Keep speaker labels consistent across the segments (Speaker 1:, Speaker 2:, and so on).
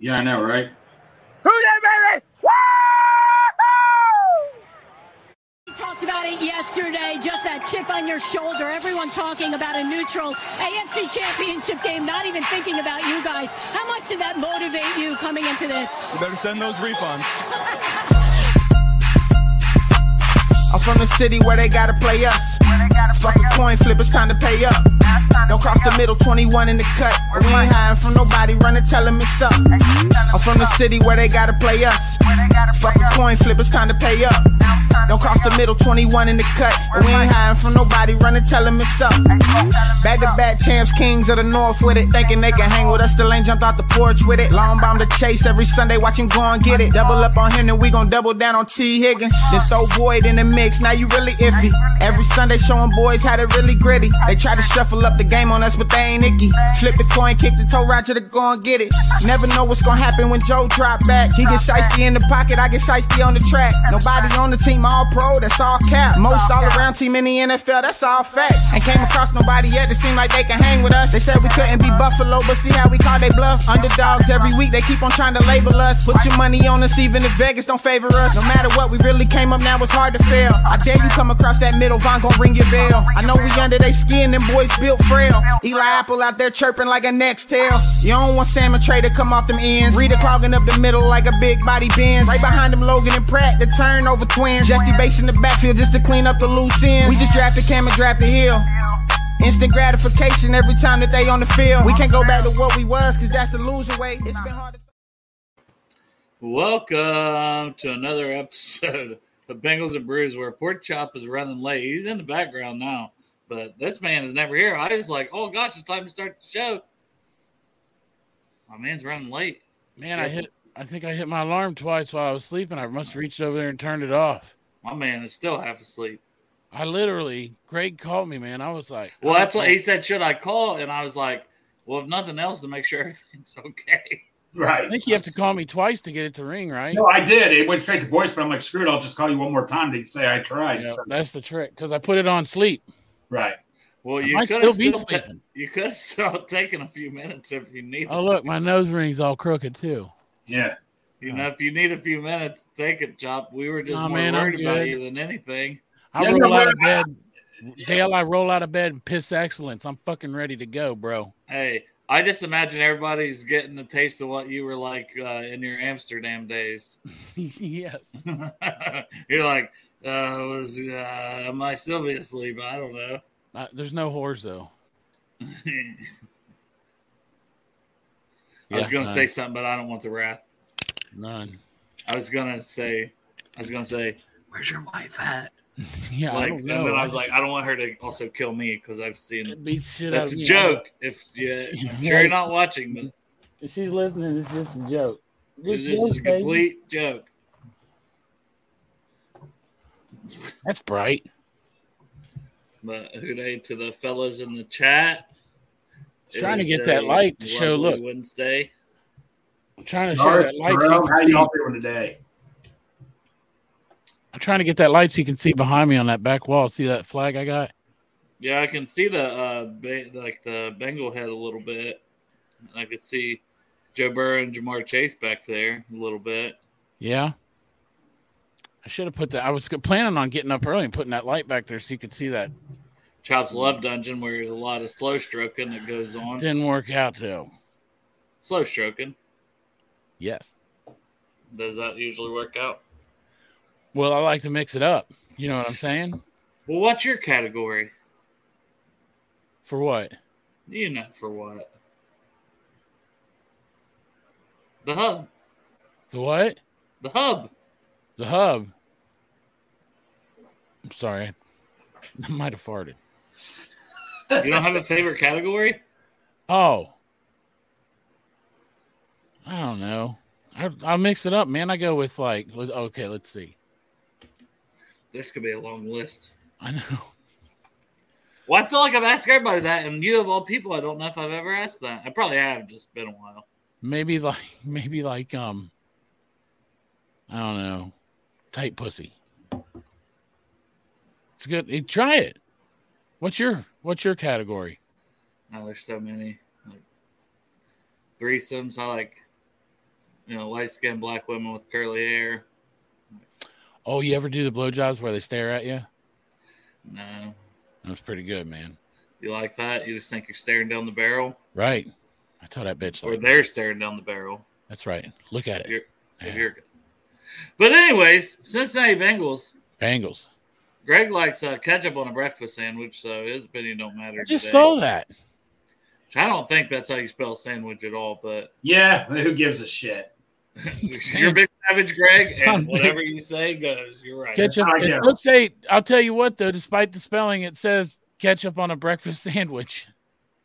Speaker 1: Yeah, I know, right?
Speaker 2: Who that baby? Woo!
Speaker 3: We talked about it yesterday, just that chip on your shoulder. Everyone talking about a neutral AFC championship game, not even thinking about you guys. How much did that motivate you coming into this?
Speaker 4: You better send those refunds.
Speaker 5: I'm from the city where they gotta play us. Fuck a coin flip, it's time to pay up. Don't cross the middle, 21 in the cut. We ain't hiding from nobody, running, tell 'em it's up. I'm from the city where they gotta play us. Fuck a coin flip, it's time to pay up. Don't cross the middle, 21 in the cut. We ain't hiding from nobody, running, tell 'em it's up. Back to back champs, kings of the north with it. Thinking they can hang with us, still ain't jumped out the porch with it. Long bomb to chase every Sunday, watch him go and get it. Double up on him, then we gon' double down on T. Higgins. This old boy in the mix, now you really iffy. Every Sunday showing boys how to really gritty. They try to shuffle up the game on us, but they ain't icky. Flip the coin, kick the toe, Roger to go and get it. Never know what's gonna happen when Joe drop back. He gets shiesty in the pocket, I get shiesty on the track. Nobody on the team, all pro, that's all cap. Most all around team in the NFL, that's all fact. Ain't came across nobody yet that seemed like they can hang with us. They said we couldn't be Buffalo, but see how we call they bluff. Underdogs every week, they keep on trying to label us. Put your money on us, even if Vegas don't favor us. No matter what, we really came up now, it's hard to fail. I dare you come across that middle, Von gon' ring your bell. I know we under they skin, them boys built frail. Eli Apple out there chirping like a next tail. You don't want Sam and Trey to come off them ends. Rita clogging up the middle like a big body Benz. Right behind them, Logan and Pratt, the turnover twins. Jesse Bates in the backfield just to clean up the loose ends. We just drafted Cam and drafted Hill. Instant gratification every time that they on the field. We can't go back to what we was, cause that's the loser way. It's been hard to
Speaker 1: Welcome to another episode of Bengals and Brews where Pork Chop is running late. He's in the background now, but this man is never here. I was like, oh gosh, it's time to start the show. My man's running late.
Speaker 4: Man, I hit. I think I hit my alarm twice while I was sleeping. I must have reached over there and turned it off.
Speaker 1: My man is still half asleep.
Speaker 4: I literally, Greg called me, man. I was like,
Speaker 1: Well, that's what he said. Should I call? And I was like, well, if nothing else, to make sure everything's okay.
Speaker 4: I
Speaker 6: Right.
Speaker 4: think you have to call me twice to get it to ring, right?
Speaker 6: No, I did. It went straight to voice, but I'm like, screw it. I'll just call you one more time to say I tried.
Speaker 4: Yeah,
Speaker 6: So-
Speaker 4: that's the trick because I put it on sleep.
Speaker 6: right.
Speaker 1: Well,
Speaker 4: I
Speaker 1: you
Speaker 4: might
Speaker 1: could have
Speaker 4: still be
Speaker 1: still, ta-
Speaker 4: sleeping.
Speaker 1: you could have still taken a few minutes if you need.
Speaker 4: Oh look, my nose ring's all crooked too.
Speaker 6: Yeah.
Speaker 1: You know, if you need a few minutes, take it, Chop. We were just
Speaker 4: Nah,
Speaker 1: more
Speaker 4: man, I'm
Speaker 1: worried about
Speaker 4: good.
Speaker 1: you than anything.
Speaker 4: I
Speaker 6: Yeah,
Speaker 4: roll
Speaker 6: no,
Speaker 4: out of
Speaker 6: man,
Speaker 4: bed. Dale, I roll out of bed and piss excellence. I'm fucking ready to go, bro.
Speaker 1: Hey, I just imagine everybody's getting the taste of what you were like uh, in your Amsterdam days.
Speaker 4: yes.
Speaker 1: You're like, uh, was uh, I might still be asleep? I don't know.
Speaker 4: Uh, there's no whores though.
Speaker 1: I was
Speaker 4: Yeah, uh,
Speaker 1: gonna
Speaker 4: none.
Speaker 1: say something, but I don't want the wrath.
Speaker 4: None.
Speaker 1: I was gonna say, I was gonna say, where's your wife at?
Speaker 4: Yeah, I
Speaker 1: Like,
Speaker 4: don't
Speaker 1: and
Speaker 4: know.
Speaker 1: then I was like, I don't want her to also kill me because I've seen
Speaker 4: It beats shit out
Speaker 1: That's
Speaker 4: of
Speaker 1: a
Speaker 4: me.
Speaker 1: joke. If yeah, I'm sure you're not watching, but
Speaker 4: If she's listening, it's just a joke.
Speaker 1: this
Speaker 4: Just
Speaker 1: is a
Speaker 4: joke, baby.
Speaker 1: complete joke.
Speaker 4: That's bright.
Speaker 1: But hooray to the fellas in the chat. It
Speaker 4: trying to
Speaker 1: is uh,
Speaker 4: get
Speaker 1: a
Speaker 4: that light to show,
Speaker 1: lovely
Speaker 4: look.
Speaker 1: Wednesday.
Speaker 4: I'm trying to show
Speaker 6: All right,
Speaker 4: that light. So you
Speaker 6: Jerome,
Speaker 4: can
Speaker 6: how
Speaker 4: see.
Speaker 6: y'all doing today?
Speaker 4: I'm trying to get that light so you can see behind me on that back wall. See that flag I got?
Speaker 1: Yeah, I can see the uh, ba- like the Bengal head a little bit. And I could see Joe Burrow and Jamar Chase back there a little bit.
Speaker 4: Yeah. I should have put that. I was planning on getting up early and putting that light back there so you could see that.
Speaker 1: Chop's Love Dungeon, where there's a lot of slow stroking that goes on.
Speaker 4: Didn't work out though.
Speaker 1: slow stroking.
Speaker 4: Yes.
Speaker 1: Does that usually work out?
Speaker 4: Well, I like to mix it up. You know what I'm saying?
Speaker 1: Well, what's your category?
Speaker 4: For what?
Speaker 1: You know, for what? The hub.
Speaker 4: The what?
Speaker 1: The hub.
Speaker 4: The hub. I'm sorry. I might have farted.
Speaker 1: You don't have a favorite category?
Speaker 4: Oh. I don't know. I, I'll mix it up, man. I go with like, with- okay, let's see.
Speaker 1: There's gonna be a long list.
Speaker 4: I know.
Speaker 1: Well, I feel like I've asked everybody that, and you of all people, I don't know if I've ever asked that. I probably have, just been a while.
Speaker 4: Maybe like, maybe like, um, I don't know. Tight pussy. It's good. Hey, try it. What's your, what's your category?
Speaker 1: Now there's so many like threesomes. I like, you know, light skinned black women with curly hair.
Speaker 4: Oh, you ever do the blowjobs where they stare at you?
Speaker 1: No,
Speaker 4: That's pretty good, man.
Speaker 1: you like that? You just think you're staring down the barrel,
Speaker 4: Right. I told that bitch.
Speaker 1: or
Speaker 4: Like,
Speaker 1: they're staring down the barrel.
Speaker 4: that's right. Look at
Speaker 1: If you're,
Speaker 4: it.
Speaker 1: if you're good. But anyways, Cincinnati Bengals.
Speaker 4: Bangles.
Speaker 1: Greg likes uh, ketchup on a breakfast sandwich, so his opinion don't matter.
Speaker 4: I just
Speaker 1: today.
Speaker 4: saw that.
Speaker 1: Which I don't think that's how you spell sandwich at all, but
Speaker 6: Yeah, who gives a shit?
Speaker 1: you're a big savage, Greg,
Speaker 4: Sound
Speaker 1: and
Speaker 4: big.
Speaker 1: whatever you say goes. You're right.
Speaker 4: Ketchup.
Speaker 6: I
Speaker 4: it
Speaker 6: know.
Speaker 4: does say, I'll tell you what though. Despite the spelling, it says ketchup on a breakfast sandwich.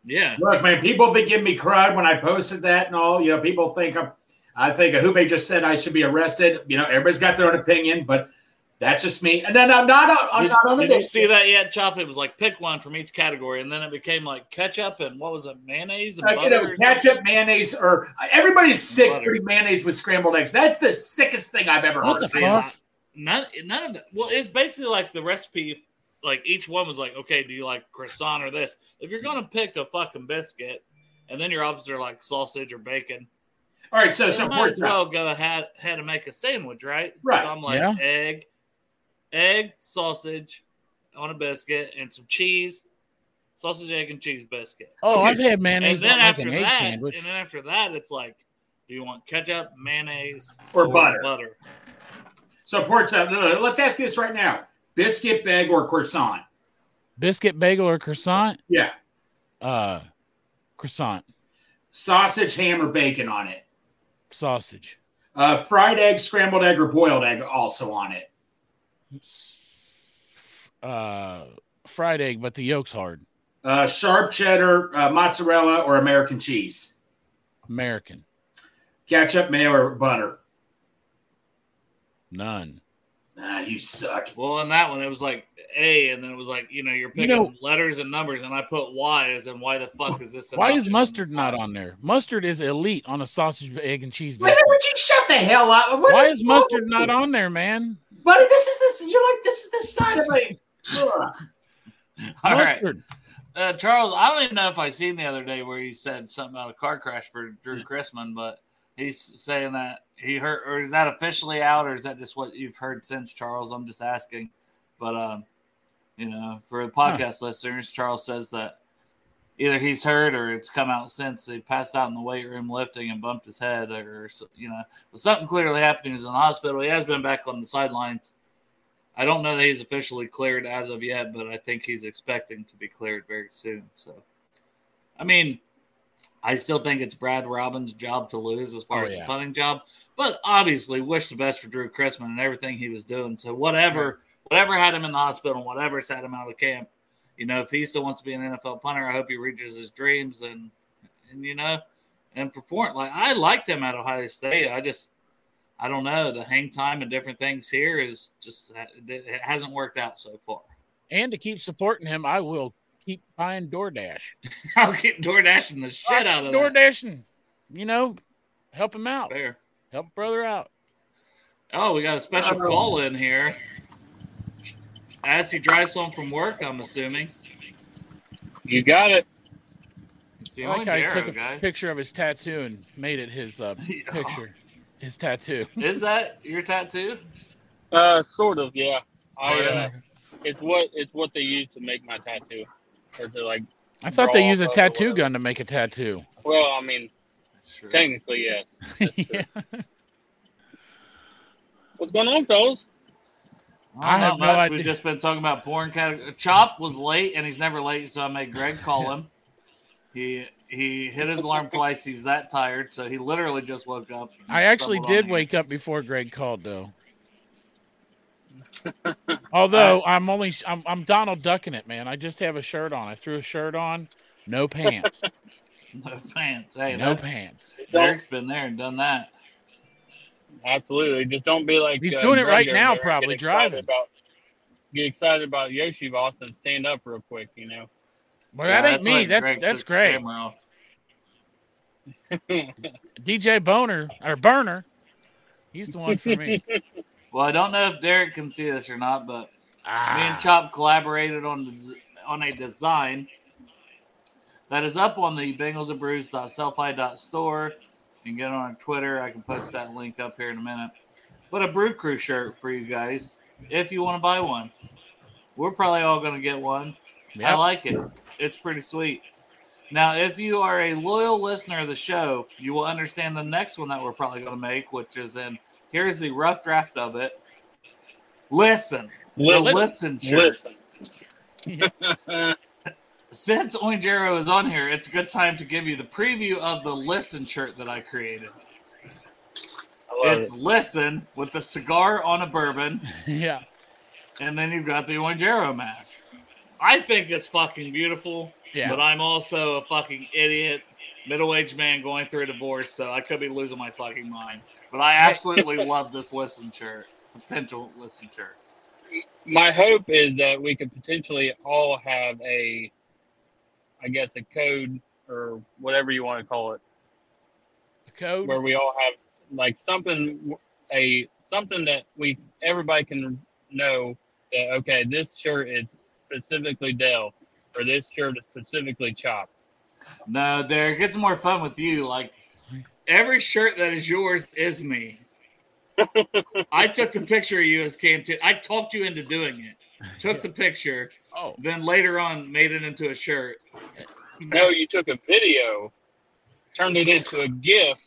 Speaker 1: Yeah.
Speaker 6: Look, man, people be giving me crud when I posted that and all. You know, people think I'm, I think Ahube just said I should be arrested. You know, everybody's got their own opinion, but that's just me. And then I'm not. on- I'm
Speaker 1: Did,
Speaker 6: not on the
Speaker 1: did you
Speaker 6: list.
Speaker 1: see that yet, Chop? It was like pick one from each category, and then it became like ketchup and what was it, mayonnaise and
Speaker 6: Like, you
Speaker 1: butter?
Speaker 6: know,
Speaker 1: or something?
Speaker 6: ketchup, mayonnaise, or everybody's sick
Speaker 1: Butter.
Speaker 6: for mayonnaise with scrambled eggs. That's the sickest thing I've ever
Speaker 4: What
Speaker 6: heard.
Speaker 4: the
Speaker 1: See,
Speaker 4: fuck?
Speaker 1: I- None, none of that. Well, it's basically like the recipe. Like each one was like, okay, do you like croissant or this? If you're gonna pick a fucking biscuit, and then your options are like sausage or bacon,
Speaker 6: All right, so
Speaker 1: you
Speaker 6: so
Speaker 1: might
Speaker 6: pork
Speaker 1: as well go ahead had to make a sandwich, right?
Speaker 6: Right.
Speaker 1: So I'm like
Speaker 4: Yeah.
Speaker 1: egg, egg, sausage on a biscuit, and some cheese, sausage, egg, and cheese biscuit.
Speaker 4: Oh,
Speaker 6: Okay.
Speaker 4: I've had
Speaker 1: and
Speaker 4: mayonnaise
Speaker 1: then
Speaker 4: on like
Speaker 1: after
Speaker 4: an egg
Speaker 1: that,
Speaker 4: sandwich.
Speaker 1: and then after that, it's like, do you want ketchup, mayonnaise,
Speaker 6: Or butter.
Speaker 1: Butter.
Speaker 6: so pork chop. No, no, no, let's ask you this right now: biscuit bag or croissant?
Speaker 4: Biscuit, bagel, or croissant?
Speaker 6: Yeah,
Speaker 4: Uh, croissant,
Speaker 6: sausage, ham, or bacon on it.
Speaker 4: sausage,
Speaker 6: Uh, fried egg, scrambled egg, or boiled egg also on it.
Speaker 4: s- uh, fried egg, but the yolk's hard.
Speaker 6: Uh, sharp cheddar, uh, mozzarella, or American cheese.
Speaker 4: American,
Speaker 6: Ketchup, mayo, or butter.
Speaker 4: none.
Speaker 6: Ah, you suck.
Speaker 1: Well, on that one, it was like A, and then it was like, you know, you're
Speaker 4: You
Speaker 1: picking
Speaker 4: know-
Speaker 1: letters and numbers, and I put Y as in why the fuck is this? an
Speaker 4: Why is
Speaker 1: option?
Speaker 4: mustard not on there? Mustard is elite on a sausage, egg, and cheese
Speaker 6: Why
Speaker 4: biscuit.
Speaker 6: would you shut the hell up? What
Speaker 4: Why is
Speaker 6: wrong with
Speaker 4: mustard
Speaker 6: you?
Speaker 4: not on there, man?
Speaker 6: Buddy, this is this. You're like this is the side of a. Ugh.
Speaker 1: All right.
Speaker 4: mustard.
Speaker 1: Uh, Charles, I don't even know if I seen the other day where he said something about a car crash for Drew Chrisman, but he's saying that he heard, or is that officially out, or is that just what you've heard since, Charles? I'm just asking. But, um, you know, for the podcast listeners, Charles says that either he's heard or it's come out since he passed out in the weight room lifting and bumped his head, or, so- you know, but something clearly happened. He was in the hospital. He has been back on the sidelines. I don't know that he's officially cleared as of yet, but I think he's expecting to be cleared very soon. So, I mean, I still think it's Brad Robbins' job to lose as far
Speaker 4: Oh,
Speaker 1: as
Speaker 4: yeah.
Speaker 1: the punting job, but obviously wish the best for Drew Chrisman and everything he was doing. So, whatever, whatever had him in the hospital, whatever's had him out of camp, you know, if he still wants to be an NFL punter, I hope he reaches his dreams and, and you know, and perform. Like I liked him at Ohio State. I just I don't know. The hang time and different things here is just uh, it hasn't worked out so far.
Speaker 4: And to keep supporting him, I will keep buying DoorDash.
Speaker 1: I'll keep door dashing the shit out of
Speaker 4: Door
Speaker 1: that.
Speaker 4: dashing. You know, help him out.
Speaker 1: Fair.
Speaker 4: Help brother out.
Speaker 1: Oh, we got a special call in here. As he drives home from work, I'm assuming.
Speaker 7: You got it.
Speaker 1: It's the
Speaker 4: I like
Speaker 1: only
Speaker 4: how he
Speaker 1: Darrow,
Speaker 4: took a
Speaker 1: guys.
Speaker 4: picture of his tattoo and made it his uh,
Speaker 1: Yeah.
Speaker 4: picture. His tattoo.
Speaker 1: Is that your tattoo?
Speaker 7: Uh, sort of, yeah. I,
Speaker 1: Sure.
Speaker 7: uh, it's what it's what they use to make my tattoo, or to like.
Speaker 4: I thought they
Speaker 7: Draw
Speaker 4: use a
Speaker 7: up or
Speaker 4: tattoo
Speaker 7: whatever.
Speaker 4: gun to make a tattoo.
Speaker 7: Well, I mean,
Speaker 1: Sure.
Speaker 7: Technically, yes.
Speaker 4: yeah.
Speaker 7: What's going on, fellas?
Speaker 1: I
Speaker 4: I
Speaker 1: have
Speaker 4: have no idea.
Speaker 1: We've just been talking about porn category. Chop was late, and he's never late, so I made Greg call him. He he hit his alarm twice. He's that tired, so he literally just woke up. and
Speaker 4: I actually
Speaker 1: stumbled on
Speaker 4: did
Speaker 1: here.
Speaker 4: wake up before Greg called, though. Although I'm only I'm, I'm Donald ducking it, man. I just have a shirt on. I threw a shirt on, no pants,
Speaker 1: No pants. Hey,
Speaker 4: no
Speaker 1: no
Speaker 4: pants.
Speaker 1: Derek's been there and done that.
Speaker 7: Absolutely. Just don't be like
Speaker 4: He's doing it right
Speaker 7: Greg
Speaker 4: now,
Speaker 7: over there. Get
Speaker 4: probably,
Speaker 7: excited
Speaker 4: driving.
Speaker 7: About, get excited about Yoshivoth and stand up real quick. You know.
Speaker 4: Well,
Speaker 1: Yeah,
Speaker 4: that ain't
Speaker 1: why
Speaker 4: me. That's
Speaker 1: Greg
Speaker 4: that's
Speaker 1: took his
Speaker 4: great.
Speaker 1: camera off.
Speaker 4: DJ Boner or Burner, he's the one for me.
Speaker 1: Well, I don't know if Derek can see this or not, but
Speaker 4: ah,
Speaker 1: Me and Chop collaborated on des- on a design that is up on the Bengals and Brews.selfie.store. You can get it on Twitter. I can post that link up here in a minute. But a Brew Crew shirt for you guys if you want to buy one. We're probably all going to get one. I
Speaker 4: yep.
Speaker 1: like it. It's pretty sweet. Now, if you are a loyal listener of the show, you will understand the next one that we're probably going to make, which is in here's the rough draft of it. Listen, the
Speaker 7: Listen.
Speaker 1: listen shirt.
Speaker 7: Listen.
Speaker 1: Since Oingero is on here, it's a good time to give you the preview of the listen shirt that I created.
Speaker 7: I love
Speaker 1: It's
Speaker 7: it.
Speaker 1: listen with a cigar on a bourbon,
Speaker 4: yeah.
Speaker 1: and then you've got the Oingero mask. I think it's fucking beautiful,
Speaker 4: Yeah.
Speaker 1: but I'm also a fucking idiot, middle aged man going through a divorce, so I could be losing my fucking mind. But I absolutely love this listen shirt, potential listen shirt.
Speaker 7: My hope is that we could potentially all have a, I guess, a code or whatever you want to call it,
Speaker 4: Code.
Speaker 7: where we all have like something, a something that we everybody can know that okay, this shirt is specifically Dell, or this shirt is specifically Chop.
Speaker 1: No, Derek, it's more fun with you. Like every shirt that is yours is me. I took the picture of you as Cantu. I talked you into doing it. Took the picture,
Speaker 4: Oh,
Speaker 1: then later on made it into a shirt.
Speaker 7: No, you took a video, turned it into a GIF,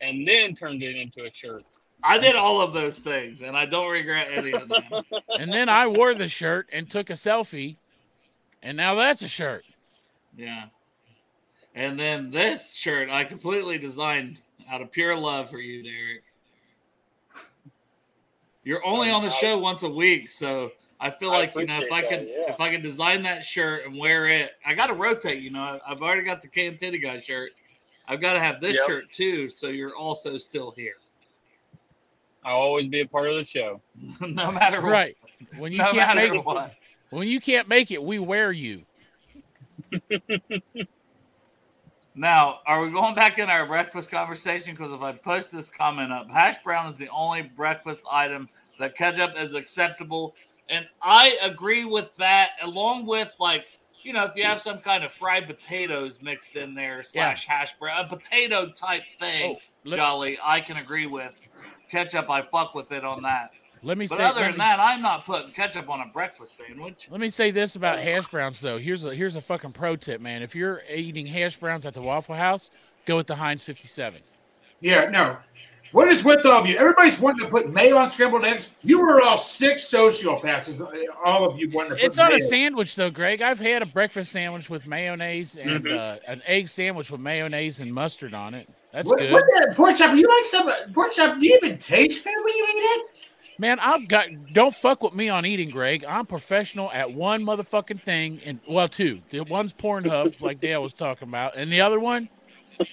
Speaker 7: and then turned it into a shirt.
Speaker 1: I did all of those things, and I don't regret any of them.
Speaker 4: and then I wore the shirt and took a selfie, and now that's a shirt.
Speaker 1: Yeah. And then this shirt I completely designed out of pure love for you, Derek. You're only on the show once a week, so I feel
Speaker 7: I
Speaker 1: like you know if I
Speaker 7: appreciate
Speaker 1: can
Speaker 7: that, yeah.
Speaker 1: if I can design that shirt and wear it, I got to rotate. You know, I've already got the Cam Titty guy shirt. I've got to have this
Speaker 7: Yep.
Speaker 1: shirt too, so you're also still here,
Speaker 7: I'll always be a part of the show.
Speaker 1: no matter what.
Speaker 4: Right. When you
Speaker 1: no
Speaker 4: can't
Speaker 1: matter
Speaker 4: make it,
Speaker 1: what.
Speaker 4: when you can't make it, we wear you.
Speaker 1: Now, are we going back in our breakfast conversation? Because if I post this comment up, hash brown is the only breakfast item that ketchup is acceptable. And I agree with that, along with like, you know, if you have some kind of fried potatoes mixed in there, slash hash brown, a potato type thing,
Speaker 4: Oh, let-
Speaker 1: Jolly, I can agree with. Ketchup, I fuck with it on that.
Speaker 4: Let me
Speaker 1: But
Speaker 4: say.
Speaker 1: other
Speaker 4: let
Speaker 1: than
Speaker 4: me-
Speaker 1: that, I'm not putting ketchup on a breakfast sandwich.
Speaker 4: Let me say this about hash browns, though. Here's a here's a fucking pro tip, man. If you're eating hash browns at the Waffle House, go with the Heinz 57.
Speaker 6: Yeah, no. What is with all of you? Everybody's wanting to put mayo on scrambled eggs. You were all six sociopaths. All of you wanting to put
Speaker 4: It's on
Speaker 6: mayo.
Speaker 4: a sandwich, though, Greg. I've had a breakfast sandwich with mayonnaise and
Speaker 7: Mm-hmm.
Speaker 4: uh, an egg sandwich with mayonnaise and mustard on it. That's
Speaker 6: What,
Speaker 4: good,
Speaker 6: what the- pork chop? You like some pork chop? Do you even taste food when you eat it?
Speaker 4: man. I've got don't fuck with me on eating, Greg. I'm professional at one motherfucking thing, and well, two. The one's Pornhub, like Dale was talking about, and the other one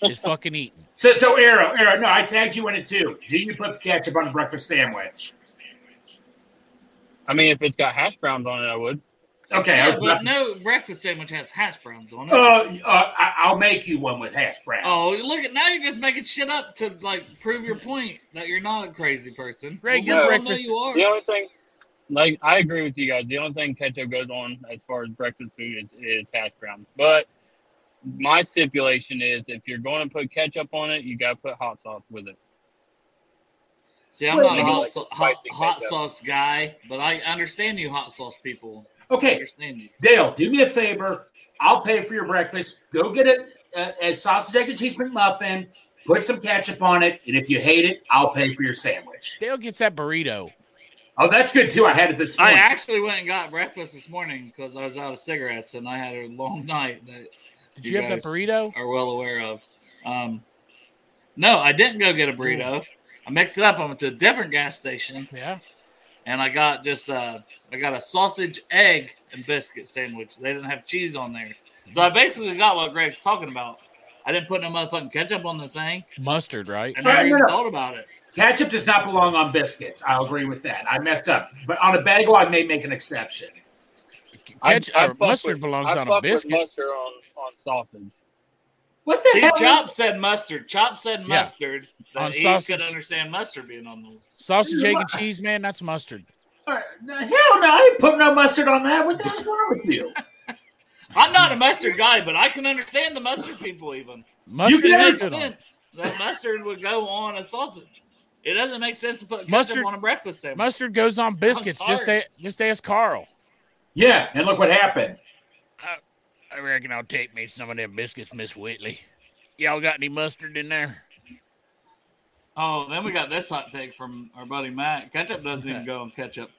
Speaker 4: is fucking eating.
Speaker 6: So, so Arrow, Arrow, no, I tagged you in it too. Do you put ketchup on a breakfast sandwich?
Speaker 7: I mean, if it's got hash browns on it, I would.
Speaker 6: Okay, I was
Speaker 1: but
Speaker 6: about to-
Speaker 1: no breakfast sandwich has hash browns on it.
Speaker 6: Uh, uh, I- I'll make you one with hash brown.
Speaker 1: Oh, look at now you're just making shit up to like prove your point that you're not a crazy person.
Speaker 4: Greg,
Speaker 1: Well,
Speaker 4: your
Speaker 1: we all know
Speaker 4: breakfast-
Speaker 1: You are.
Speaker 7: The only thing, like, I agree with you guys. The only thing ketchup goes on as far as breakfast food is, is hash browns. But my stipulation is if you're going to put ketchup on it, you got to put hot sauce with it.
Speaker 1: See, I'm not a
Speaker 7: Like,
Speaker 1: hot,
Speaker 7: like
Speaker 1: sau-
Speaker 7: spicy
Speaker 1: hot, hot
Speaker 7: ketchup.
Speaker 1: sauce guy, but I understand you, hot sauce people. I
Speaker 6: Okay,
Speaker 1: understand you.
Speaker 6: Dale, do me a favor. I'll pay for your breakfast. Go get a, a, a sausage egg and cheese McMuffin. Put some ketchup on it, and if you hate it, I'll pay for your sandwich.
Speaker 4: Dale gets that burrito.
Speaker 6: Oh, that's good too. I had it this
Speaker 1: I
Speaker 6: morning.
Speaker 1: actually went and got breakfast this morning because I was out of cigarettes and I had a long night that
Speaker 4: Did you, have that
Speaker 1: guys
Speaker 4: burrito?
Speaker 1: are well aware of. Um, no, I didn't go get a burrito. I mixed it up. I went to a different gas station
Speaker 4: Yeah.
Speaker 1: and I got just uh, I got a sausage, egg, and biscuit sandwich. They didn't have cheese on theirs, so I basically got what Greg's talking about. I didn't put no motherfucking ketchup on the thing.
Speaker 4: Mustard, right?
Speaker 1: I never
Speaker 6: Right,
Speaker 1: even
Speaker 6: no.
Speaker 1: thought about it.
Speaker 6: Ketchup does not belong on biscuits. I'll agree with that. I messed up, but on a bagel, I may make an exception.
Speaker 7: I-
Speaker 4: Ketchup,
Speaker 7: I
Speaker 4: or
Speaker 7: fuck
Speaker 4: mustard
Speaker 7: with-
Speaker 4: belongs
Speaker 7: I
Speaker 4: on a
Speaker 7: fuck with
Speaker 4: biscuit.
Speaker 7: Mustard on on sausage.
Speaker 6: What the
Speaker 1: See,
Speaker 6: hell?
Speaker 1: Chop said mustard. Chop said
Speaker 4: Yeah.
Speaker 1: mustard. That
Speaker 4: On
Speaker 1: he
Speaker 4: sausage.
Speaker 1: could understand mustard being on the list.
Speaker 4: Sausage, egg, and cheese, man. That's mustard.
Speaker 6: Hell no! I didn't put no mustard on that. What the hell's wrong with you?
Speaker 1: I'm not a mustard guy, but I can understand the mustard people even.
Speaker 4: Mustard.
Speaker 1: it
Speaker 6: can
Speaker 4: is
Speaker 1: makes
Speaker 6: make
Speaker 4: good on-
Speaker 1: sense that mustard would go on a sausage. It doesn't make sense to put ketchup
Speaker 4: Mustard-
Speaker 1: on a breakfast sandwich.
Speaker 4: Mustard goes on biscuits. Just
Speaker 1: sorry.
Speaker 4: a, just ask Carl.
Speaker 6: Yeah, and look what happened.
Speaker 4: I reckon I'll take me some of them biscuits, Miss Whitley. Y'all got any mustard in there?
Speaker 1: Oh, then we got this hot take from our buddy Matt. Ketchup doesn't even go on ketchup.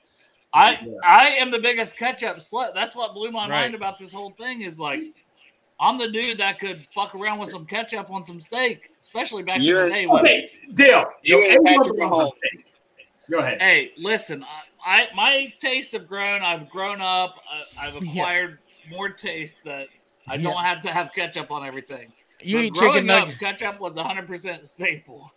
Speaker 1: I I am the biggest ketchup slut. That's what blew my
Speaker 4: Right.
Speaker 1: mind about this whole thing is like I'm the dude that could fuck around with some ketchup on some steak, especially back
Speaker 7: You're-
Speaker 1: in the day when
Speaker 6: Okay, Dale,
Speaker 7: Oh, You
Speaker 6: no,
Speaker 7: and
Speaker 6: everyone
Speaker 7: Patrick
Speaker 6: belongs on
Speaker 7: Mahomes.
Speaker 6: steak. Go ahead.
Speaker 1: Hey, listen, I, I my tastes have grown. I've grown up. I, I've acquired more tastes that I
Speaker 4: Yeah.
Speaker 1: don't have to have ketchup on everything.
Speaker 4: You
Speaker 1: But
Speaker 4: eat
Speaker 1: growing
Speaker 4: chicken
Speaker 1: up,
Speaker 4: nuggets.
Speaker 1: ketchup was 100% staple.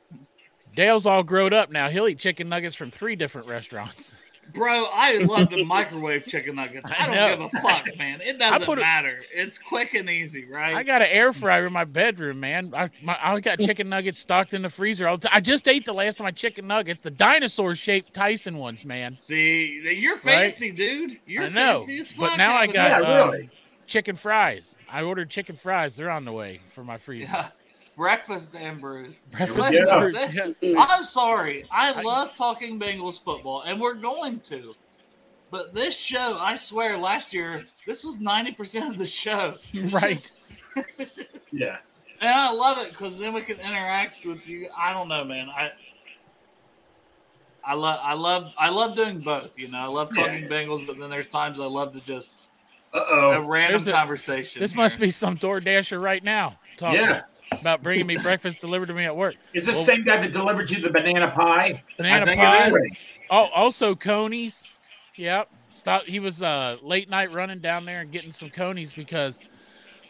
Speaker 4: Dale's all grown up now. He'll eat chicken nuggets from three different restaurants.
Speaker 1: Bro, I love to microwave chicken nuggets.
Speaker 4: I
Speaker 1: I don't
Speaker 4: know.
Speaker 1: give a fuck, man. It
Speaker 4: I
Speaker 1: doesn't
Speaker 4: put it-
Speaker 1: matter. It's quick and easy, right?
Speaker 4: I got an air fryer in my bedroom, man. I my, I got chicken nuggets stocked in the freezer all the time. I just ate the last of my chicken nuggets, the dinosaur shaped Tyson ones, man.
Speaker 1: See, you're
Speaker 4: Right?
Speaker 1: fancy, dude. You're
Speaker 4: I know,
Speaker 1: fancy as fuck.
Speaker 4: but now I
Speaker 1: having
Speaker 4: got
Speaker 1: that.
Speaker 6: Yeah,
Speaker 4: um,
Speaker 6: really.
Speaker 4: chicken fries. I ordered chicken fries. They're on the way for my freezer.
Speaker 1: Yeah. breakfast and brews.
Speaker 4: Breakfast
Speaker 6: Yeah.
Speaker 4: nuggets,
Speaker 1: That-
Speaker 4: yes.
Speaker 1: I'm sorry. I
Speaker 4: I-
Speaker 1: love talking Bengals football, and we're going to. But this show, I swear, last year this was ninety percent of the show. It's
Speaker 4: Right.
Speaker 1: just-
Speaker 6: Yeah.
Speaker 1: and I love it because then we can interact with you. I don't know, man. I I love I love I love doing both. You know, I love talking
Speaker 6: Yeah.
Speaker 1: Bengals, but then there's times I love to just
Speaker 6: Uh
Speaker 1: a
Speaker 6: oh.
Speaker 1: random
Speaker 4: There's a-
Speaker 1: conversation.
Speaker 4: This must
Speaker 1: here.
Speaker 4: be some DoorDasher right now talking
Speaker 6: Yeah.
Speaker 4: about bringing me breakfast delivered to me at work.
Speaker 6: Is this
Speaker 4: Well-
Speaker 6: the same guy that delivered you the banana pie?
Speaker 4: Banana
Speaker 1: think it
Speaker 4: pies.
Speaker 1: is.
Speaker 4: Oh, also conies. Yep. Stop. He was uh, late night running down there and getting some conies because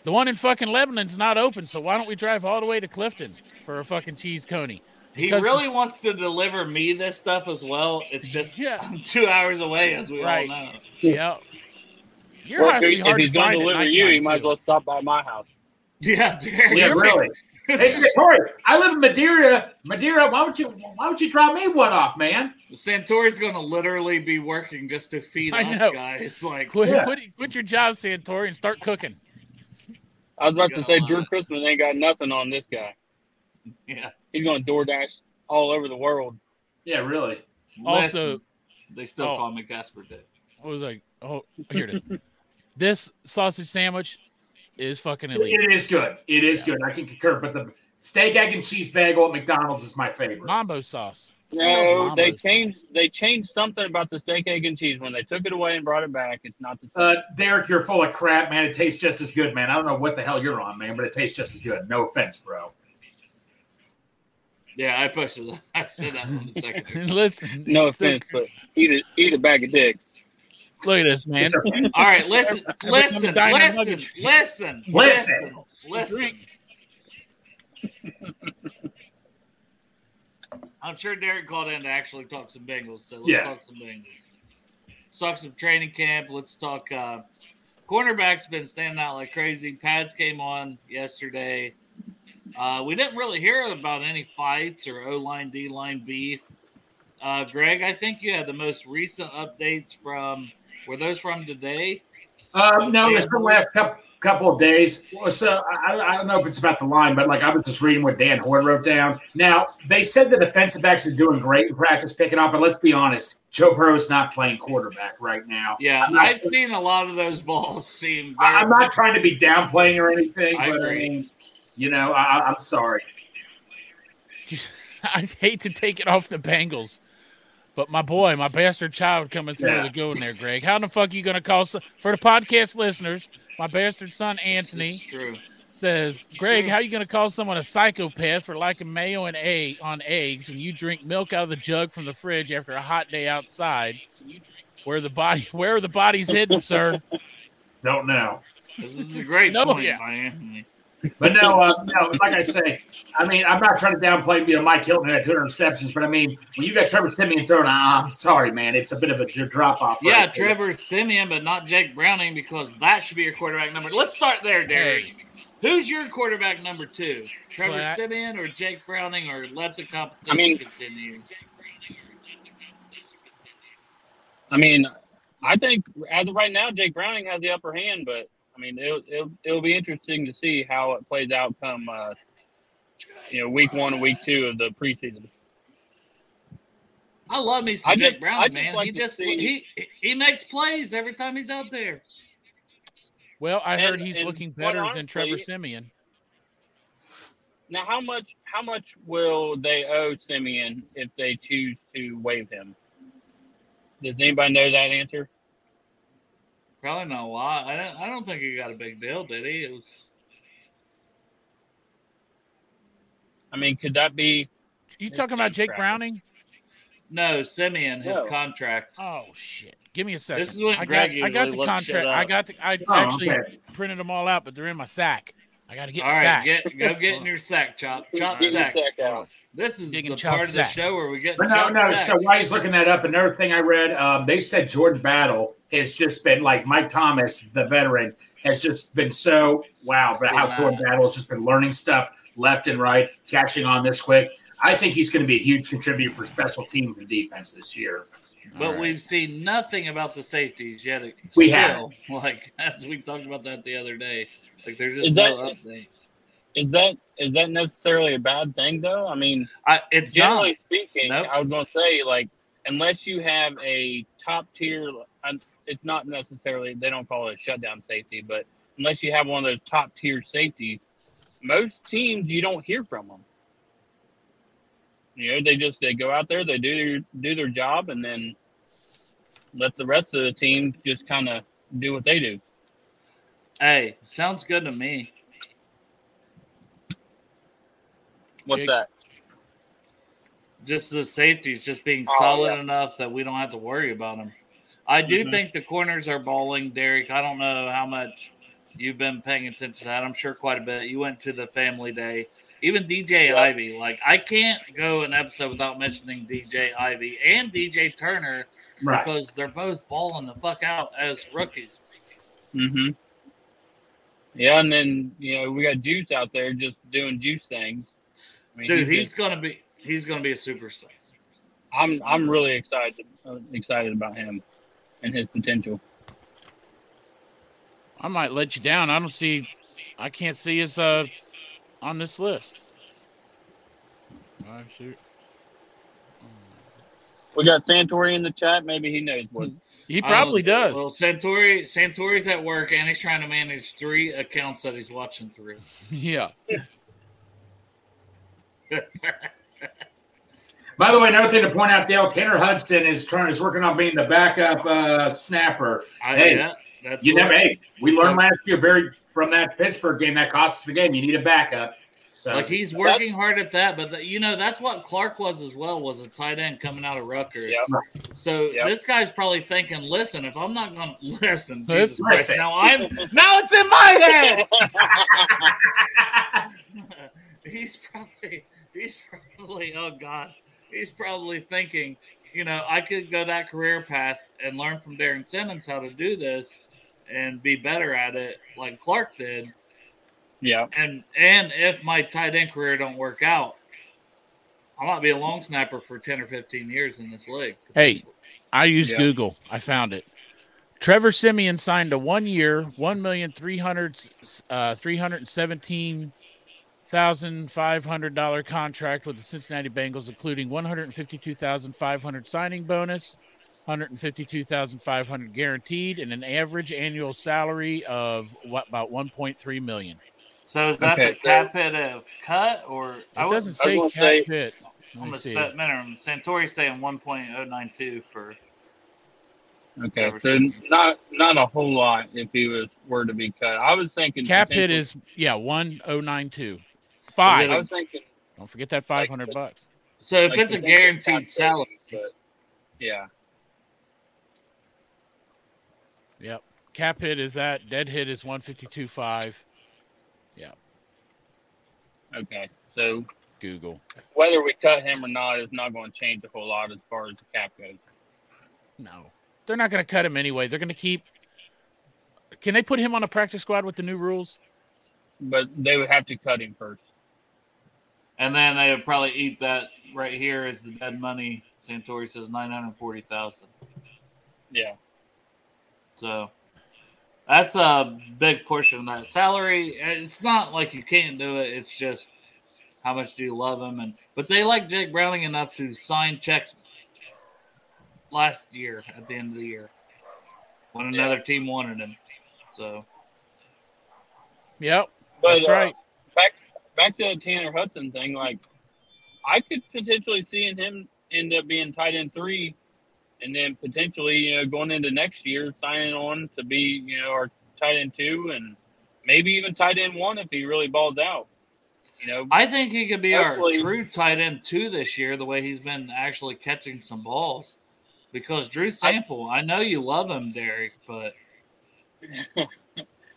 Speaker 4: the one in fucking Lebanon's not open. So why don't we drive all the way to Clifton for a fucking cheese coney?
Speaker 1: He
Speaker 4: because-
Speaker 1: really wants to deliver me this stuff as well. It's just
Speaker 4: Yeah.
Speaker 1: two hours away, as we
Speaker 4: Right.
Speaker 1: all know.
Speaker 4: Yep. Your
Speaker 7: Well,
Speaker 4: house would
Speaker 7: if, he-
Speaker 4: be
Speaker 7: if
Speaker 4: hard
Speaker 7: he's
Speaker 4: to
Speaker 7: going
Speaker 4: find
Speaker 7: to
Speaker 4: at
Speaker 7: deliver you, he
Speaker 4: nighttime,
Speaker 7: might as
Speaker 4: too.
Speaker 7: well stop by my house.
Speaker 1: Yeah, Derek.
Speaker 6: Yeah,
Speaker 1: you're
Speaker 6: really. Hey, Santori, I live in Madeira. Madeira, why would you? Why would you draw me one off, man?
Speaker 1: Santori's gonna literally be working just to feed
Speaker 4: I
Speaker 1: us
Speaker 4: know.
Speaker 1: guys. Like,
Speaker 4: Quit,
Speaker 6: Yeah.
Speaker 4: quit, quit your job, Santori, and start cooking.
Speaker 7: I was about
Speaker 1: You're
Speaker 7: to
Speaker 1: gonna
Speaker 7: say
Speaker 1: love
Speaker 7: Drew
Speaker 1: it.
Speaker 7: Christmas ain't got nothing on this guy.
Speaker 1: yeah.
Speaker 7: He's going to DoorDash all over the world.
Speaker 6: Yeah, really.
Speaker 4: Also,
Speaker 1: Listen, they still
Speaker 4: oh.
Speaker 1: call me Casper Dick.
Speaker 4: I was like, oh, here it is. this sausage sandwich is fucking elite.
Speaker 6: It is good. It is good. I can concur. But the steak, egg, and cheese bagel at McDonald's is my favorite.
Speaker 4: Mambo sauce.
Speaker 7: No,
Speaker 4: Mama's
Speaker 7: they
Speaker 4: sauce.
Speaker 7: changed. They changed something about the steak, egg, and cheese when they took it away and brought it back. It's not the same.
Speaker 6: Uh, Derek, you're full of crap, man. It tastes just as good, man. I don't know what the hell you're on, man, but it tastes just as good. No offense, bro.
Speaker 1: Yeah, I posted that. I said that one a second ago.
Speaker 4: Listen,
Speaker 7: no
Speaker 4: it's so
Speaker 7: offense, but eat a, eat a bag of dicks.
Speaker 4: Look at this, man.
Speaker 6: It's okay.
Speaker 1: All right, listen,
Speaker 4: Every- every
Speaker 1: listen,
Speaker 4: time the Diamond
Speaker 1: listen,
Speaker 4: Nuggets-
Speaker 1: listen,
Speaker 6: Listen.
Speaker 1: listen, listen.
Speaker 4: Drink.
Speaker 1: I'm sure Derek called in to actually talk some Bengals, so let's
Speaker 6: Yeah.
Speaker 1: talk some Bengals. Let's talk some training camp. Let's talk. Uh, cornerback's been standing out like crazy. Pads came on yesterday. Uh, we didn't really hear about any fights or O line, D line beef. Uh, Greg, I think you had the most recent updates from. Were those from today?
Speaker 6: Um, no, it's been the last couple couple of days. Well, So I, I don't know if it's about the line, but like I was just reading what Dan Horn wrote down. Now they said the defensive backs are doing great in practice, picking up. But let's be honest, Joe Burrow's not playing quarterback right now.
Speaker 1: Yeah,
Speaker 6: I'm not-
Speaker 1: I've seen a lot of those balls seem.
Speaker 6: I-
Speaker 1: Very,
Speaker 6: I'm not trying to be downplaying or anything,
Speaker 1: I
Speaker 6: but I
Speaker 1: agree.
Speaker 6: mean, you know, I, I- I'm sorry.
Speaker 4: I hate to take it off the Bengals, but my boy, my bastard child coming through
Speaker 6: Yeah.
Speaker 4: the good one there, Greg. How in the fuck are you going to call so- for the podcast listeners? My bastard son Anthony
Speaker 1: It's true.
Speaker 4: says, Greg, how you going to call someone a psychopath for liking mayo and egg on eggs when you drink milk out of the jug from the fridge after a hot day outside? Where the body? Where are the bodies hidden, sir?
Speaker 6: Don't know.
Speaker 1: This is a great
Speaker 4: No,
Speaker 1: point
Speaker 4: yeah.
Speaker 1: by Anthony.
Speaker 6: But no, uh, no. Like I say, I mean, I'm not trying to downplay you know Mike Hilton had 200 receptions, but I mean, when you got Trevor Simeon throwing, ah, I'm sorry, man, it's a bit of a drop off.
Speaker 1: Yeah, Trevor Simeon, but not Jake Browning because that should be your quarterback number. Let's start there, Derek. Who's your quarterback number two? Trevor
Speaker 4: Well, I-
Speaker 1: Simeon or Jake Browning, or let the competition
Speaker 7: I mean-
Speaker 1: continue?
Speaker 7: I mean, I think as of right now, Jake Browning has the upper hand, but I mean, it'll it'll, it'll be interesting to see how it plays out come uh, you know week one and week two of the preseason.
Speaker 1: I love me some
Speaker 7: I
Speaker 1: Jake
Speaker 7: just- I
Speaker 1: Browning,
Speaker 7: just
Speaker 1: man.
Speaker 7: like
Speaker 1: he
Speaker 7: to
Speaker 1: just
Speaker 7: see-
Speaker 1: he he makes plays every time he's out there.
Speaker 4: Well, I heard
Speaker 7: And-
Speaker 4: he's
Speaker 7: and
Speaker 4: looking
Speaker 7: quite
Speaker 4: better than Trevor
Speaker 7: honestly-
Speaker 4: Simeon.
Speaker 7: Now, how much how much will they owe Simeon if they choose to waive him? Does anybody know that answer?
Speaker 1: Probably not a lot. I don't. I don't think he got a big deal, did he? It was.
Speaker 7: I mean, could that be?
Speaker 4: You
Speaker 7: They
Speaker 4: talking about
Speaker 7: came
Speaker 4: Jake
Speaker 7: cracking.
Speaker 4: Browning?
Speaker 1: No, Simeon, his
Speaker 7: No.
Speaker 1: contract.
Speaker 4: Oh shit! Give me a second.
Speaker 1: This is when
Speaker 4: I
Speaker 1: Greg
Speaker 4: got, I got
Speaker 1: usually
Speaker 4: the
Speaker 1: looks shit
Speaker 4: contract. I
Speaker 1: up.
Speaker 4: got the. I
Speaker 6: Oh,
Speaker 4: actually
Speaker 6: okay.
Speaker 4: printed them all out, but they're in my sack. I got to get
Speaker 1: All
Speaker 4: the
Speaker 1: right,
Speaker 4: sack.
Speaker 1: get go get in your sack, chop, chop
Speaker 7: Get your
Speaker 1: sack.
Speaker 7: sack out.
Speaker 1: This is
Speaker 4: Digging
Speaker 1: the
Speaker 4: chop
Speaker 1: part of the
Speaker 4: sack.
Speaker 1: show where we get
Speaker 6: But no,
Speaker 1: chop
Speaker 6: no.
Speaker 1: sack.
Speaker 6: So while he's looking that up, another thing I read, um, they said Jordan Battle has just been like Mike Thomas, the veteran, has just been so wow about how Jordan Battle has just been learning stuff left and right, catching on this quick. I think he's going to be a huge contributor for special teams and defense this year.
Speaker 1: But we've seen nothing about the safeties yet.
Speaker 6: We
Speaker 1: still, like as we talked about that the other day. Like there's just
Speaker 7: Is
Speaker 1: no
Speaker 7: that-
Speaker 1: update.
Speaker 7: Is that is that necessarily a bad thing though? I mean,
Speaker 1: I, it's
Speaker 7: generally
Speaker 1: not.
Speaker 7: speaking,
Speaker 1: Nope.
Speaker 7: I was going to say like unless you have a top tier, I'm- it's not necessarily they don't call it a shutdown safety, but unless you have one of those top tier safeties, most teams you don't hear from them. You know, they just they go out there, they do their, do their job, and then let the rest of the team just kind of do what they do.
Speaker 1: Hey, sounds good to me.
Speaker 7: What's
Speaker 4: Jake-
Speaker 7: that?
Speaker 1: Just the safeties just being
Speaker 7: Oh,
Speaker 1: solid
Speaker 7: yeah.
Speaker 1: enough that we don't have to worry about them. I do
Speaker 7: Mhm.
Speaker 1: think the corners are balling, Derek. I don't know how much you've been paying attention to that. I'm sure quite a bit. You went to the family day. Even DJ
Speaker 7: Yeah.
Speaker 1: Ivy, like I can't go an episode without mentioning DJ Ivy and DJ Turner
Speaker 6: Right.
Speaker 1: because they're both balling the fuck out as rookies.
Speaker 7: hmm Yeah, and then you know we got Juice out there just doing Juice things. I mean,
Speaker 1: Dude,
Speaker 7: he's
Speaker 1: he's gonna be he's gonna be a superstar.
Speaker 7: I'm I'm really excited uh, excited about him and his potential.
Speaker 4: I might let you down. I don't see. I can't see his uh on this list. Oh, shoot.
Speaker 7: We got Santori in the chat. Maybe he knows what.
Speaker 4: He probably
Speaker 1: Uh,
Speaker 4: does.
Speaker 1: Well, Santori Santori's at work and he's trying to manage three accounts that he's watching through.
Speaker 4: yeah.
Speaker 6: By the way, another thing to point out, Dale Tanner Hudson is trying is working on being the backup uh, snapper.
Speaker 1: I,
Speaker 6: Hey,
Speaker 1: yeah, that's
Speaker 6: You
Speaker 1: what-
Speaker 6: never. Hey, we learned last year very from that Pittsburgh game that cost us the game. You need a backup. So
Speaker 1: like he's working hard at that, but the, you know that's what Clark was as well was a tight end coming out of Rutgers.
Speaker 7: Yep.
Speaker 1: So
Speaker 7: Yep.
Speaker 1: this guy's probably thinking, "Listen, if I'm not going to listen,
Speaker 4: Listen.
Speaker 1: Jesus Christ, now I'm now it's in my head." he's probably he's probably oh god he's probably thinking you know i could go that career path and learn from darren simmons how to do this and be better at it like clark did
Speaker 7: yeah,
Speaker 1: and and if my tight end career don't work out i might be a long snapper for 10 or 15 years in this league
Speaker 4: Hey. I used
Speaker 7: Yeah.
Speaker 4: Google. I found it. Trevor Simeon signed a one-year, one million three hundred uh, three hundred seventeen thousand five hundred dollar contract with the Cincinnati Bengals, including one hundred fifty-two thousand five hundred signing bonus, one hundred fifty-two thousand five hundred guaranteed, and an average annual salary of what about one point three million.
Speaker 1: So is that
Speaker 7: Okay,
Speaker 1: the
Speaker 7: so-
Speaker 1: cap pit of cut or
Speaker 4: It doesn't
Speaker 7: I
Speaker 4: say
Speaker 7: will
Speaker 4: cat
Speaker 7: say-
Speaker 4: pit. Let
Speaker 1: I'm
Speaker 4: me
Speaker 1: a
Speaker 4: see.
Speaker 1: spec minimum. Santori's saying 1.092 for
Speaker 7: Okay,
Speaker 1: Never
Speaker 7: so
Speaker 1: seen him.
Speaker 7: not not a whole lot if he was were to be cut. I was thinking
Speaker 4: Cap hit
Speaker 7: potentially-
Speaker 4: is yeah one oh nine two
Speaker 1: Is
Speaker 4: five.
Speaker 1: it
Speaker 7: I was thinking
Speaker 4: Don't forget that five hundred bucks.
Speaker 1: so if
Speaker 7: like,
Speaker 1: it's a
Speaker 7: potentially
Speaker 1: guaranteed
Speaker 7: cap
Speaker 1: salary.
Speaker 7: raise, but yeah,
Speaker 4: Yep. Cap hit is that. Dead hit is one fifty two five.
Speaker 7: okay. So
Speaker 4: Google.
Speaker 7: whether we cut him or not is not going to change a whole lot as far as the cap goes.
Speaker 4: No, they're not going to cut him anyway. They're going to keep. Can they put him on a practice squad with the new rules?
Speaker 7: But they would have to cut him first.
Speaker 1: And then they would probably eat that right here is the dead money. Santori says 940,000.
Speaker 7: Yeah,
Speaker 1: So that's a big portion of that salary. And It's not like you can't do it. It's just how much do you love him? And but they like Jake Browning enough to sign checks last year at the end of the year when
Speaker 7: Yeah.
Speaker 1: another team wanted him. So
Speaker 4: Yep,
Speaker 7: but
Speaker 4: that's
Speaker 7: uh,
Speaker 4: right.
Speaker 7: back back to the Tanner Hudson thing. Like, I could potentially seeing him end up being tight end three, and then potentially you know going into next year signing on to be you know our tight end two, and maybe even tight end one if he really balls out. You know,
Speaker 1: I think he could be our
Speaker 7: Hopefully-
Speaker 1: true tight end two this year, the way he's been actually catching some balls. Because Drew Sample, I know you love him, Derek, but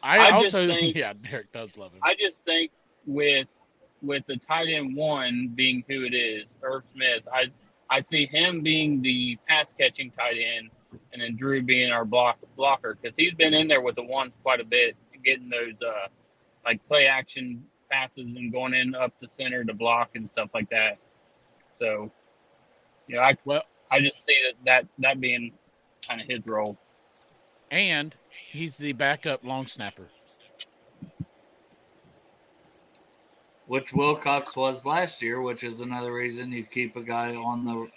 Speaker 4: I,
Speaker 7: I just
Speaker 4: also
Speaker 7: think-
Speaker 4: yeah, Derek does love him.
Speaker 7: I just think with with the tight end one being who it is, Irv Smith, I I see him being the pass catching tight end, and then Drew being our block blocker because he's been in there with the ones quite a bit, getting those uh like play action passes and going in up the center to block and stuff like that. So, you know, I
Speaker 4: Well-
Speaker 7: I just see that that that being kind of his role.
Speaker 4: and he's the backup long snapper.
Speaker 1: which Wilcox was last year, which is another reason you keep a guy on the.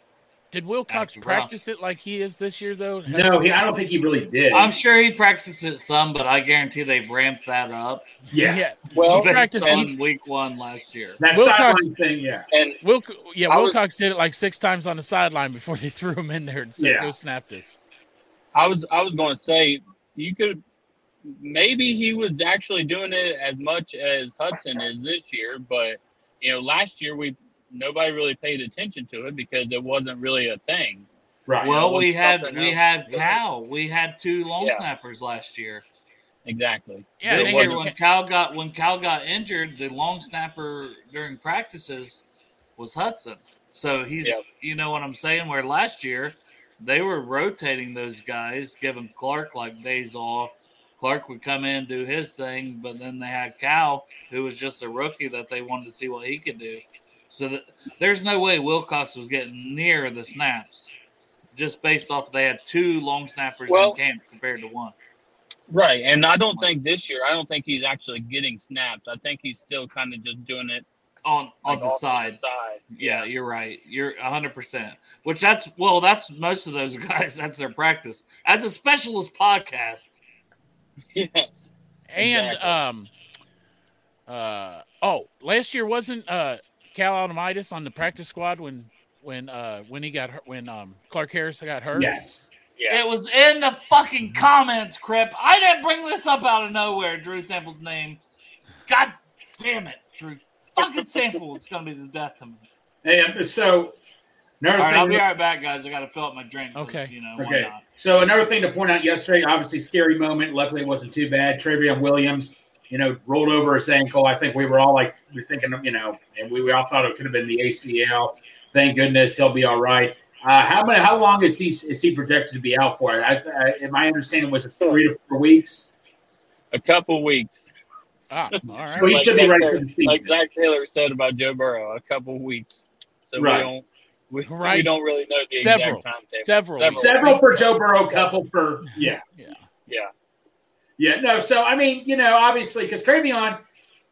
Speaker 4: Did Wilcox
Speaker 1: Actually, Ross.
Speaker 4: practice it like he is this year though?
Speaker 6: No, he, I don't think he really did.
Speaker 1: I'm sure he practiced it some, but I guarantee they've ramped that up.
Speaker 6: yeah.
Speaker 4: yeah.
Speaker 7: Well,
Speaker 4: He practiced
Speaker 1: on week one last year.
Speaker 6: That
Speaker 4: Wilcox-
Speaker 6: sideline thing, yeah.
Speaker 7: and
Speaker 4: Wilc- yeah,
Speaker 7: I was-
Speaker 4: Wilcox did it like six times on the sideline before they threw him in there and said,
Speaker 6: Yeah.
Speaker 4: "Go snap this."
Speaker 7: I was I was going to say you could maybe he was actually doing it as much as Hudson is this year, but you know last year we nobody really paid attention to it because it wasn't really a thing.
Speaker 6: Right.
Speaker 1: Well,
Speaker 7: know,
Speaker 1: we
Speaker 7: it's
Speaker 1: had
Speaker 7: something
Speaker 1: we
Speaker 7: else.
Speaker 1: had
Speaker 7: Yeah.
Speaker 1: Cal. We had two long
Speaker 7: Yeah.
Speaker 1: snappers last year.
Speaker 7: Exactly.
Speaker 4: Yeah,
Speaker 7: It
Speaker 1: this
Speaker 4: they
Speaker 1: year
Speaker 4: had-
Speaker 1: when Cal got when Cal got injured, the long snapper during practices was Hudson. So he's
Speaker 7: Yep.
Speaker 1: you know what I'm saying. Where last year they were rotating those guys, giving Clark like days off. Clark would come in do his thing, but then they had Cal, who was just a rookie that they wanted to see what he could do. So that, there's no way Wilcox was getting near the snaps, just based off they had two long snappers
Speaker 7: Well-
Speaker 1: in camp compared to one.
Speaker 7: Right, and I don't think this year. I don't think he's actually getting snapped. I think he's still kind of just doing it
Speaker 1: On on
Speaker 7: like,
Speaker 1: the
Speaker 7: off to
Speaker 1: side,
Speaker 7: side.
Speaker 1: Yeah, you're right. You're 100%. Which that's, well, that's most of those guys. That's their practice. As a specialist podcast,
Speaker 7: yes.
Speaker 4: And
Speaker 7: Exactly.
Speaker 4: um, uh, oh, last year wasn't uh Cal Alamitis on the practice squad when when uh when he got hurt, when um Clark Harris got hurt.
Speaker 6: Yes.
Speaker 7: Yeah.
Speaker 1: it was in the fucking
Speaker 6: Mm-hmm.
Speaker 1: comments, Crip. I didn't bring this up out of nowhere, Drew Sample's name. God damn it, Drew. Fucking Sample. It's going to be the death of me.
Speaker 6: And um, so another
Speaker 1: All right, I'll
Speaker 6: thing.
Speaker 1: be right back, guys. I got to fill up my drink. 'cause,
Speaker 4: Okay.
Speaker 1: You know, why
Speaker 6: Okay.
Speaker 1: not?
Speaker 6: So another thing to point out yesterday, obviously scary moment. Luckily, it wasn't too bad. Travion Williams, you know, rolled over his ankle. I think we were all like, we're thinking, you know, and we, we all thought it could have been the ACL. Thank goodness he'll be all right. Uh, how many? How long is he is he projected to be out for? I, I, my understanding was three to four weeks.
Speaker 7: A couple weeks.
Speaker 4: Ah, all right.
Speaker 6: So he should be ready for the season.
Speaker 7: Like Zach Taylor said about Joe Burrow, a couple weeks. So
Speaker 6: Right.
Speaker 7: we don't we, we
Speaker 4: Right.
Speaker 7: don't really know the
Speaker 4: Several.
Speaker 7: exact timetable.
Speaker 4: Several.
Speaker 6: Several for Joe Burrow, couple for yeah.
Speaker 4: Yeah.
Speaker 7: Yeah.
Speaker 6: Yeah, no. So I mean, you know, obviously, because Travion,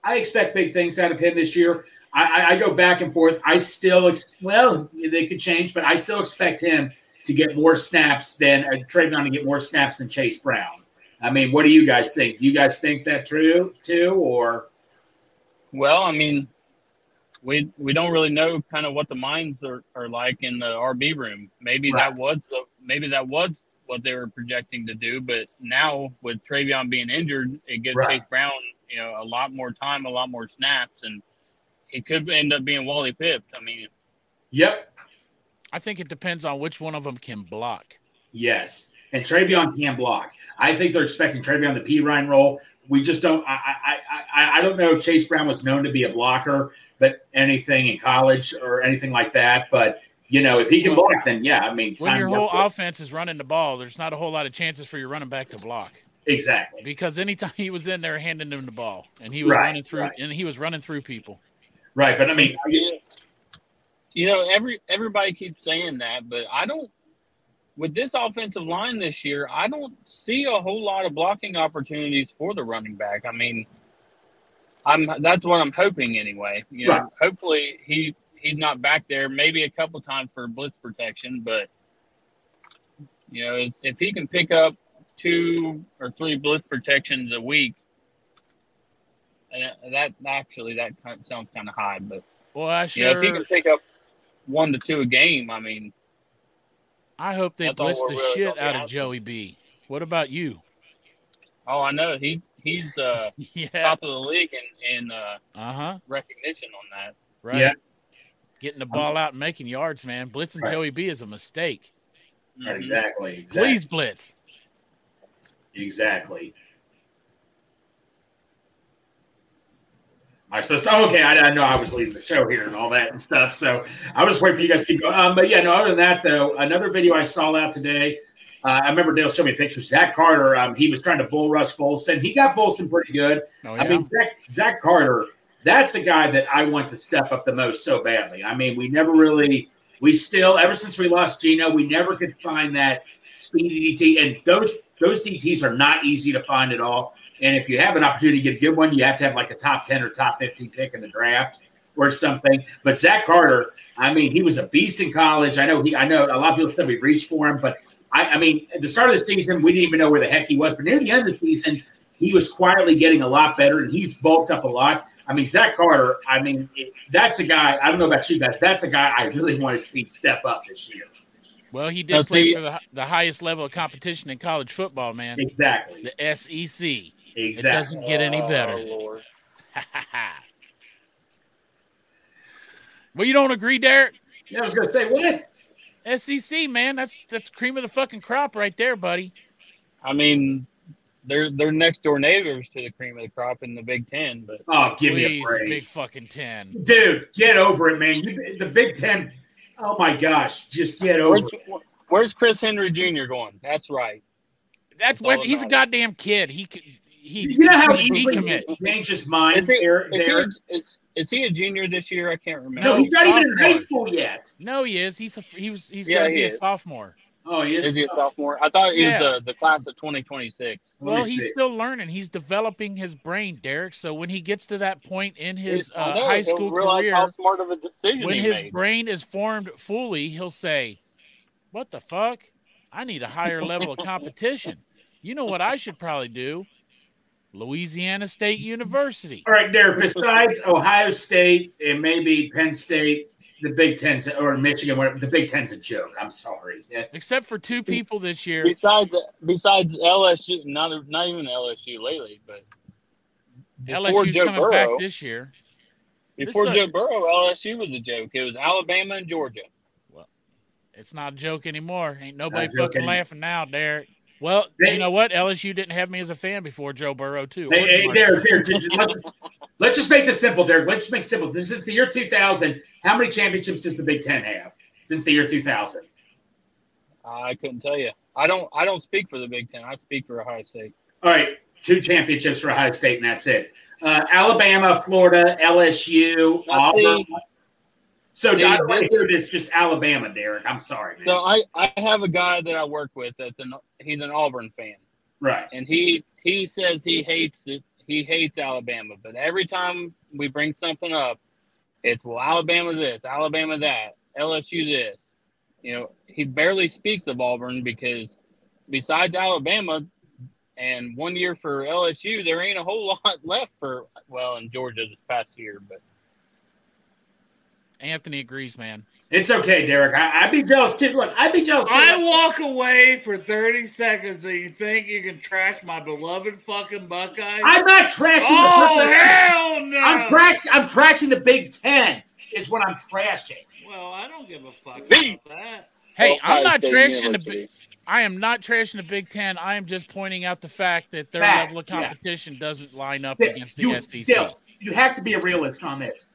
Speaker 6: I expect big things out of him this year. I, I, I go back and forth. I still, ex- well, they could change, but I still expect him to get more snaps than uh, Travion to get more snaps than Chase Brown. I mean, what do you guys think? Do you guys think that true too, or
Speaker 7: Well, I mean, we we don't really know kind of what the minds are, are like in the RB room. Maybe
Speaker 6: Right.
Speaker 7: that was the, maybe that was what they were projecting to do, but now with Travion being injured, it gives
Speaker 6: Right.
Speaker 7: Chase Brown you know a lot more time, a lot more snaps, and it could end up being Wally Pipp. I mean,
Speaker 6: Yep.
Speaker 4: I think it depends on which one of them can block.
Speaker 6: Yes. And Travion can block. I think they're expecting Travion to P Ryan role. We just don't. I, I I I- I don't know if Chase Brown was known to be a blocker, but anything in college or anything like that. But you know, if he can block, then yeah. I mean,
Speaker 4: When
Speaker 6: time
Speaker 4: your
Speaker 6: to-
Speaker 4: whole offense is running the ball, there's not a whole lot of chances for your running back to block
Speaker 6: exactly.
Speaker 4: because anytime he was in there handing them the ball and he was
Speaker 6: Right,
Speaker 4: running through
Speaker 6: right.
Speaker 4: and he was running through people.
Speaker 6: Right. But I mean,
Speaker 7: you know every everybody keeps saying that but i don't with this offensive line this year i don't see a whole lot of blocking opportunities for the running back i mean i'm that's what i'm hoping anyway you know
Speaker 6: Right.
Speaker 7: hopefully he he's not back there maybe a couple times for blitz protection but you know if, if he can pick up two or three blitz protections a week and that actually that kind- sounds kind of high but
Speaker 4: Well, I
Speaker 7: you know, if
Speaker 4: sure
Speaker 7: he can pick up one to two a game, I mean,
Speaker 4: I hope they
Speaker 7: That's all
Speaker 4: blitz
Speaker 7: we're
Speaker 4: the
Speaker 7: really
Speaker 4: shit
Speaker 7: gonna be
Speaker 4: out of
Speaker 7: asking.
Speaker 4: Joey B. What about you?
Speaker 7: oh, I know he he's uh,
Speaker 4: Yeah.
Speaker 7: top of the league in in uh,
Speaker 4: Uh huh.
Speaker 7: recognition on that.
Speaker 4: Right.
Speaker 6: Yeah.
Speaker 4: Getting the ball out and making yards, man. Blitzing
Speaker 6: Right.
Speaker 4: Joey B is a mistake.
Speaker 6: Right,
Speaker 7: Mm-hmm.
Speaker 6: exactly. Exactly.
Speaker 4: Please blitz.
Speaker 6: Exactly. Am I supposed to? Oh, okay, I, I know I was leaving the show here and all that and stuff. So I was just waiting for you guys to keep going. Um, but yeah, no, other than that, though, another video I saw out today. Uh, I remember Dale showed me a picture. Zach Carter, um, he was trying to bull rush Volson. He got Volson pretty good.
Speaker 4: Oh,
Speaker 6: I mean, Zach, Zach Carter, that's the guy that I want to step up the most so badly. I mean, we never really, we still, ever since we lost Gino, we never could find that speedy DT. And those those DTs are not easy to find at all. And if you have an opportunity to get a good one, you have to have like a top 10 or top 15 pick in the draft or something. But Zach Carter, I mean, he was a beast in college. I know he, I know a lot of people said we reached for him, but I, I mean, at the start of the season, we didn't even know where the heck he was. But near the end of the season, he was quietly getting a lot better, and he's bulked up a lot. I mean, Zach Carter. I mean, it, that's a guy. I don't know about you guys. That's a guy I really want to see step up this year.
Speaker 4: Well, he
Speaker 7: Now,
Speaker 4: did play
Speaker 7: see-
Speaker 4: for the, the highest level of competition in college football, man.
Speaker 6: Exactly.
Speaker 4: The E SEC. It
Speaker 6: Exactly.
Speaker 4: doesn't get any
Speaker 7: Oh,
Speaker 4: better.
Speaker 7: Lord.
Speaker 4: well, you don't agree, Derek?
Speaker 6: Yeah, I was gonna say what?
Speaker 4: SEC, man, that's that's cream of the fucking crop right there, buddy.
Speaker 7: I mean, they're they're next door neighbors to the cream of the crop in the Big Ten, but
Speaker 6: Oh, give me
Speaker 4: Please,
Speaker 6: a break,
Speaker 4: big fucking ten.
Speaker 6: dude. Get over it, man. You, the Big Ten. Oh my gosh, just get over.
Speaker 7: where's
Speaker 6: it.
Speaker 7: where's Chris Henry Jr. going? That's right.
Speaker 4: That's
Speaker 7: That's
Speaker 4: what
Speaker 7: all
Speaker 4: he's a
Speaker 7: about it.
Speaker 4: goddamn kid. He could he
Speaker 6: You know how
Speaker 4: he could
Speaker 6: easily
Speaker 4: decommit.
Speaker 6: he changes mind
Speaker 7: Is he,
Speaker 6: there.
Speaker 7: is, he
Speaker 6: there.
Speaker 7: a, is, is he a junior this year? I can't remember.
Speaker 6: No, he's not even in high
Speaker 4: sophomore.
Speaker 6: school yet.
Speaker 4: No, he is. He's a, he was he's
Speaker 7: Yeah,
Speaker 4: gonna
Speaker 7: he
Speaker 4: be a
Speaker 7: is.
Speaker 4: sophomore.
Speaker 6: Oh, he is.
Speaker 7: Is he a sophomore? I thought he
Speaker 4: Yeah.
Speaker 7: was the, the class of 2026.
Speaker 6: Let me
Speaker 4: Well, he's
Speaker 6: see.
Speaker 4: still learning. He's developing his brain, Derek. So when he gets to that point in his
Speaker 7: It- I
Speaker 4: uh,
Speaker 7: know,
Speaker 4: high
Speaker 7: he'll
Speaker 4: school
Speaker 7: realize
Speaker 4: career,
Speaker 7: how smart of a decision
Speaker 4: when
Speaker 7: he
Speaker 4: his
Speaker 7: made.
Speaker 4: brain is formed fully, he'll say, "What the fuck? I need a higher level of competition. You know what I should probably do? Louisiana State University."
Speaker 6: All right, Derek. Besides Ohio State and maybe Penn State, the Big Ten's or Michigan, whatever, the Big Ten's a joke. I'm sorry. Yeah.
Speaker 4: Except for two people this year,
Speaker 7: besides besides LSU, not not even LSU lately, but before
Speaker 4: LSU's
Speaker 7: Joe
Speaker 4: coming
Speaker 7: Burrow,
Speaker 4: back this year.
Speaker 7: before
Speaker 4: this, uh,
Speaker 7: Joe Burrow, LSU was a joke. It was Alabama and Georgia.
Speaker 4: It's not a joke anymore. Ain't nobody
Speaker 6: a joke
Speaker 4: fucking
Speaker 6: anymore.
Speaker 4: laughing now, Derek. Well,
Speaker 6: They-
Speaker 4: you know what? LSU didn't have me as a fan before Joe Burrow too. or
Speaker 6: Hey, hey,
Speaker 4: Jamar
Speaker 6: Derek,
Speaker 4: Chase.
Speaker 6: Derek, just- let's, let's just make this simple, Derek. Let's just make it simple. This is the year 2000. How many championships does the Big Ten have since the year 2000?
Speaker 7: I couldn't tell you. I don't I don't speak for the Big Ten. I speak for Ohio State.
Speaker 6: All right, two championships for Ohio State, and that's it. Uh, Alabama, Florida, LSU,
Speaker 7: Now, see-
Speaker 6: Auburn. So
Speaker 7: see,
Speaker 6: I don't want to
Speaker 7: this-
Speaker 6: hear this. Just Alabama, Derek. I'm sorry, man.
Speaker 7: So I I have a guy that I work with that's an he's an Auburn fan,
Speaker 6: right.
Speaker 7: and he he says he hates it. He hates Alabama, but every time we bring something up, it's well Alabama this, Alabama that, LSU this. You know, he barely speaks of Auburn because besides Alabama, And one year for LSU, there ain't a whole lot left for well in Georgia this past year, but
Speaker 4: Anthony agrees, man.
Speaker 6: It's okay, Derek. I, would be jealous too. Look, I'd be jealous. Too.
Speaker 1: I walk away for 30 seconds and you think you can trash my beloved fucking Buckeyes?
Speaker 6: I'm not trashing
Speaker 1: oh,
Speaker 6: the person.
Speaker 1: hell no.
Speaker 6: I'm trash. I'm trashing the Big Ten. Is what I'm trashing.
Speaker 1: well, I don't give a fuck
Speaker 7: Me.
Speaker 1: about that.
Speaker 4: Hey,
Speaker 7: Well,
Speaker 4: I'm not
Speaker 7: Ohio State
Speaker 4: trashing the.
Speaker 7: University.
Speaker 4: Big- I am not trashing the Big Ten. I am just pointing out the fact that their
Speaker 6: Facts,
Speaker 4: level of
Speaker 6: yeah.
Speaker 4: competition doesn't line up
Speaker 6: Dil-
Speaker 4: against the E
Speaker 6: you-
Speaker 4: SEC.
Speaker 6: Dil, you have to be a realist on this.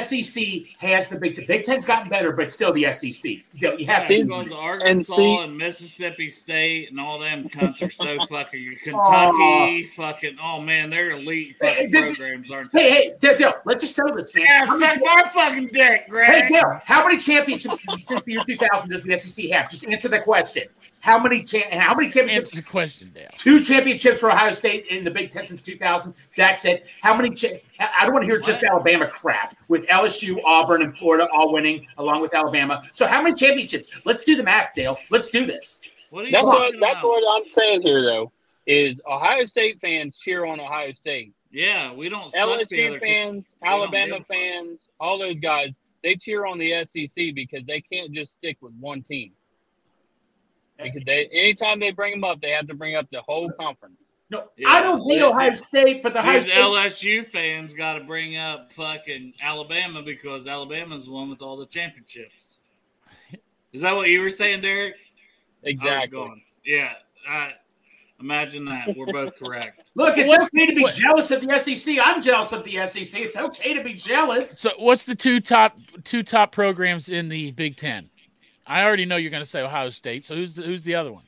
Speaker 6: SEC has the Big Ten. Big Ten's gotten better, but still the SEC. Dil, you have
Speaker 1: Yeah,
Speaker 6: to.
Speaker 7: Dude,
Speaker 1: because Arkansas and,
Speaker 7: see-
Speaker 1: Mississippi State and all them cunts are so fucking Kentucky,
Speaker 6: Aw.
Speaker 1: fucking oh man, they're elite
Speaker 6: Hey,
Speaker 1: fucking
Speaker 6: did-
Speaker 1: programs, aren't they?
Speaker 6: Hey, hey, Dil, Dil, let's just settle this, man.
Speaker 1: Yeah,
Speaker 6: How many
Speaker 1: suck my fucking dick, Greg.
Speaker 6: Hey, Dale, how many championships since the year 2000 does the SEC have? Just answer that question. How many cha- How many championships?
Speaker 4: Answer the question, Dale.
Speaker 6: Two championships for Ohio State in the Big Ten since 2000. That's it. How many? Cha- I I don't want to hear just Alabama crap with LSU, Auburn, and Florida all winning along with Alabama. So how many championships? Let's do the math, Dale. Let's do this.
Speaker 1: What are you
Speaker 7: That's what
Speaker 1: talking
Speaker 7: that's
Speaker 1: about?
Speaker 7: what I'm saying here though. Is Ohio State fans cheer on Ohio State.
Speaker 1: Yeah, we don't suck the
Speaker 7: LSU
Speaker 1: other
Speaker 7: fans,
Speaker 1: don't
Speaker 7: Alabama
Speaker 1: give a fuck.
Speaker 7: fans, all those guys, they cheer on the SEC because they can't just stick with one team. Because they, anytime they bring them up, they have to bring up the whole conference.
Speaker 6: No,
Speaker 1: Yeah.
Speaker 6: I don't hate Ohio State, but the Ohio
Speaker 1: These
Speaker 6: State.
Speaker 1: LSU fans got to bring up fucking Alabama because Alabama's the one with all the championships. Is that what you were saying, Derek? I was
Speaker 7: Exactly.
Speaker 1: going. Yeah. I, imagine that. We're both correct.
Speaker 6: Look, it's
Speaker 4: What's-
Speaker 6: okay to be
Speaker 4: what-
Speaker 6: jealous of the SEC. I'm jealous of the SEC. It's okay to be jealous.
Speaker 4: So, what's the two top two top programs in the Big Ten? I already know you're going to say Ohio State. So who's the, who's the other one?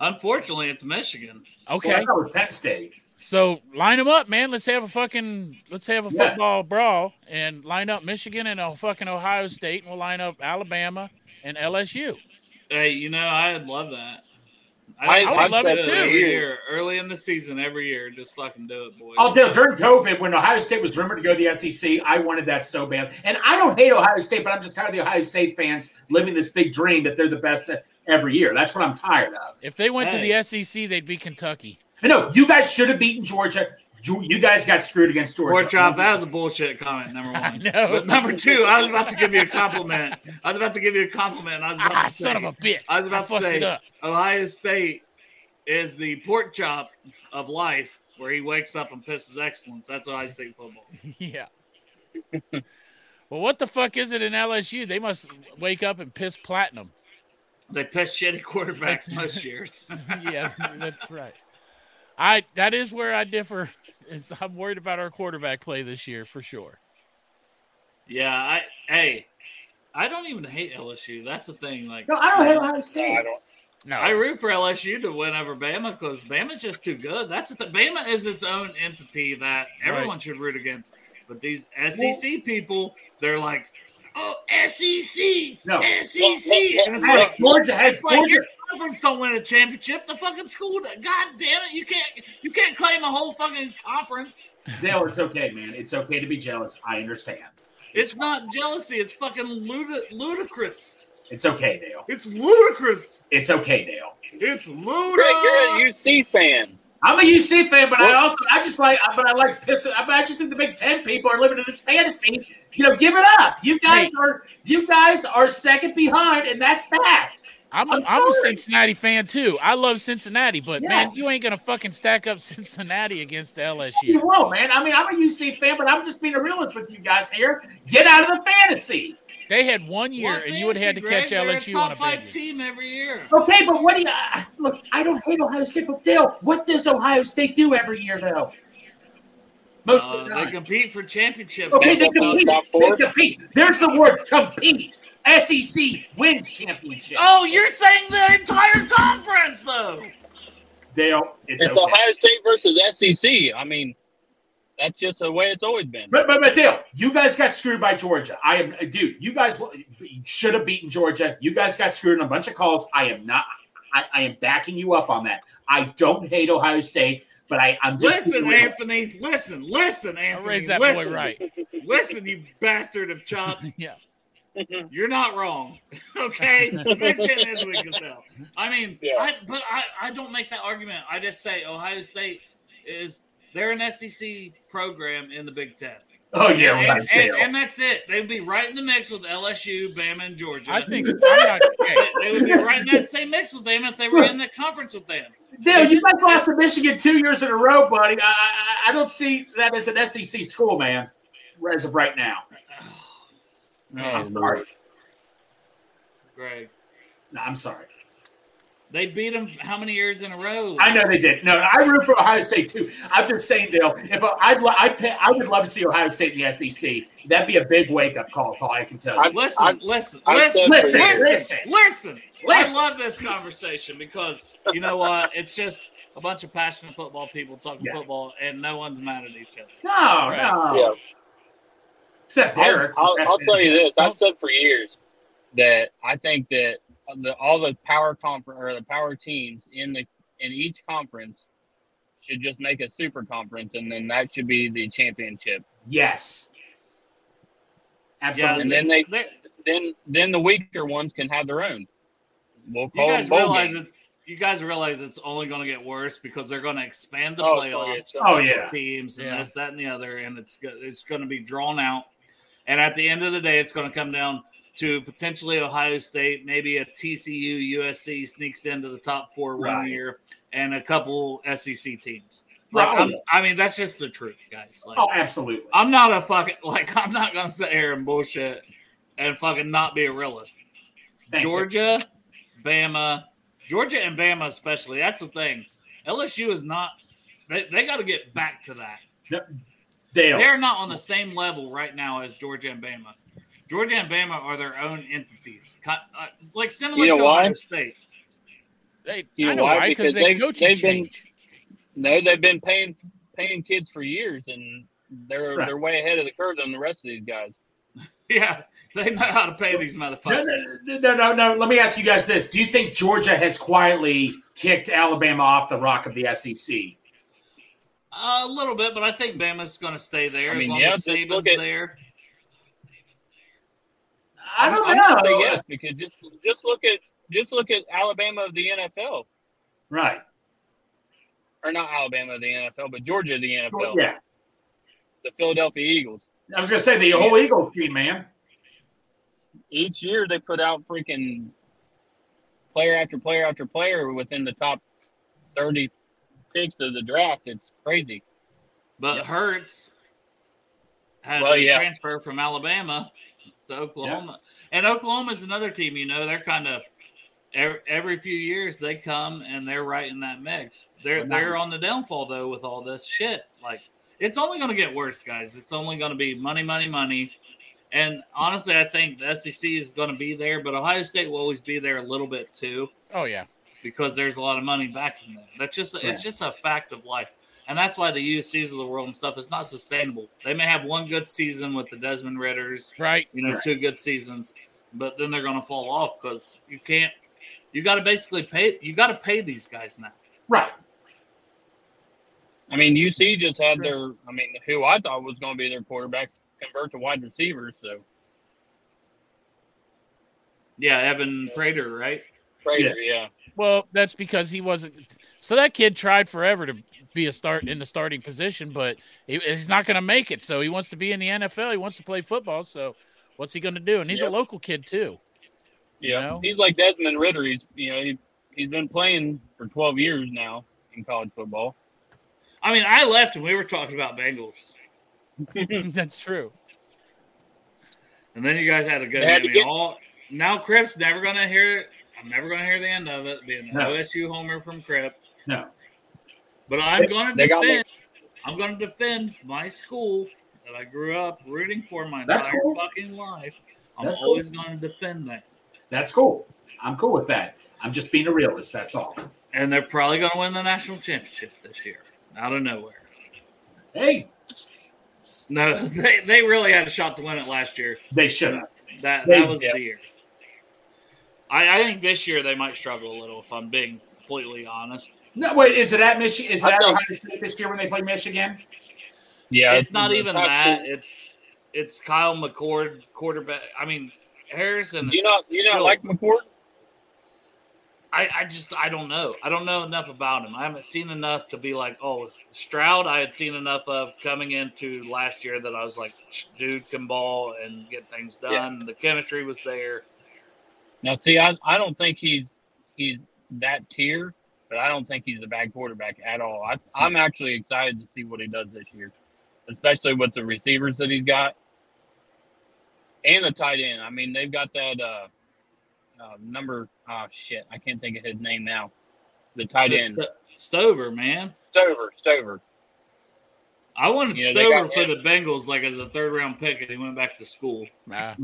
Speaker 1: Unfortunately, it's Michigan.
Speaker 6: Well,
Speaker 4: Okay,
Speaker 6: I thought it was Penn State.
Speaker 4: so line them up, man. Let's have a fucking let's have a
Speaker 6: Yeah.
Speaker 4: football brawl and line up Michigan and oh fucking Ohio State, and we'll line up Alabama and LSU.
Speaker 1: Hey, you know, I'd love that.
Speaker 7: I-
Speaker 1: think
Speaker 7: I
Speaker 1: we
Speaker 7: would
Speaker 1: should
Speaker 7: love it
Speaker 1: do
Speaker 7: too.
Speaker 1: Every year, early in the season, every year, just fucking do it, boys.
Speaker 6: Although during COVID, when Ohio State was rumored to go to the SEC, I wanted that so bad. And I don't hate Ohio State, but I'm just tired of the Ohio State fans living this big dream that they're the best every year. That's what I'm tired of.
Speaker 4: If they went
Speaker 1: Hey.
Speaker 4: to the SEC, they'd be Kentucky.
Speaker 6: I know you guys should have beaten Georgia. You you guys got screwed against Georgia.
Speaker 1: Pork chop, that was a bullshit comment, number one.
Speaker 4: I know.
Speaker 1: But number two, I was about to give you a compliment. I was about to give you a compliment. and I was about
Speaker 4: Ah,
Speaker 1: to say,
Speaker 4: son of a bitch!
Speaker 1: I was about to
Speaker 4: fucked it
Speaker 1: say
Speaker 4: up.
Speaker 1: Ohio State is the pork chop of life where he wakes up and pisses excellence. That's Ohio State football.
Speaker 4: yeah. well, what the fuck is it in LSU? They must wake up and piss platinum.
Speaker 1: They piss shitty quarterbacks most years.
Speaker 4: yeah, that's right. I that is where I differ. Is I'm worried about our quarterback play this year for sure.
Speaker 1: Yeah, I hey, I don't even hate LSU. That's the thing. Like
Speaker 6: No, I don't hate Ohio
Speaker 7: I
Speaker 6: State.
Speaker 7: don't.
Speaker 4: No,
Speaker 1: I root for LSU to win over Bama because Bama's just too good. That's the Bama is its own entity that everyone should root against. But these SEC people, they're like, oh SEC,
Speaker 6: No.
Speaker 1: SEC, E and it's
Speaker 6: Has
Speaker 1: like.
Speaker 6: Georgia has
Speaker 1: It's like
Speaker 6: Georgia.
Speaker 1: your conference don't win a championship. The fucking school, God damn it, you can't you can't claim a whole fucking conference.
Speaker 6: Dale, it's okay, man. It's okay to be jealous. I understand.
Speaker 1: It's not jealousy. It's fucking ludi- ludicrous.
Speaker 6: It's okay, Dale.
Speaker 1: It's ludicrous.
Speaker 6: It's okay, Dale.
Speaker 1: It's
Speaker 7: Greg,
Speaker 1: ludicrous.
Speaker 7: you're a UC fan.
Speaker 6: I'm a UC fan, but I
Speaker 7: Well-
Speaker 6: also I just like but I like pissing. I, I just think the Big Ten people are living in this fantasy. You know, give it up. You guys are you guys are second behind, and that's that.
Speaker 4: I'm, a-
Speaker 6: I'm
Speaker 4: I'm a
Speaker 6: sorry.
Speaker 4: Cincinnati fan too. I love Cincinnati, but
Speaker 6: Yes.
Speaker 4: man, you ain't gonna fucking stack up Cincinnati against
Speaker 6: You
Speaker 4: LSU.
Speaker 6: will, man. I mean, I'm a UC fan, but I'm just being a realist with you guys here. Get out of the fantasy.
Speaker 4: They had one year,
Speaker 1: What
Speaker 4: and you would have had to
Speaker 1: fantasy, Greg?
Speaker 4: catch
Speaker 1: They're a
Speaker 4: LSU on a
Speaker 1: top five
Speaker 4: big one.
Speaker 1: team every year.
Speaker 6: Okay, but what do you I- look? I don't hate Ohio State, but Dale, what does Ohio State do every year though? Most
Speaker 1: Uh,
Speaker 6: of the
Speaker 1: they
Speaker 6: time.
Speaker 1: compete for championships.
Speaker 6: Okay, they
Speaker 7: That's not
Speaker 6: compete.
Speaker 7: top
Speaker 6: They
Speaker 7: four.
Speaker 6: compete. There's the word compete. SEC wins championship.
Speaker 1: Oh, you're saying the entire conference though.
Speaker 6: Dale, it's,
Speaker 7: It's
Speaker 6: okay.
Speaker 7: Ohio State versus SEC. I mean, that's just the way it's always been.
Speaker 6: But, but, but Dale, you guys got screwed by Georgia. I am, dude. You guys should have beaten Georgia. You guys got screwed in a bunch of calls. I am not. I, I am backing you up on that. I don't hate Ohio State, but I, I'm just.
Speaker 1: Listen, Anthony. Listen, listen,
Speaker 4: I'll
Speaker 1: Anthony.
Speaker 4: raise that
Speaker 1: listen,
Speaker 4: boy right.
Speaker 1: Listen, you bastard of chop.
Speaker 4: Yeah.
Speaker 1: You're not wrong. Okay, Big Ten is weak as hell. I mean,
Speaker 7: Yeah.
Speaker 1: I, but I, I don't make that argument. I just say Ohio State is they're an SEC program in the Big Ten.
Speaker 6: Oh yeah, without
Speaker 1: and, and,
Speaker 6: fail.
Speaker 1: and that's it. They'd be right in the mix with LSU, Bama, and Georgia.
Speaker 4: I think I'm not,
Speaker 1: they,
Speaker 4: hey,
Speaker 1: they would be right in that same mix with them if they were in the conference with them.
Speaker 6: Dude, you guys lost to Michigan two years in a row, buddy. I, I, I don't see that as an SEC school, man. As of right now,
Speaker 7: Oh,
Speaker 6: I'm sorry.
Speaker 7: Lord.
Speaker 1: Greg,
Speaker 6: No, I'm sorry.
Speaker 1: they beat them how many years in a row?
Speaker 6: I know they did. No, I root for Ohio State too. I'm just saying, Dale. If I, I'd, lo- I'd pay, I would love to see Ohio State in the SEC. That'd be a big wake up call. Is all I can tell you.
Speaker 7: I-
Speaker 1: Listen,
Speaker 7: I've-
Speaker 1: listen,
Speaker 7: I've
Speaker 1: listen,
Speaker 7: said
Speaker 1: listen,
Speaker 6: for years.
Speaker 1: listen, listen,
Speaker 6: Listen.
Speaker 1: I love this conversation because you know what? It's just a bunch of passionate football people talking
Speaker 6: Yeah.
Speaker 1: football, and no one's mad at each other.
Speaker 6: No, no.
Speaker 7: Yeah.
Speaker 6: Except Derek.
Speaker 7: I'll, I'll,
Speaker 6: That's
Speaker 7: I'll
Speaker 6: it.
Speaker 7: tell you this. I've said for years that I think that the, all the power conference or the power teams in the in each conference should just make a super conference, and then that should be the championship.
Speaker 6: Yes. Absolutely.
Speaker 7: And then they
Speaker 1: They're-
Speaker 7: then then the weaker ones can have their own. We'll
Speaker 1: You
Speaker 7: call
Speaker 1: guys
Speaker 7: them bowl
Speaker 1: realize
Speaker 7: games.
Speaker 1: it's you guys realize it's only going to get worse because they're going to expand the
Speaker 7: Oh,
Speaker 1: playoffs.
Speaker 7: yeah.
Speaker 6: Oh yeah.
Speaker 1: teams and
Speaker 4: Yeah.
Speaker 1: this, that, and the other, and it's go- it's going to be drawn out. And at the end of the day, it's going to come down to potentially Ohio State, maybe a TCU, USC sneaks into the top four
Speaker 6: Right.
Speaker 1: one year, and a couple SEC teams. Like,
Speaker 6: Right.
Speaker 1: I'm, I mean, that's just the truth, guys. Like,
Speaker 6: Oh, absolutely.
Speaker 1: I'm not a fucking like I'm not going to sit here and bullshit and fucking not be a realist.
Speaker 6: Thanks,
Speaker 1: Georgia, Bama, Georgia and Bama especially. That's the thing. LSU is not. They, they got to get back to that.
Speaker 6: Dale.
Speaker 1: They're not on the same level right now as Georgia and Bama. Georgia and Bama are their own entities, co- uh, like similar
Speaker 7: You know
Speaker 1: to
Speaker 7: why?
Speaker 1: Ohio State.
Speaker 4: they-
Speaker 7: You
Speaker 4: I know
Speaker 7: know why?
Speaker 4: why because
Speaker 7: Because
Speaker 4: they
Speaker 7: they've-
Speaker 4: coaching
Speaker 7: they've been-
Speaker 4: change.
Speaker 7: No, they've been paying paying kids for years, and they're
Speaker 6: Right.
Speaker 7: they're way ahead of the curve than the rest of these guys.
Speaker 1: Yeah, they know how to pay these
Speaker 6: No,
Speaker 1: motherfuckers.
Speaker 6: no, no, no, no. Let me ask you guys this: Do you think Georgia has quietly kicked Alabama off the rock of the E SEC?
Speaker 1: a little bit, but I think Bama's going to stay there
Speaker 7: I
Speaker 1: as
Speaker 7: mean,
Speaker 1: long
Speaker 7: yeah,
Speaker 1: as
Speaker 7: just look
Speaker 1: Saban's
Speaker 7: at-
Speaker 1: there.
Speaker 6: I don't
Speaker 7: I'm
Speaker 6: know.
Speaker 7: gonna say yes because just just look at just look at Alabama of the NFL,
Speaker 6: Right?
Speaker 7: or not Alabama of the NFL, but Georgia of the NFL,
Speaker 6: Yeah.
Speaker 7: the Philadelphia Eagles.
Speaker 6: I was gonna say the whole Eagle team, man.
Speaker 7: Each year they put out freaking player after player after player within the top thirty picks of the draft. It's crazy.
Speaker 1: But Hurts had
Speaker 7: Well,
Speaker 1: a
Speaker 7: yeah.
Speaker 1: transfer from Alabama to Oklahoma, and Oklahoma's another team. You know, they're kind of every, every few years they come and they're right in that mix. They're
Speaker 6: Well, now-
Speaker 1: they're on the downfall though with all this shit. Like it's only going to get worse, guys. It's only going to be money, money, money. And honestly, I think the SEC is going to be there, but Ohio State will always be there a little bit too
Speaker 4: Oh yeah,
Speaker 1: because there's a lot of money backing them. That's just it's just a fact of life, and that's why the UCs of the world and stuff is not sustainable. They may have one good season with the Desmond Ritters,
Speaker 4: right.
Speaker 1: you know, two good seasons, but then they're going to fall off because you can't. You got to basically pay. You got to pay these guys now.
Speaker 6: Right.
Speaker 7: I mean, UC just had their. I mean, who I thought was going to be their quarterback convert to wide receivers. So
Speaker 1: Yeah, Evan Prater, right?
Speaker 7: Prater, yeah.
Speaker 4: Well, that's because he wasn't. So that kid tried forever to be a start in the starting position, but he, he's not going to make it. So he wants to be in the NFL. He wants to play football. So what's he going to do? And he's
Speaker 7: Yep.
Speaker 4: a local kid too. you
Speaker 7: Yeah,
Speaker 4: know?
Speaker 7: he's like Desmond Ritter. He's you know he he's been playing for twelve years now in college football.
Speaker 1: I mean, I left and we were talking about Bengals,
Speaker 7: Hmm.
Speaker 4: that's true.
Speaker 1: and then you guys had to go.
Speaker 7: They had
Speaker 1: I
Speaker 7: to
Speaker 1: mean,
Speaker 7: get-
Speaker 1: all now Crip's never going to hear. I'm never going to hear the end of it. Being an
Speaker 6: No.
Speaker 1: OSU homer from Crip.
Speaker 6: No.
Speaker 1: But I'm going to
Speaker 7: they got me.
Speaker 1: defend. I'm going to defend my school that I grew up rooting for my
Speaker 6: That's
Speaker 1: entire
Speaker 6: cool.
Speaker 1: fucking life. I'm
Speaker 6: That's cool.
Speaker 1: always going to defend that.
Speaker 6: That's cool. I'm cool with that. I'm just being a realist. That's all.
Speaker 1: And they're probably going to win the national championship this year, out of nowhere.
Speaker 6: Hey,
Speaker 1: No, they, they really had a shot to win it last year.
Speaker 6: they should have.
Speaker 1: That
Speaker 6: They-
Speaker 1: that was
Speaker 7: yeah.
Speaker 1: the year. I, I think this year they might struggle a little. If I'm being completely honest,
Speaker 6: No, wait. Is it at Michigan? Is it
Speaker 7: I
Speaker 6: at
Speaker 7: think-
Speaker 6: Ohio State this year when they play Michigan?
Speaker 7: Yeah,
Speaker 1: it's not
Speaker 7: it's
Speaker 1: even
Speaker 7: not
Speaker 1: that.
Speaker 7: cool.
Speaker 1: It's it's Kyle McCord quarterback. I mean, Harrison.
Speaker 7: You
Speaker 1: is
Speaker 7: not you not
Speaker 1: still-
Speaker 7: like McCord?
Speaker 1: I, I just I don't know. I don't know enough about him. I haven't seen enough to be like, oh, Stroud. I had seen enough of coming into last year that I was like, dude can ball and get things
Speaker 7: Yeah.
Speaker 1: done. The chemistry was there.
Speaker 7: Now, see, I, I don't think he's he's that tier, but I don't think he's a bad quarterback at all. I, I'm actually excited to see what he does this year, especially with the receivers that he's got and the tight end. I mean, they've got that uh, uh number. Oh shit, I can't think of his name now. The tight
Speaker 1: The
Speaker 7: end,
Speaker 1: Sto- Stover, man.
Speaker 7: Stover, Stover.
Speaker 1: I wanted
Speaker 7: Yeah, they
Speaker 1: Stover
Speaker 7: got
Speaker 1: for
Speaker 7: him.
Speaker 1: the Bengals like as a third round pick, and he went back to school.
Speaker 4: Nah.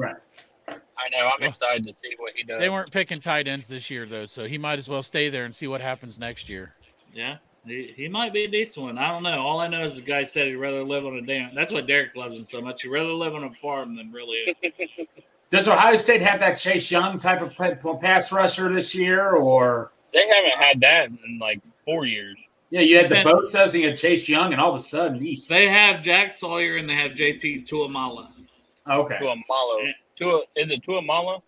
Speaker 7: I know. I'm excited to see what he does.
Speaker 4: They weren't picking tight ends this year though, so he might as well stay there and see what happens next year.
Speaker 1: Yeah, he, he might be a decent one. I don't know. All I know is the guy said he'd rather live on a dam. That's why Derek loves him so much. He'd rather live on a farm than really.
Speaker 6: Does Ohio State have that Chase Young type of pa- pass rusher this year? Or
Speaker 7: They haven't had that in like four years.
Speaker 6: yeah, you had the
Speaker 1: Yeah.
Speaker 6: Bosa's and you had Chase Young, and all of a sudden, eesh.
Speaker 1: they have Jack Sawyer and they have JT Tuamala.
Speaker 6: okay,
Speaker 7: Tuamalo. Tua, is it Tuamalo?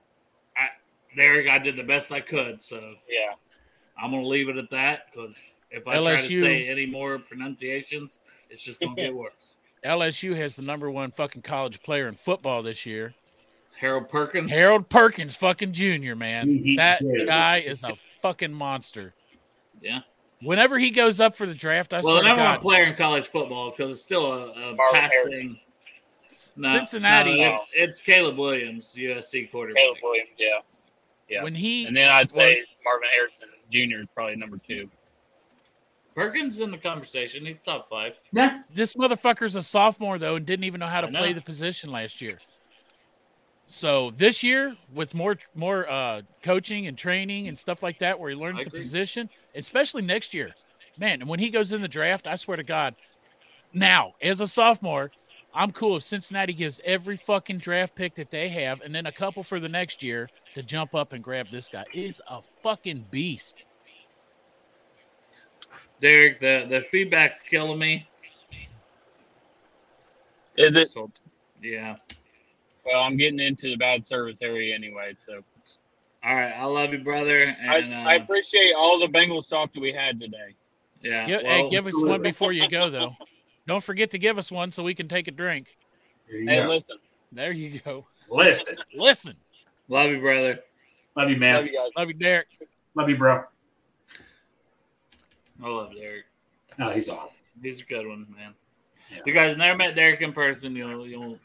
Speaker 1: Derek, I did the best I could, so
Speaker 7: Yeah.
Speaker 1: I'm gonna leave it at that because if I try to
Speaker 4: LSU.
Speaker 1: say any more pronunciations, it's just gonna get worse.
Speaker 4: LSU has the number one fucking college player in football this year.
Speaker 1: Harold Perkins.
Speaker 4: Harold Perkins, fucking junior, man.
Speaker 6: He- he
Speaker 4: That
Speaker 6: did.
Speaker 4: guy is a fucking monster.
Speaker 1: Yeah.
Speaker 4: Whenever he goes up for the draft, I
Speaker 1: Well, the
Speaker 4: swear to
Speaker 1: number one
Speaker 4: God,
Speaker 1: player in college football because it's still a, a
Speaker 7: Marvin
Speaker 1: passing. No,
Speaker 4: Cincinnati.
Speaker 1: no, it's, it's Caleb Williams, USC quarterback.
Speaker 7: Caleb Williams. Yeah. yeah.
Speaker 4: When he
Speaker 7: And then I'd say Marvin Harrison Jr. is probably number two.
Speaker 1: Perkins in the conversation. He's top five.
Speaker 6: yeah,
Speaker 4: this motherfucker's a sophomore though and didn't even know how to
Speaker 1: I know.
Speaker 4: play the position last year. So this year, with more more uh, coaching and training and stuff like that, where he learns
Speaker 1: I
Speaker 4: the
Speaker 1: agree.
Speaker 4: position, especially next year, man. And when he goes in the draft, I swear to God, now as a sophomore, I'm cool if Cincinnati gives every fucking draft pick that they have, and then a couple for the next year to jump up and grab this guy. Is a fucking beast.
Speaker 1: Derek, the, the feedback's killing me.
Speaker 7: Is it?
Speaker 1: So, yeah.
Speaker 7: Well, I'm getting into the bad service area anyway. So
Speaker 1: All right. I love you, brother. And
Speaker 7: I, I
Speaker 1: uh,
Speaker 7: appreciate all the Bengals talk that we had today.
Speaker 1: yeah.
Speaker 4: Gi- hey,
Speaker 1: well,
Speaker 4: give us one before you go though. Don't forget to give us one so we can take a drink.
Speaker 6: There you
Speaker 7: Hey,
Speaker 6: go.
Speaker 7: listen,
Speaker 4: There you go.
Speaker 6: listen,
Speaker 4: Listen,
Speaker 1: love you, brother.
Speaker 6: love you, man,
Speaker 7: love you guys.
Speaker 4: love you, Derek.
Speaker 6: love you bro.
Speaker 1: I love Derek.
Speaker 6: Oh, he's awesome.
Speaker 1: He's a good one, man.
Speaker 6: Yeah.
Speaker 1: You guys never met Derek in person. You'll you'll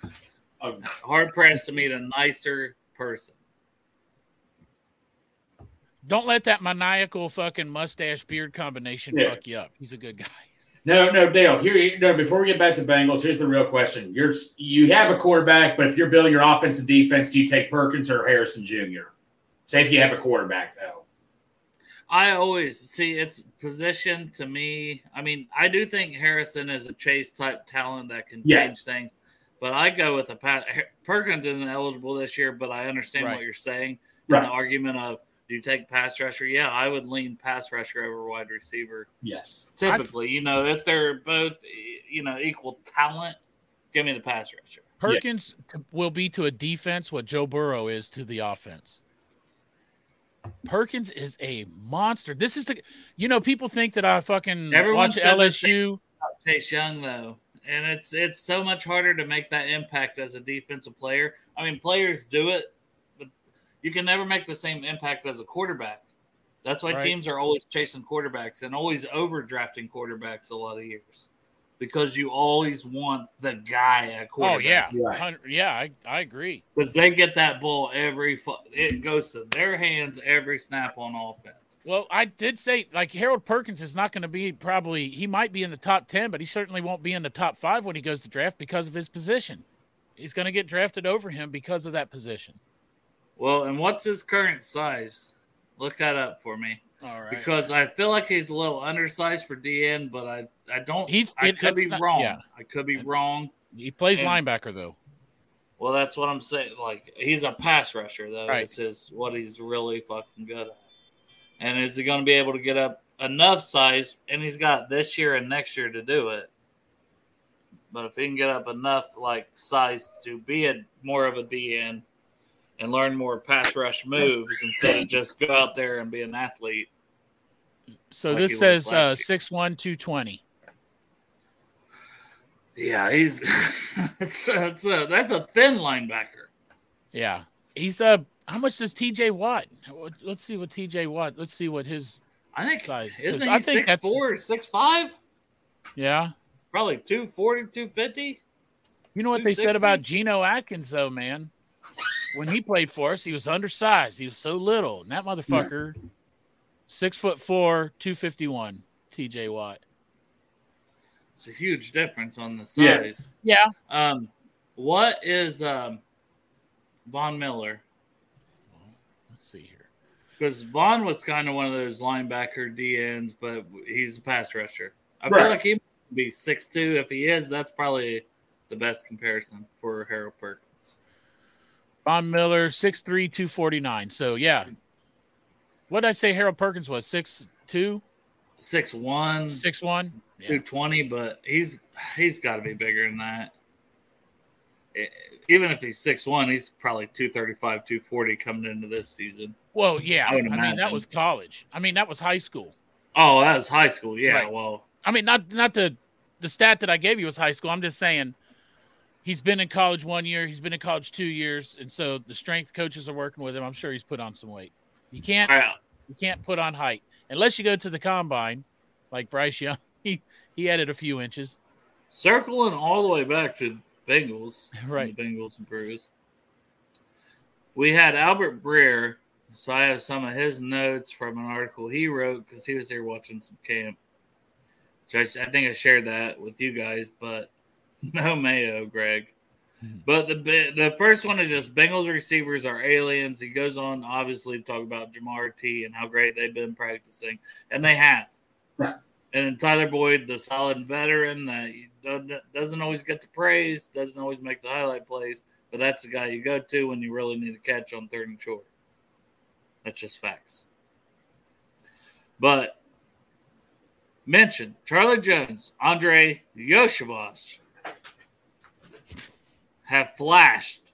Speaker 6: Oh,
Speaker 1: hard pressed to meet a nicer person.
Speaker 4: Don't let that maniacal fucking mustache beard combination
Speaker 6: Yeah.
Speaker 4: fuck you up. He's a good guy.
Speaker 6: No, no, Dale. Here, no. Before we get back to Bengals, here's the real question: You're you have a quarterback, but if you're building your offense and defense, do you take Perkins or Harrison Jr.? Say if you have a quarterback, though.
Speaker 1: I always see it's position to me. I mean, I do think Harrison is a chase type talent that can
Speaker 6: Yes.
Speaker 1: change things, but I go with a pass. Perkins isn't eligible this year, but I understand
Speaker 4: Right.
Speaker 1: what you're saying.
Speaker 6: Right.
Speaker 1: And the argument of do you take pass rusher? Yeah, I would lean pass rusher over wide receiver.
Speaker 6: Yes.
Speaker 1: Typically, you know, if they're both, eh, you know, equal talent, give me the pass rusher.
Speaker 4: Perkins t- will be to a defense what Joe Burrow is to the offense. Perkins is a monster. This is the, you know, people think that I fucking
Speaker 1: Everyone
Speaker 4: watch
Speaker 1: said the
Speaker 4: LSU.
Speaker 1: Chase Young though, and it's it's so much harder to make that impact as a defensive player. I mean, players do it, but you can never make the same impact as a quarterback. That's why
Speaker 4: Right.
Speaker 1: teams are always chasing quarterbacks and always overdrafting quarterbacks a lot of years because you always want the guy at
Speaker 4: Oh
Speaker 1: quarterback.
Speaker 4: yeah,
Speaker 6: Right.
Speaker 4: Hun- yeah, I, I agree.
Speaker 1: because they get that ball every fu- it goes to their hands every snap on offense.
Speaker 4: Well, I did say like Harold Perkins is not going to be probably he might be in the top 10, but he certainly won't be in the top 5 when he goes to draft because of his position. He's going to get drafted over him because of that position.
Speaker 1: Well, and what's his current size? Look that up for me.
Speaker 4: All right.
Speaker 1: because I feel like he's a little undersized for DN, but I I don't.
Speaker 4: He's-
Speaker 1: I
Speaker 4: it-
Speaker 1: could
Speaker 4: it's
Speaker 1: be
Speaker 4: not-
Speaker 1: wrong.
Speaker 4: yeah.
Speaker 1: I could be wrong.
Speaker 4: he plays
Speaker 1: and-
Speaker 4: linebacker though.
Speaker 1: Well, that's what I'm saying. Like he's a pass rusher though.
Speaker 4: Right.
Speaker 1: This is what he's really fucking good at. And is he going to be able to get up enough size? And he's got this year and next year to do it. But if he can get up enough like size to be a more of a DN, and learn more pass rush moves instead of just go out there and be an athlete.
Speaker 4: So
Speaker 1: Like he
Speaker 4: this
Speaker 1: was
Speaker 4: says uh,
Speaker 1: last
Speaker 4: 6'1", 220.
Speaker 1: Yeah, he's that's a, that's a that's a thin linebacker.
Speaker 4: Yeah, he's uh, how much does T.J. Watt? What- Let's see what T.J. Watt. Let's see what his
Speaker 1: I think
Speaker 4: Size, 'cause
Speaker 1: isn't he
Speaker 4: I think
Speaker 1: six
Speaker 4: that's-
Speaker 1: four, six five?
Speaker 4: yeah.
Speaker 1: Probably 240, 250.
Speaker 4: You know what they said
Speaker 1: 260?
Speaker 4: about Geno Atkins though, man. When he played for us, he was undersized. He was so little, and that motherfucker, six foot four, two fifty one. T.J. Watt.
Speaker 1: It's a huge difference on the
Speaker 6: Yeah.
Speaker 1: size.
Speaker 4: Yeah,
Speaker 1: Um, what is um, Von Miller?
Speaker 4: let's see here.
Speaker 1: Because Vaughn was kind of one of those linebacker DNs, but he's a pass rusher. I
Speaker 6: Right.
Speaker 1: feel like he might be six two. If he is, that's probably the best comparison for Harold Perkins.
Speaker 4: Von Miller, 6'3", 249. So yeah, what did I say? Harold Perkins was six two,
Speaker 1: Six one,
Speaker 4: six one. Yeah.
Speaker 1: two twenty, but he's he's got to be bigger than that. E- Even if he's six one, he's probably 235, 240 coming into this season.
Speaker 4: Well, yeah.
Speaker 1: I
Speaker 4: I,
Speaker 1: would
Speaker 4: mean, that
Speaker 1: imagine.
Speaker 4: was college. I mean, that was high school.
Speaker 1: Oh, that was high school. Yeah,
Speaker 4: Right.
Speaker 1: well,
Speaker 4: I mean, not not the the stat that I gave you was high school. I'm just saying he's been in college one year, he's been in college two years, and so the strength coaches are working with him. I'm sure he's put on some weight. You can't
Speaker 1: I,
Speaker 4: you can't put on height unless you go to the combine, like Bryce Young. He he added a few inches.
Speaker 1: circling all the way back to Bengals,
Speaker 4: Right.
Speaker 1: the Bengals and Bruce. We had Albert Breer, so I have some of his notes from an article he wrote because he was there watching some camp. Which I, I think I shared that with you guys, but no mayo, Greg. But the bi- the first one is just Bengals receivers are aliens. He goes on obviously to talk about Jamar T and how great they've been practicing, and they have. And then Tyler Boyd, the solid veteran that you don't, doesn't always get the praise, doesn't always make the highlight plays, but that's the guy you go to when you really need a catch on third and short. That's just facts. But mention Charlie Jones, Andre Yoshivas have flashed.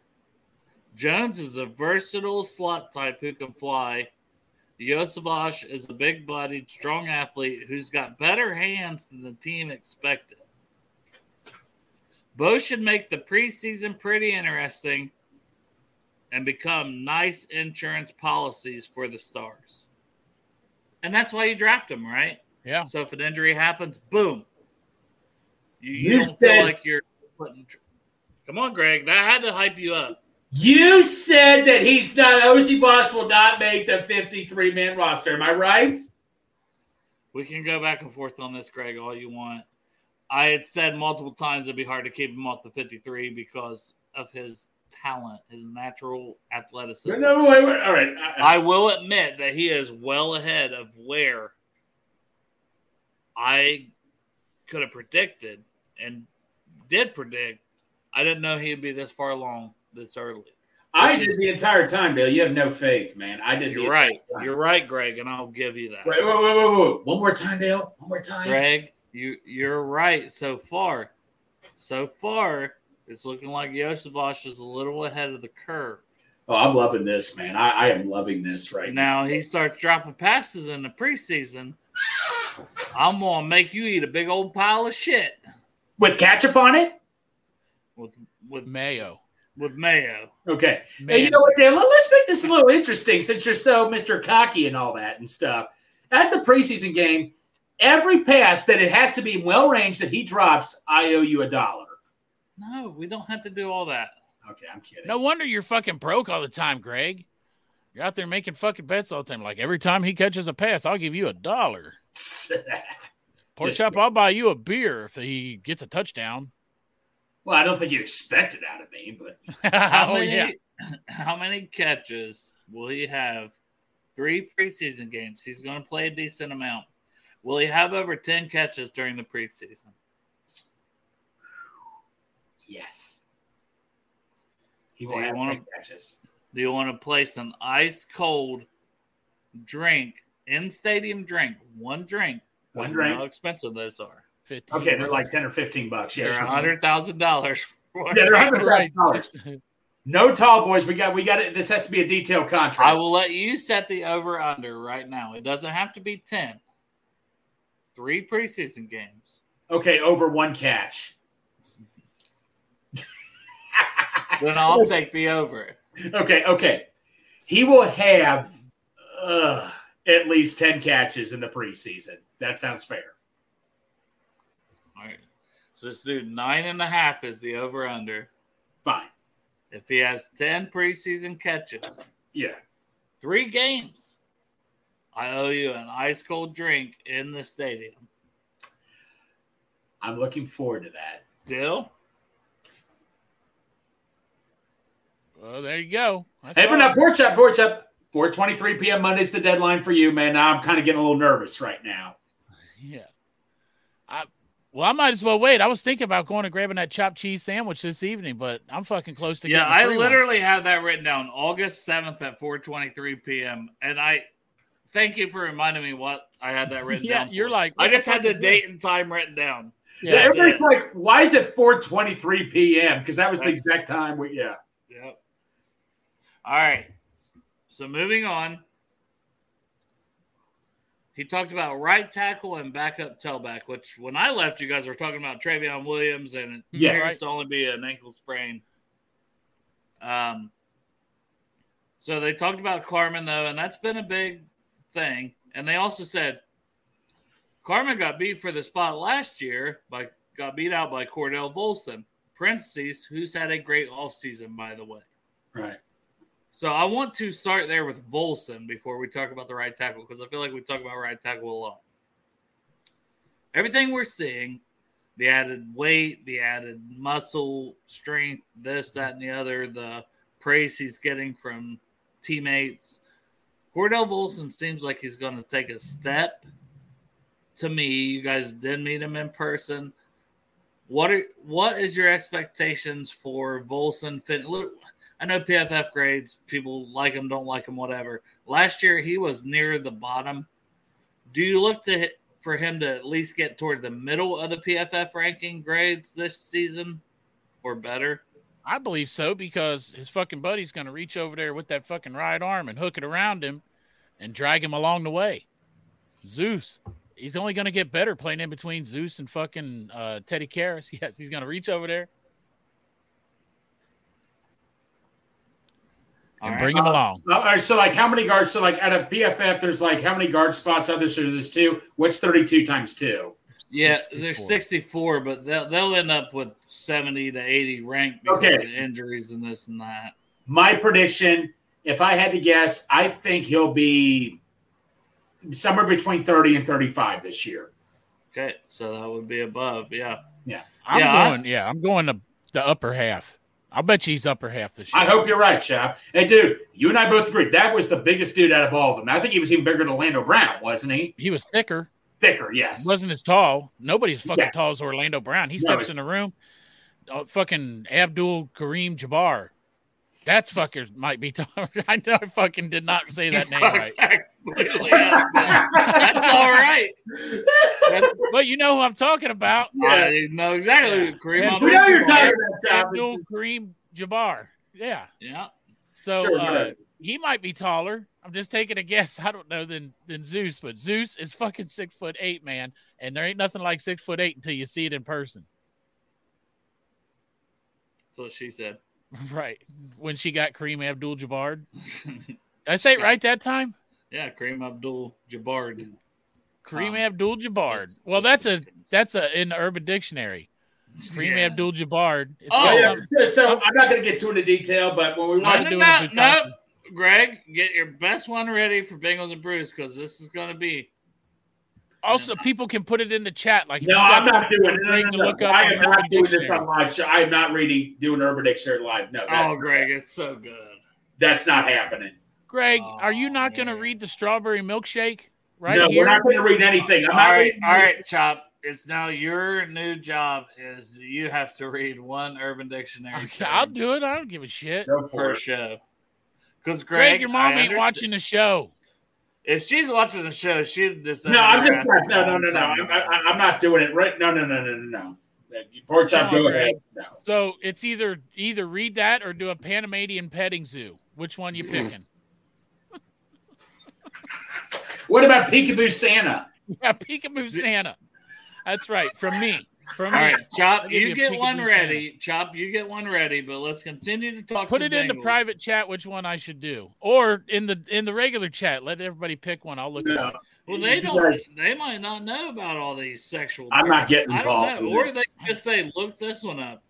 Speaker 1: Jones is a versatile slot type who can fly. Yosavash is a big bodied, strong athlete who's got better hands than the team expected. Bo should make the preseason pretty interesting and become nice insurance policies for the stars. And that's why you draft him, right?
Speaker 4: Yeah.
Speaker 1: So if an injury happens, boom. You, you
Speaker 6: You
Speaker 1: don't
Speaker 6: said-
Speaker 1: feel like you're putting. Come on, Greg. That had to hype you up.
Speaker 6: You said that he's not OC Bosch will not make the 53 man roster. Am I right?
Speaker 1: We can go back and forth on this, Greg, all you want. I had said multiple times it'd be hard to keep him off the 53 because of his talent, his natural athleticism.
Speaker 6: No, no, wait, wait, All right. I-
Speaker 1: I will admit that he is well ahead of where I could have predicted and did predict. I didn't know he'd be this far along this early.
Speaker 6: I did the entire time, Bill. You have no faith, man. I did. the
Speaker 1: You're right.
Speaker 6: entire time.
Speaker 1: You're right, Greg, and I'll give you that.
Speaker 6: Wait, wait, wait, wait, wait. One more time, Dale. One more time.
Speaker 1: Greg, you you're right so far. So far, it's looking like Yosebosh is a little ahead of the curve.
Speaker 6: Oh, I'm loving this, man. I, I am loving this right now.
Speaker 1: Now he starts dropping passes in the preseason. I'm gonna make you eat a big old pile of shit
Speaker 6: With ketchup on it?
Speaker 1: with with
Speaker 4: Mayo.
Speaker 1: with mayo.
Speaker 6: Okay. Hey, you
Speaker 4: Man,
Speaker 6: know what, Dale? Let's make this a little interesting since you're so Mr. Cocky and all that and stuff. At the preseason game, every pass that it has to be well ranged that he drops, I owe you a dollar.
Speaker 1: No, we don't have to do all that.
Speaker 6: Okay, I'm kidding.
Speaker 4: no wonder you're fucking broke all the time, Greg. You're out there making fucking bets all the time. Like every time he catches a pass, I'll give you a dollar. Pork
Speaker 6: Just-
Speaker 4: chop, I'll buy you a beer if he gets a touchdown.
Speaker 6: well, I don't think you expect it out of me, but
Speaker 1: How
Speaker 4: oh
Speaker 1: many
Speaker 4: yeah.
Speaker 1: how many catches will he have? Three preseason games. He's gonna play a decent amount. Will he have over ten catches during the preseason?
Speaker 6: yes. He
Speaker 1: Do
Speaker 6: will
Speaker 1: Oh, you
Speaker 6: have
Speaker 1: wanna-
Speaker 6: big catches.
Speaker 1: Do you want to place an ice cold drink in stadium drink? One drink.
Speaker 6: One
Speaker 1: I don't know How
Speaker 6: drink.
Speaker 1: expensive those are?
Speaker 4: 15.
Speaker 6: Okay, they're like 10 or 15 bucks. Yes.
Speaker 1: They're a hundred thousand dollars.
Speaker 6: Yeah, they're $100,000.
Speaker 4: right. Just-
Speaker 6: No tall boys. We got we got it. This has to be a detailed contract.
Speaker 1: I will let you set the over under right now. It doesn't have to be 10. Three preseason games.
Speaker 6: Okay, over one catch.
Speaker 1: Then I'll take the over.
Speaker 6: Okay, okay. He will have uh, at least 10 catches in the preseason. That sounds fair.
Speaker 1: All right. So this dude, nine and a half is the over under.
Speaker 6: Fine.
Speaker 1: If he has 10 preseason catches,
Speaker 6: Yeah.
Speaker 1: three games, I owe you an ice cold drink in the stadium.
Speaker 6: I'm looking forward to that.
Speaker 1: Deal?
Speaker 4: Well, there you go. That's
Speaker 6: Hey, but
Speaker 4: all.
Speaker 6: now, porch up, porch up. 4.23 p.m. Monday's the deadline for you, man. Now I'm kind of getting a little nervous right now.
Speaker 4: Yeah. I well, I might as well wait. I was thinking about going and grabbing that chopped cheese sandwich this evening, but I'm fucking close to.
Speaker 1: Yeah,
Speaker 4: getting a
Speaker 1: I
Speaker 4: free one.
Speaker 1: literally have that written down August 7th at 4:23 p.m. and I thank you for reminding me what I had that written
Speaker 4: Yeah,
Speaker 1: down. for.
Speaker 4: you're like.
Speaker 1: I
Speaker 4: what the
Speaker 1: just had
Speaker 4: fuck
Speaker 1: the
Speaker 4: is this?
Speaker 1: date and time written down.
Speaker 6: Yeah,
Speaker 4: Yeah.
Speaker 1: There-
Speaker 6: Everybody's like, why is it 4.23 p.m.? Because that was the
Speaker 1: Right.
Speaker 6: exact time. We, yeah.
Speaker 1: Yep. All right. So moving on. He talked about right tackle and backup tailback, which when I left, you guys were talking about Travion Williams, and it
Speaker 6: Yeah.
Speaker 1: appears to only be an ankle sprain. Um, so they talked about Carmen though, and that's been a big thing. And they also said Carmen got beat for the spot last year by got beat out by Cordell Volson. Parentheses, who's had a great offseason, by the way.
Speaker 6: Right.
Speaker 1: So I want to start there with Volson before we talk about the right tackle because I feel like we talk about right tackle a lot. Everything we're seeing, the added weight, the added muscle strength, this, that, and the other, the praise he's getting from teammates. Cordell Volson seems like he's going to take a step. To me, you guys did meet him in person. What are what is your expectations for Volson? Fin- look, I know PFF grades, people like him, don't like him, whatever. Last year, he was near the bottom. Do you look to hit, for him to at least get toward the middle of the PFF ranking grades this season or better?
Speaker 4: I believe so because his fucking buddy's gonna reach over there with that fucking right arm and hook it around him, and drag him along the way. Zeus. He's only gonna get better playing in between Zeus and fucking uh, Teddy Karras. Yes, he's gonna reach over there
Speaker 1: All
Speaker 4: and
Speaker 1: right. Uh,
Speaker 4: bring him along.
Speaker 6: Uh, All right. So, like, how many guards? So, like, at a PFF, there's like how many guard spots? Others, so there's two. What's 32 times two?
Speaker 1: yeah,
Speaker 4: 64.
Speaker 1: there's 64, but they'll, they'll end up with 70 to 80 rank because
Speaker 6: Okay.
Speaker 1: of injuries and this and that.
Speaker 6: My prediction, if I had to guess, I think he'll be somewhere between 30 and 35 this year.
Speaker 1: Okay, so that would be above. Yeah.
Speaker 4: I'm
Speaker 1: Yeah, I-
Speaker 4: going. yeah, I'm going the, the upper half. I'll bet you he's upper half this year.
Speaker 6: I hope you're right, Chap. Hey, dude, you and I both agreed that was the biggest dude out of all of them. I think he was even bigger than Orlando Brown, wasn't he?
Speaker 4: he was thicker.
Speaker 6: Thicker, yes.
Speaker 4: wasn't as tall. Nobody's fucking
Speaker 6: Yeah.
Speaker 4: tall as Orlando Brown. He
Speaker 6: No.
Speaker 4: steps in the room. uh, fucking Abdul Kareem Jabbar. That's fucker might be tall. I know I fucking did not say that name
Speaker 1: Fuck
Speaker 4: right.
Speaker 1: that completely up, man. That's all right. That's-
Speaker 4: But you know who I'm talking about. Uh,
Speaker 1: I didn't know exactly who Kareem
Speaker 6: we know you're
Speaker 1: Abdul-Jabbar
Speaker 6: talking about
Speaker 4: Abdul Kareem Jabbar. Yeah.
Speaker 1: Yeah.
Speaker 4: So
Speaker 6: Sure,
Speaker 4: uh,
Speaker 6: right.
Speaker 4: he might be taller. I'm just taking a guess. I don't know than than Zeus, but Zeus is fucking six foot eight, man. And there ain't nothing like six foot eight until you see it in person.
Speaker 1: That's what she said.
Speaker 4: Right. When she got Kareem Abdul Jabbar. I say it right that time?
Speaker 1: yeah, Kareem Abdul Jabbar.
Speaker 4: Kareem
Speaker 1: Um,
Speaker 4: Abdul Jabbar.
Speaker 1: it's-
Speaker 4: Well, that's a that's a in the urban dictionary. Kareem Abdul Jabbar.
Speaker 1: Oh,
Speaker 6: Oh,
Speaker 1: yeah.
Speaker 6: yeah. So, so I'm not going to get too into detail, but when we
Speaker 4: Not
Speaker 6: watch
Speaker 4: doing
Speaker 1: no,
Speaker 4: it,
Speaker 1: no.
Speaker 4: Bukaki.
Speaker 1: Greg, get your best one ready for Bengals and Bruce because this is going to be.
Speaker 4: Also, people can put it in the chat. Like, if
Speaker 6: No,
Speaker 4: you got
Speaker 6: I'm not
Speaker 4: something
Speaker 6: doing it.
Speaker 4: great
Speaker 6: No,
Speaker 4: to
Speaker 6: no, no.
Speaker 4: look up
Speaker 6: I
Speaker 4: on
Speaker 6: am
Speaker 4: Urban
Speaker 6: not doing this
Speaker 4: Dictionary.
Speaker 6: on live show. I am not reading doing Urban Dictionary live. No, that-
Speaker 1: Oh, Greg, it's so good.
Speaker 6: that's not happening.
Speaker 4: Greg, are you not going to
Speaker 1: man.
Speaker 4: read the strawberry milkshake right
Speaker 6: no,
Speaker 4: here?
Speaker 6: we're not going to read anything. I'm
Speaker 1: All
Speaker 6: not
Speaker 1: right,
Speaker 6: reading-
Speaker 1: all right, Chop. It's now your new job is you have to read one Urban Dictionary
Speaker 4: Okay, I'll
Speaker 1: term
Speaker 4: do it. I don't give a shit.
Speaker 6: Go for
Speaker 1: per
Speaker 6: it.
Speaker 1: show. Because Greg,
Speaker 4: Greg, your mom
Speaker 1: I
Speaker 4: ain't
Speaker 1: understa-
Speaker 4: watching the show.
Speaker 1: If she's watching the show, she'd just
Speaker 6: No, I'm just not, no, no, no, no. I'm, I, I'm not doing it. Right? No, no, no, no, no, no. Pork chop,
Speaker 4: No,
Speaker 6: go
Speaker 4: Greg.
Speaker 6: ahead. No.
Speaker 4: So it's either either read that or do a Panamanian petting zoo. Which one you picking?
Speaker 6: What about Peekaboo Santa?
Speaker 4: yeah, Peekaboo Santa. That's right, from me. From
Speaker 1: All
Speaker 4: me.
Speaker 1: right, Chop,
Speaker 4: I'll give
Speaker 1: you
Speaker 4: a
Speaker 1: get
Speaker 4: Peekaboo
Speaker 1: one
Speaker 4: Santa.
Speaker 1: ready. Chop, you get one ready, but let's continue to talk.
Speaker 4: Put
Speaker 1: some
Speaker 4: it in the
Speaker 1: Bengals.
Speaker 4: private chat which one I should do, or in the in the regular chat. Let everybody pick one. I'll look at
Speaker 6: No.
Speaker 4: it.
Speaker 1: Well, they
Speaker 6: You
Speaker 1: don't.
Speaker 6: guys-
Speaker 1: They might not know about all these sexual.
Speaker 6: I'm not getting
Speaker 1: I
Speaker 6: involved.
Speaker 1: don't know.
Speaker 6: in
Speaker 1: Or
Speaker 6: this.
Speaker 1: they could say, look this one up.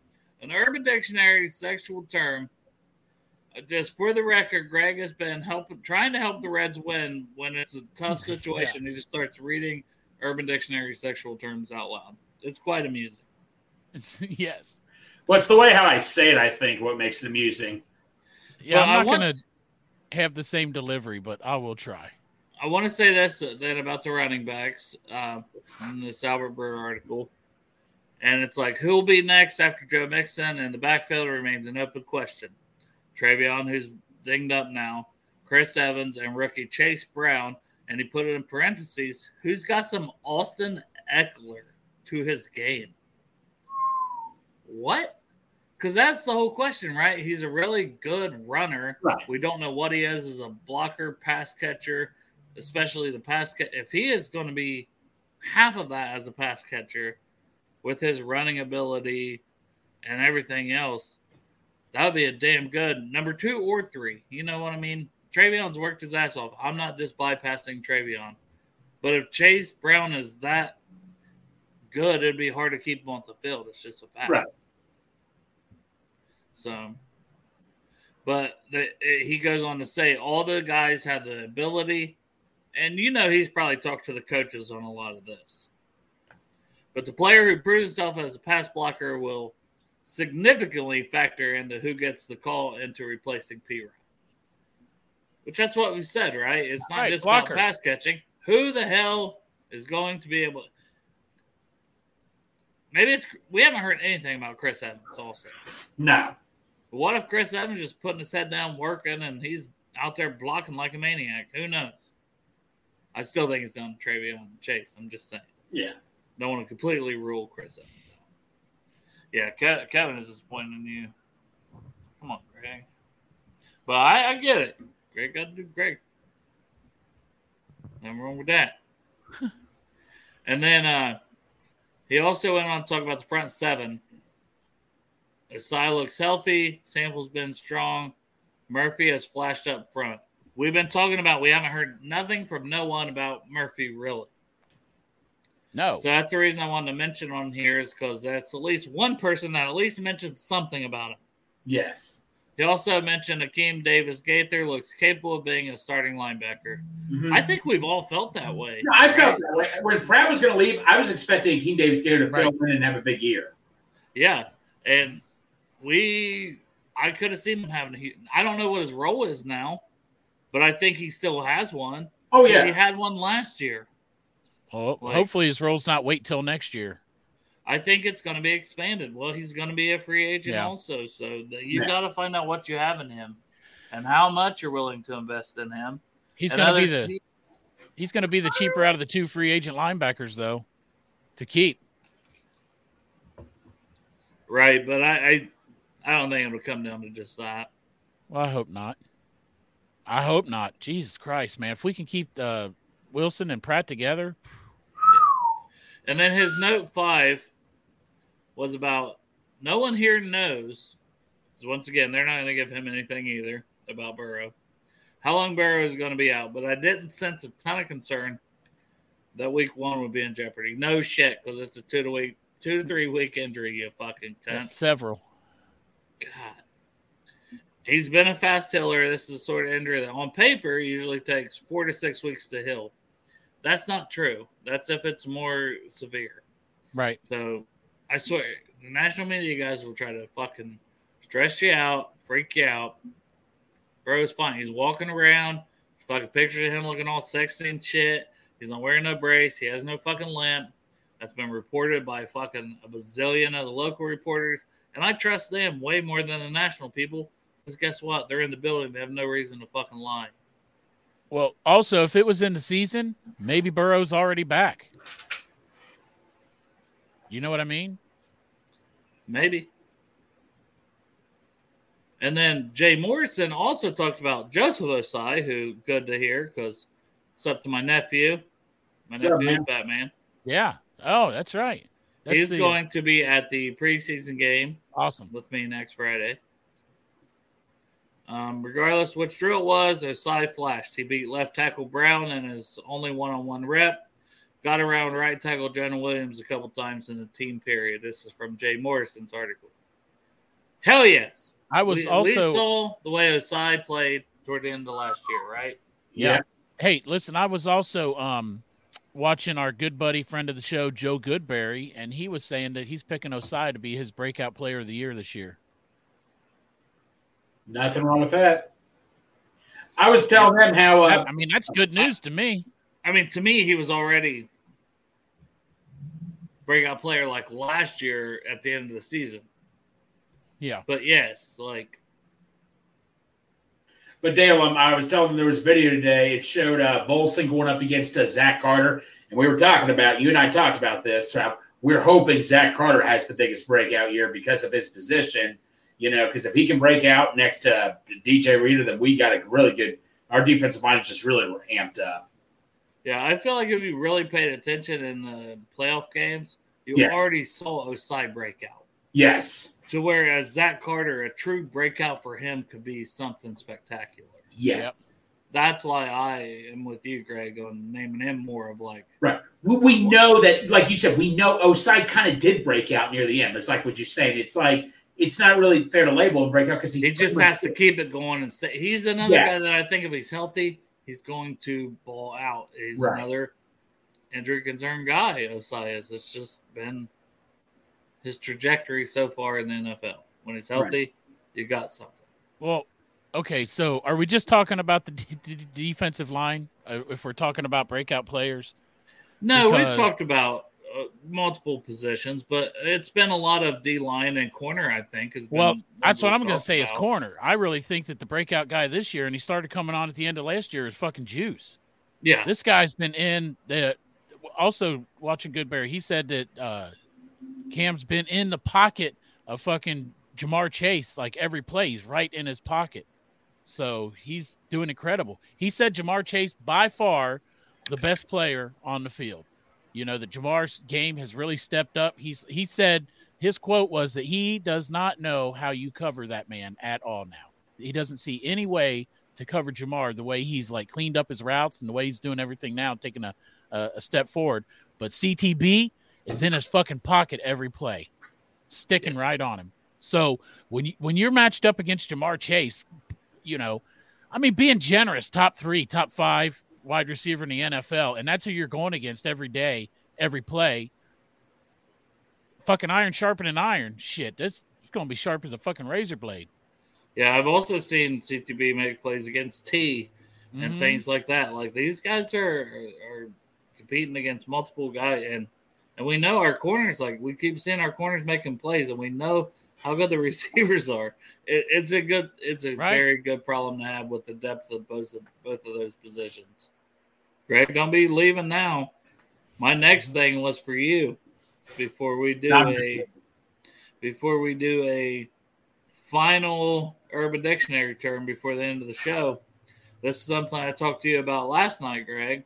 Speaker 1: An Urban Dictionary sexual term. Uh, Just for the record, Greg has been helping, trying to help the Reds win when it's a tough situation. He just starts reading Urban Dictionary sexual terms out loud. It's quite amusing.
Speaker 4: It's, yes.
Speaker 6: Well, it's the way how I say it, I think, what makes it amusing.
Speaker 4: Yeah,
Speaker 1: Well, I
Speaker 4: I'm not
Speaker 1: want-
Speaker 4: gonna have the same delivery, but I will try.
Speaker 1: I want to say this uh, then about the running backs uh, in this Albert Brewer article. And it's like, who'll be next after Joe Mixon? And the backfield remains an open question. Travion, who's dinged up now, Chris Evans, and rookie Chase Brown. And he put it in parentheses, who's got some Austin Eckler to his game? What? Because that's the whole question, right? He's a really good runner.
Speaker 6: Right.
Speaker 1: We don't know what he is as a blocker, pass catcher especially the pass catch. If he is going to be half of that as a pass catcher with his running ability and everything else, that would be a damn good number two or three. You know what I mean? Travion's worked his ass off. I'm not just bypassing Travion. But if Chase Brown is that good, it'd be hard to keep him off the field. It's just a fact.
Speaker 6: Right.
Speaker 1: So, but the, it- he goes on to say all the guys have the ability, and you know he's probably talked to the coaches on a lot of this. But the player who proves himself as a pass blocker will significantly factor into who gets the call into replacing P. Ryan. Which that's what we said, right? It's not
Speaker 4: Right,
Speaker 1: just
Speaker 4: blocker.
Speaker 1: about pass catching. Who the hell is going to be able? Maybe it's we haven't heard anything about Chris Evans. Also,
Speaker 6: No.
Speaker 1: but what if Chris Evans just putting his head down, working, and he's out there blocking like a maniac? Who knows? I still think it's down to Travion and Chase. I'm just saying.
Speaker 6: Yeah.
Speaker 1: Don't want to completely rule Chris Evans. out. Yeah, Ke- Kevin is disappointed in you. Come on, Greg. But I, I get it. Greg got to do Greg. Nothing wrong with that. and then uh, he also went on to talk about the front seven. Asai looks healthy. Sample's been strong. Murphy has flashed up front. We've been talking about, we haven't heard nothing from no one about Murphy, really.
Speaker 4: No.
Speaker 1: So that's the reason I wanted to mention on here is because that's at least one person that at least mentioned something about him.
Speaker 6: Yes.
Speaker 1: He also mentioned Akeem Davis Gaither looks capable of being a starting linebacker.
Speaker 6: Mhm.
Speaker 1: I think we've all felt that way.
Speaker 6: No, I felt
Speaker 1: right?
Speaker 6: that way. When Pratt was going to leave, I was expecting Keen Davis Gator to
Speaker 4: Right.
Speaker 6: fill in and have a big year.
Speaker 1: Yeah. And we, I could have seen him having a huge, I don't know what his role is now, but I think he still has one.
Speaker 6: Oh,
Speaker 1: 'Cause He
Speaker 6: yeah.
Speaker 1: had one last year.
Speaker 4: Well,
Speaker 1: Like-
Speaker 4: hopefully his role's not wait till next year.
Speaker 1: I think it's going to be expanded. Well, he's going to be a free agent
Speaker 4: Yeah.
Speaker 1: also, so that you
Speaker 6: Yeah.
Speaker 1: got to find out what you have in him and how much you're willing to invest in him.
Speaker 4: He's
Speaker 1: And
Speaker 4: gonna
Speaker 1: other
Speaker 4: be the
Speaker 1: te-
Speaker 4: he's gonna be the cheaper out of the two free agent linebackers though, to keep.
Speaker 1: right, but I, I, I don't think it'll come down to just that.
Speaker 4: Well, I hope not. I hope not. Jesus Christ, man! If we can keep uh, Wilson and Pratt together,
Speaker 1: And then his note five was about no one here knows. 'cause once again, they're not going to give him anything either about Burrow. How long Burrow is going to be out? But I didn't sense a ton of concern that Week One would be in jeopardy. No shit, because it's a two to week, two to three week injury. You fucking cunt.
Speaker 4: that's several.
Speaker 1: God. He's been a fast healer. This is the sort of injury that on paper usually takes four to six weeks to heal. That's not true. That's if it's more severe.
Speaker 4: Right.
Speaker 1: So I swear, the national media guys will try to fucking stress you out, freak you out. Bro, it's fine. He's walking around. There's fucking pictures of him looking all sexy and shit. He's not wearing no brace. He has no fucking limp. That's been reported by fucking a bazillion of the local reporters. And I trust them way more than the national people. Because guess what? They're in the building. They have no reason to fucking lie.
Speaker 4: Well, also, if it was in the season, maybe Burrow's already back. You know what I mean?
Speaker 1: Maybe. And then Jay Morrison also talked about Joseph Osai, who good to hear because it's up to my nephew. My
Speaker 6: What's up,
Speaker 1: nephew is
Speaker 6: man?
Speaker 1: Batman.
Speaker 4: Yeah. Oh, that's right. That's
Speaker 1: He's
Speaker 4: the-
Speaker 1: going to be at the preseason game
Speaker 4: awesome.
Speaker 1: with me next Friday. Um, regardless which drill it was, Osai flashed. He beat left tackle Brown in his only one on one rep. Got around right tackle Jonah Williams a couple times in the team period. This is from Jay Morrison's article. Hell yes.
Speaker 4: I was
Speaker 1: we, we
Speaker 4: also
Speaker 1: saw the way Osai played toward the end of last year, right?
Speaker 4: yeah. Hey, listen, I was also um watching our good buddy friend of the show Joe Goodberry and he was saying that he's picking Osai to be his breakout player of the year this year.
Speaker 6: Nothing wrong with that. I was telling them how uh,
Speaker 4: I mean, that's good news to me.
Speaker 1: I mean, to me, he was already breakout player like last year at the end of the season.
Speaker 4: Yeah.
Speaker 1: But yes, like
Speaker 6: But Dale, um, I was telling them there was a video today. It showed uh, Bolson going up against uh, Zach Carter, and we were talking about you and I talked about this. How we're hoping Zach Carter has the biggest breakout year because of his position. You know, because if he can break out next to DJ Reader, then we got a really good. Our defensive line is just really amped up.
Speaker 1: Yeah, I feel like if you really paid attention in the playoff games, you
Speaker 6: Yes.
Speaker 1: already saw Osai breakout.
Speaker 6: Yes,
Speaker 1: To whereas Zach Carter, a true breakout for him could be something spectacular.
Speaker 6: yes,
Speaker 1: That's why I am with you, Greg, on naming him more of like
Speaker 6: right. We, we know that, like you said, we know Osai kind of did break out near the end. It's like what you're saying. It's like it's not really fair to label him breakout because he,
Speaker 1: he just has to keep it going and stay. He's another
Speaker 6: Yeah.
Speaker 1: guy that I think if he's healthy, he's going to ball out. He's
Speaker 6: Right.
Speaker 1: another injury concern guy, Osai is. It's just been his trajectory so far in the NFL. When he's healthy, you got something.
Speaker 4: Well, okay, so are we just talking about the d- d- defensive line uh, if we're talking about breakout players?
Speaker 1: No, we've
Speaker 4: because-
Speaker 1: talked about uh, multiple positions, but it's been a lot of D line and corner. I think has been
Speaker 4: Well,
Speaker 1: ones
Speaker 4: that's what
Speaker 1: we've
Speaker 4: I'm going
Speaker 1: talked
Speaker 4: to say is
Speaker 1: about.
Speaker 4: corner. I really think that the breakout guy this year, and he started coming on at the end of last year, is fucking Juice.
Speaker 1: Yeah,
Speaker 4: This guy's been in the. Also, watching Goodberry, he said that uh, Cam's been in the pocket of fucking Jamar Chase like every play. He's right in his pocket, so he's doing incredible. He said Jamar Chase by far the best player on the field. You know that Jamar's game has really stepped up. He's he said his quote was that he does not know how you cover that man at all now. He doesn't see any way to cover Jamar the way he's like cleaned up his routes and the way he's doing everything now, taking a a, a step forward. But CTB is in his fucking pocket every play, sticking right on him. So when you, when you're matched up against Jamar Chase, you know, I mean, being generous, top three, top five wide receiver in the NFL, and that's who you're going against every day, every play. Fucking iron sharpening iron. Shit, that's it's gonna be sharp as a fucking razor blade.
Speaker 1: yeah. I've also seen CTB make plays against T and
Speaker 4: Mhm.
Speaker 1: things like that. Like these guys are are competing against multiple guys, and and we know our corners. Like we keep seeing our corners making plays, and we know how good the receivers are. It, it's a good, it's a
Speaker 4: Right.
Speaker 1: very good problem to have with the depth of both of both of those positions. Greg, don't be leaving now. My next thing was for you before we do
Speaker 6: Not-
Speaker 1: a before we do a final Urban Dictionary term before the end of the show. This is something I talked to you about last night, Greg.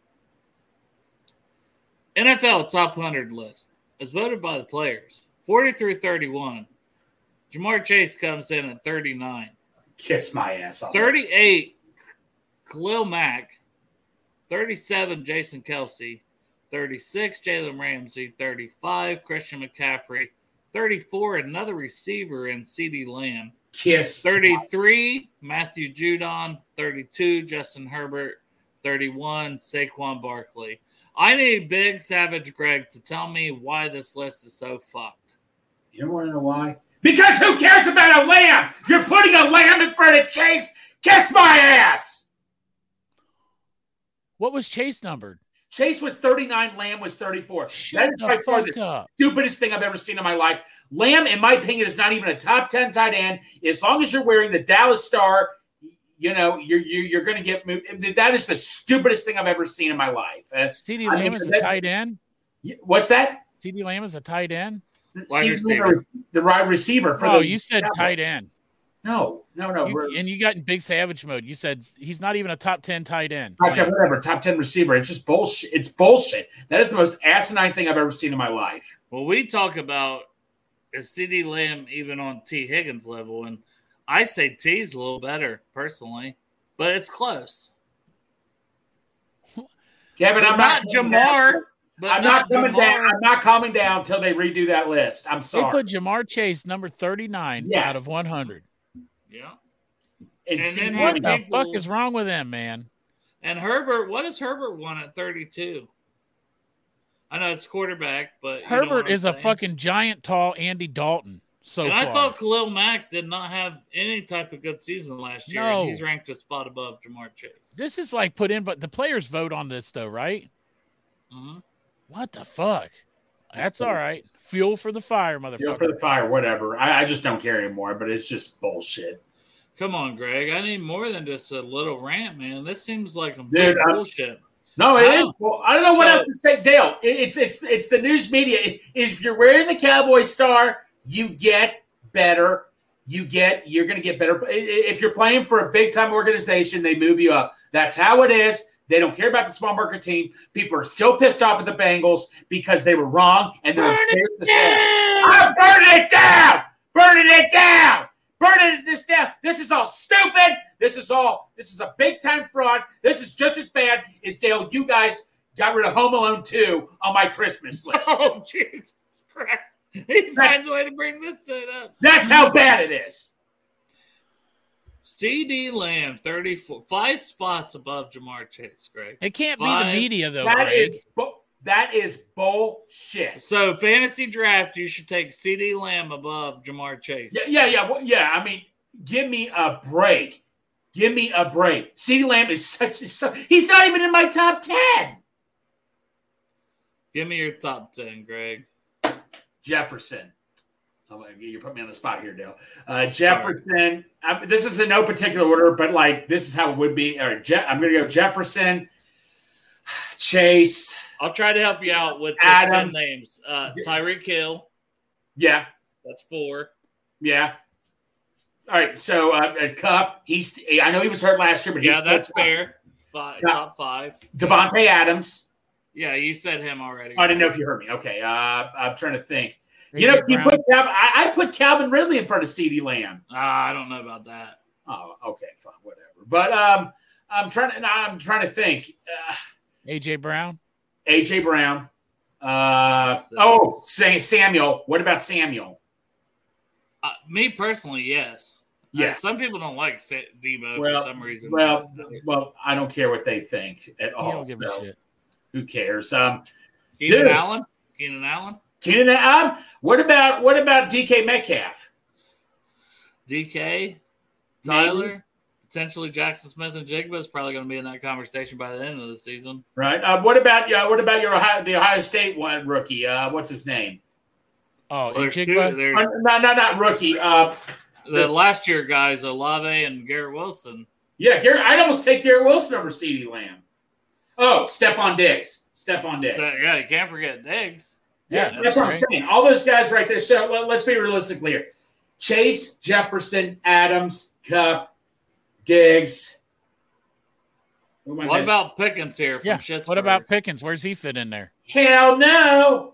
Speaker 1: NFL top 100 list as voted by the players 40 through 31. Jamar Chase comes in at 39.
Speaker 6: kiss my ass off.
Speaker 1: 38, Khalil Mack. 37, Jason Kelsey. 36, Jalen Ramsey. 35, Christian McCaffrey. 34, another receiver in CeeDee Lamb.
Speaker 6: Kiss
Speaker 1: 33, Matthew Judon. 32, Justin Herbert. 31, Saquon Barkley. I need Big Savage Greg to tell me why this list is so fucked.
Speaker 6: You don't want to know why? Because who cares about a lamb? You're putting a lamb in front of Chase. Kiss my ass.
Speaker 4: What was Chase numbered?
Speaker 6: Chase was 39. Lamb was 34.
Speaker 4: Shut
Speaker 6: That is
Speaker 4: the
Speaker 6: by far
Speaker 4: fuck
Speaker 6: the
Speaker 4: up.
Speaker 6: stupidest thing I've ever seen in my life. Lamb, in my opinion, is not even a top 10 tight end. As long as you're wearing the Dallas Star, you know, you're you're, you're going to get moved. That is the stupidest thing I've ever seen in my life. Uh,
Speaker 4: CD
Speaker 6: I
Speaker 4: Lamb
Speaker 6: mean,
Speaker 4: is a
Speaker 6: that-
Speaker 4: tight end.
Speaker 6: what's that?
Speaker 4: CD Lamb is a tight end.
Speaker 1: Wide
Speaker 6: See,
Speaker 1: receiver.
Speaker 6: the wide receiver. For
Speaker 4: Oh,
Speaker 6: the,
Speaker 4: you said tight end.
Speaker 6: No, no, no.
Speaker 4: You-
Speaker 6: we're-
Speaker 4: and you got in big savage mode. You said he's not even a top 10 tight end.
Speaker 6: top ten,
Speaker 4: Like,
Speaker 6: whatever, top ten receiver. It's just bullshit. It's bullshit. That is the most asinine thing I've ever seen in my life.
Speaker 1: Well, we talk about is CD Lamb even on T Higgins level, and I say T's a little better personally, but it's close.
Speaker 6: Kevin,
Speaker 1: But
Speaker 6: I'm not,
Speaker 1: not
Speaker 6: coming
Speaker 1: Jamar,
Speaker 6: down.
Speaker 1: But
Speaker 6: I'm not, coming down. I'm not calming down until they redo that list. I'm
Speaker 4: They
Speaker 6: sorry.
Speaker 4: put Jamar Chase number 39
Speaker 6: Yes.
Speaker 4: out of 100.
Speaker 1: Yeah.
Speaker 6: And
Speaker 1: and
Speaker 6: see,
Speaker 1: then
Speaker 6: what
Speaker 4: What
Speaker 1: Herbert-
Speaker 6: the-
Speaker 4: the
Speaker 1: People-
Speaker 4: fuck is wrong with them, man?
Speaker 1: And Herbert, what does Herbert want at 32? I know it's quarterback, but you know what
Speaker 4: Herbert
Speaker 1: I'm
Speaker 4: is a
Speaker 1: saying.
Speaker 4: fucking giant, tall Andy Dalton. So
Speaker 1: And
Speaker 4: far.
Speaker 1: I thought Khalil Mack did not have any type of good season last year,
Speaker 4: No.
Speaker 1: and he's ranked a spot above Jamar Chase.
Speaker 4: this is like put in, but the players vote on this though, right?
Speaker 1: Mhm.
Speaker 4: What the fuck? That's
Speaker 6: cool.
Speaker 4: all right. Fuel for the fire, motherfucker.
Speaker 6: you know, for the fire, whatever. I, I just don't care anymore. But it's just bullshit,
Speaker 1: Come on, Greg. I need more than just a little rant, man. This seems like complete
Speaker 6: Dude, I'm-
Speaker 1: bullshit.
Speaker 6: No, it is.
Speaker 1: Wow.
Speaker 6: Well, I don't know what
Speaker 1: So-
Speaker 6: else to say, Dale. It- It's it's it's the news media. If- If you're wearing the cowboy star, you get better. You get you're going to get better. I- i- If you're playing for a big time organization, they move you up. That's how it is. They don't care about the small market team. People are still pissed off at the Bengals because they were wrong and they're embarrassed to say it. I'm burning it down. Burning it down. Burning this down. This is all stupid. This is all. This is a big time fraud. This is just as bad as Dale. You guys got rid of Home Alone two on my Christmas list.
Speaker 1: Oh, Jesus Christ. He finds a way to bring this shit up.
Speaker 6: That's how bad it is.
Speaker 1: CD Lamb, 34, five spots above Jamar Chase, Greg.
Speaker 4: it can't be
Speaker 1: Five.
Speaker 4: the media though.
Speaker 6: That
Speaker 4: Greg.
Speaker 6: is. Bu- that is bullshit.
Speaker 1: So, fantasy draft, you should take CD Lamb above Jamar Chase.
Speaker 6: Yeah, yeah, yeah. Well, yeah I mean, give me a break. Give me a break. CeeDee Lamb is such. is so- He's not even in my top ten.
Speaker 1: Give me your top 10, Greg.
Speaker 6: Jefferson. Oh, my- you put me on the spot here, Dale. Uh, Jefferson. I, this is in no particular order, but like this is how it would be. All right, Je- I'm going to go Jefferson, Chase.
Speaker 1: I'll try to help you out with those
Speaker 6: Adams.
Speaker 1: 10 names. Uh, Tyreek Hill,
Speaker 6: Yeah,
Speaker 1: that's four.
Speaker 6: yeah. All right, so uh, at Cup. He's. I know he was hurt last year, but
Speaker 1: Yeah,
Speaker 6: he's
Speaker 1: that's fair. Five,
Speaker 6: Top-
Speaker 1: top five.
Speaker 6: Devonte Adams. Oh,
Speaker 1: Yeah, you said him already.
Speaker 6: I didn't know if you heard me. Okay, uh, I'm trying to think.
Speaker 4: AJ
Speaker 6: you know, you
Speaker 4: Brown.
Speaker 6: put Calvin, I, I put Calvin Ridley in front of Ceedee Lamb.
Speaker 1: Ah, I don't know about that.
Speaker 6: Oh, okay, fine, whatever. But um, I'm trying to. I'm trying to think. Uh,
Speaker 4: AJ Brown.
Speaker 6: AJ Brown. Uh,
Speaker 1: Six.
Speaker 6: oh, Sa- Samuel. What about Samuel?
Speaker 1: Uh, me personally, yes. Uh,
Speaker 6: Yeah.
Speaker 1: some people don't like Sa- Debo
Speaker 6: Well,
Speaker 1: for some reason.
Speaker 6: Well, well, I don't care what they think at
Speaker 4: You
Speaker 6: all.
Speaker 1: Oh,
Speaker 4: don't give
Speaker 6: so
Speaker 4: a shit.
Speaker 6: Who cares? Um,
Speaker 1: Keenan
Speaker 6: dude.
Speaker 1: Allen. Keenan Allen.
Speaker 6: Keenan, um, what about what about DK Metcalf?
Speaker 1: DK. Tyler. Potentially Jackson Smith and Jigba is probably going to be in that conversation by the end of the season.
Speaker 6: Right. Uh, what about uh, what about your Ohio, the Ohio State one rookie? Uh, what's his name?
Speaker 4: Oh,
Speaker 1: There's two.
Speaker 4: Ejigba?
Speaker 6: Uh,
Speaker 1: There's
Speaker 6: no, no, not rookie. Uh,
Speaker 1: the last year guys, Olave and Garrett Wilson.
Speaker 6: yeah, Garrett, I'd almost take Garrett Wilson over Ceedee Lamb. Oh, Stephon Diggs. Stephon Diggs.
Speaker 1: So, yeah, you can't forget Diggs.
Speaker 6: Yeah,
Speaker 1: Yeah,
Speaker 6: that's what I'm
Speaker 4: right.
Speaker 6: saying. All those guys right there. So well, let's be realistic here. Chase, Jefferson, Adams, Cup, Diggs. Who am I
Speaker 1: What
Speaker 6: missing?
Speaker 1: about Pickens here from
Speaker 4: Yeah.
Speaker 1: Pittsburgh?
Speaker 4: What about Pickens? Where's he fit in there?
Speaker 6: Hell no.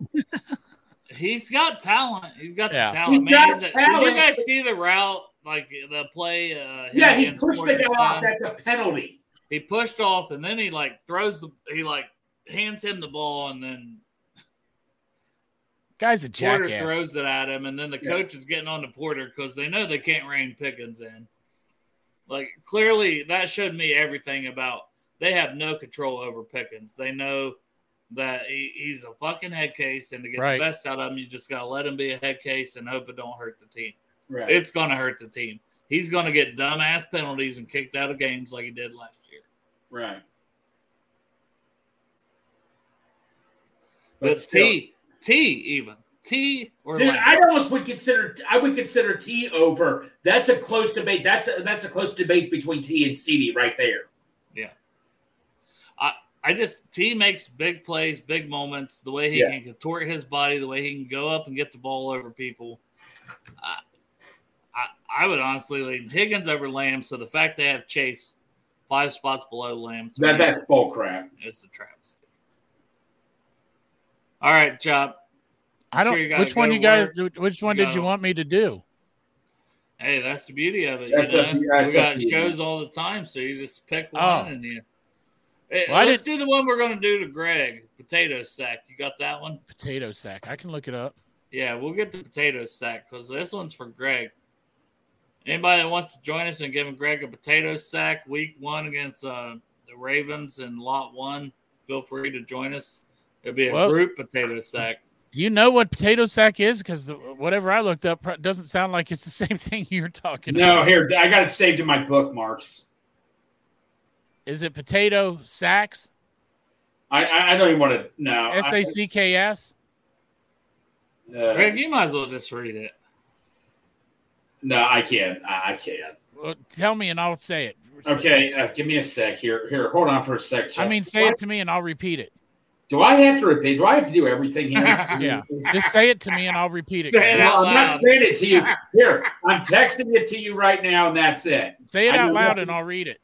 Speaker 1: He's got talent. He's got
Speaker 4: Yeah.
Speaker 1: the talent.
Speaker 6: He's
Speaker 1: man.
Speaker 6: got
Speaker 1: He's a-
Speaker 6: talent.
Speaker 1: Did you guys see the route, like the play? Uh, him
Speaker 6: Yeah, he
Speaker 1: against
Speaker 6: pushed the guy
Speaker 1: Porter's
Speaker 6: off.
Speaker 1: son?
Speaker 6: That's a penalty.
Speaker 1: He pushed off, and then he like throws the. He like hands him the ball, and then
Speaker 4: Guy's a
Speaker 1: Porter
Speaker 4: jackass.
Speaker 1: throws it at him, and then the
Speaker 6: Yeah.
Speaker 1: coach is getting on to Porter because they know they can't rein Pickens in. Like clearly, that showed me everything about they have no control over Pickens. They know that he, he's a fucking head case, and to get
Speaker 4: Right.
Speaker 1: the best out of him, you just gotta let him be a head case and hope it don't hurt the team.
Speaker 6: Right.
Speaker 1: It's gonna hurt the team. He's gonna get dumbass penalties and kicked out of games like he did last year.
Speaker 6: right.
Speaker 1: But
Speaker 6: still-
Speaker 1: T, T even T or
Speaker 6: Dude,
Speaker 1: Lamb.
Speaker 6: I almost would consider I would consider T over. That's a close debate. That's a, that's a close debate between T and CD right there.
Speaker 1: I just T makes big plays, big moments. The way he
Speaker 6: Yeah.
Speaker 1: can contort his body, the way he can go up and get the ball over people. I, I, I would honestly lean Higgins over Lamb. So the fact they have Chase five spots below Lamb, to
Speaker 6: That
Speaker 1: me,
Speaker 6: that's bull crap.
Speaker 1: is a travesty. All right, Chop. I'm
Speaker 4: I don't.
Speaker 1: sure you gotta
Speaker 4: which one
Speaker 1: go
Speaker 4: you
Speaker 1: to
Speaker 4: guys?
Speaker 1: work.
Speaker 4: Which one did
Speaker 1: gotta-
Speaker 4: you want me to do?
Speaker 1: Hey, that's the beauty of it.
Speaker 6: That's
Speaker 1: you know?
Speaker 6: up to you- that's
Speaker 1: we
Speaker 6: up
Speaker 1: got
Speaker 6: to you.
Speaker 1: shows all the time, so you just pick one
Speaker 4: Oh.
Speaker 1: and you. Hey,
Speaker 4: Well, I
Speaker 1: let's do the one we're going to do to Greg potato sack. You got that one?
Speaker 4: Potato sack. I can look it up.
Speaker 1: Yeah, we'll get the potato sack because this one's for Greg. Anybody that wants to join us and giving Greg a potato sack week one against uh, the Ravens in lot one, feel free to join us. It'll be a
Speaker 4: Well-
Speaker 1: group potato sack.
Speaker 4: Do you know what potato sack is? Because whatever I looked up pro- doesn't sound like it's the same thing you're talking
Speaker 6: No,
Speaker 4: about.
Speaker 6: here I got it saved in my bookmarks.
Speaker 4: Is it potato sacks?
Speaker 6: I I, I don't even want to. No, I-
Speaker 4: S A C K S?
Speaker 6: uh,
Speaker 1: Greg, you might as well just read it.
Speaker 6: no, I can't. I, I can't.
Speaker 4: Well, tell me and I'll say it.
Speaker 6: Okay, uh, give me a sec here. Here, hold on for a sec.
Speaker 4: I
Speaker 6: Chuck.
Speaker 4: mean, say it to me and I'll repeat it.
Speaker 6: Do I have to repeat? Do I have to do everything here?
Speaker 4: Yeah. Just say it to me and I'll repeat it.
Speaker 1: Say it
Speaker 4: Greg.
Speaker 6: Well,
Speaker 1: out
Speaker 6: I'm not
Speaker 1: loud.
Speaker 6: saying it to you. Here, I'm texting it to you right now, and that's it.
Speaker 4: Say it
Speaker 6: I
Speaker 4: out
Speaker 6: know
Speaker 4: loud
Speaker 6: that-
Speaker 4: and I'll read it.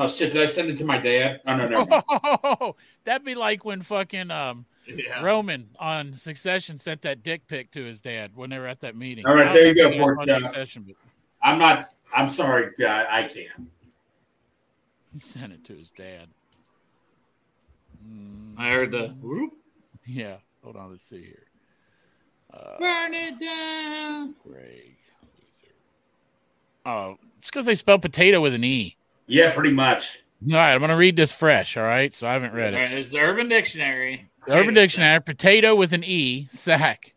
Speaker 6: Oh shit! Did I send it to my dad? Oh no, no. no.
Speaker 4: that'd be like when fucking um,
Speaker 1: Yeah.
Speaker 4: Roman on Succession sent that dick pic to his dad when they were at that meeting.
Speaker 6: All right,
Speaker 4: I don't
Speaker 6: there
Speaker 4: know if
Speaker 6: you go,
Speaker 4: guys
Speaker 6: Pork
Speaker 4: watched
Speaker 6: Chop.
Speaker 4: Succession, but
Speaker 6: I'm not. I'm sorry. I, I can't.
Speaker 4: He sent it to his dad.
Speaker 1: I heard the whoop,
Speaker 4: Yeah. Hold on. Let's see here.
Speaker 1: burn it down.
Speaker 4: Greg. loser. Oh, it's because they spelled potato with an E.
Speaker 6: Yeah, pretty much.
Speaker 4: All right. I'm going to read this fresh. All right. So I haven't read
Speaker 1: All
Speaker 4: it.
Speaker 1: right, it's the Urban Dictionary.
Speaker 4: The Urban
Speaker 1: Potato
Speaker 4: Dictionary, potato with an E, sack.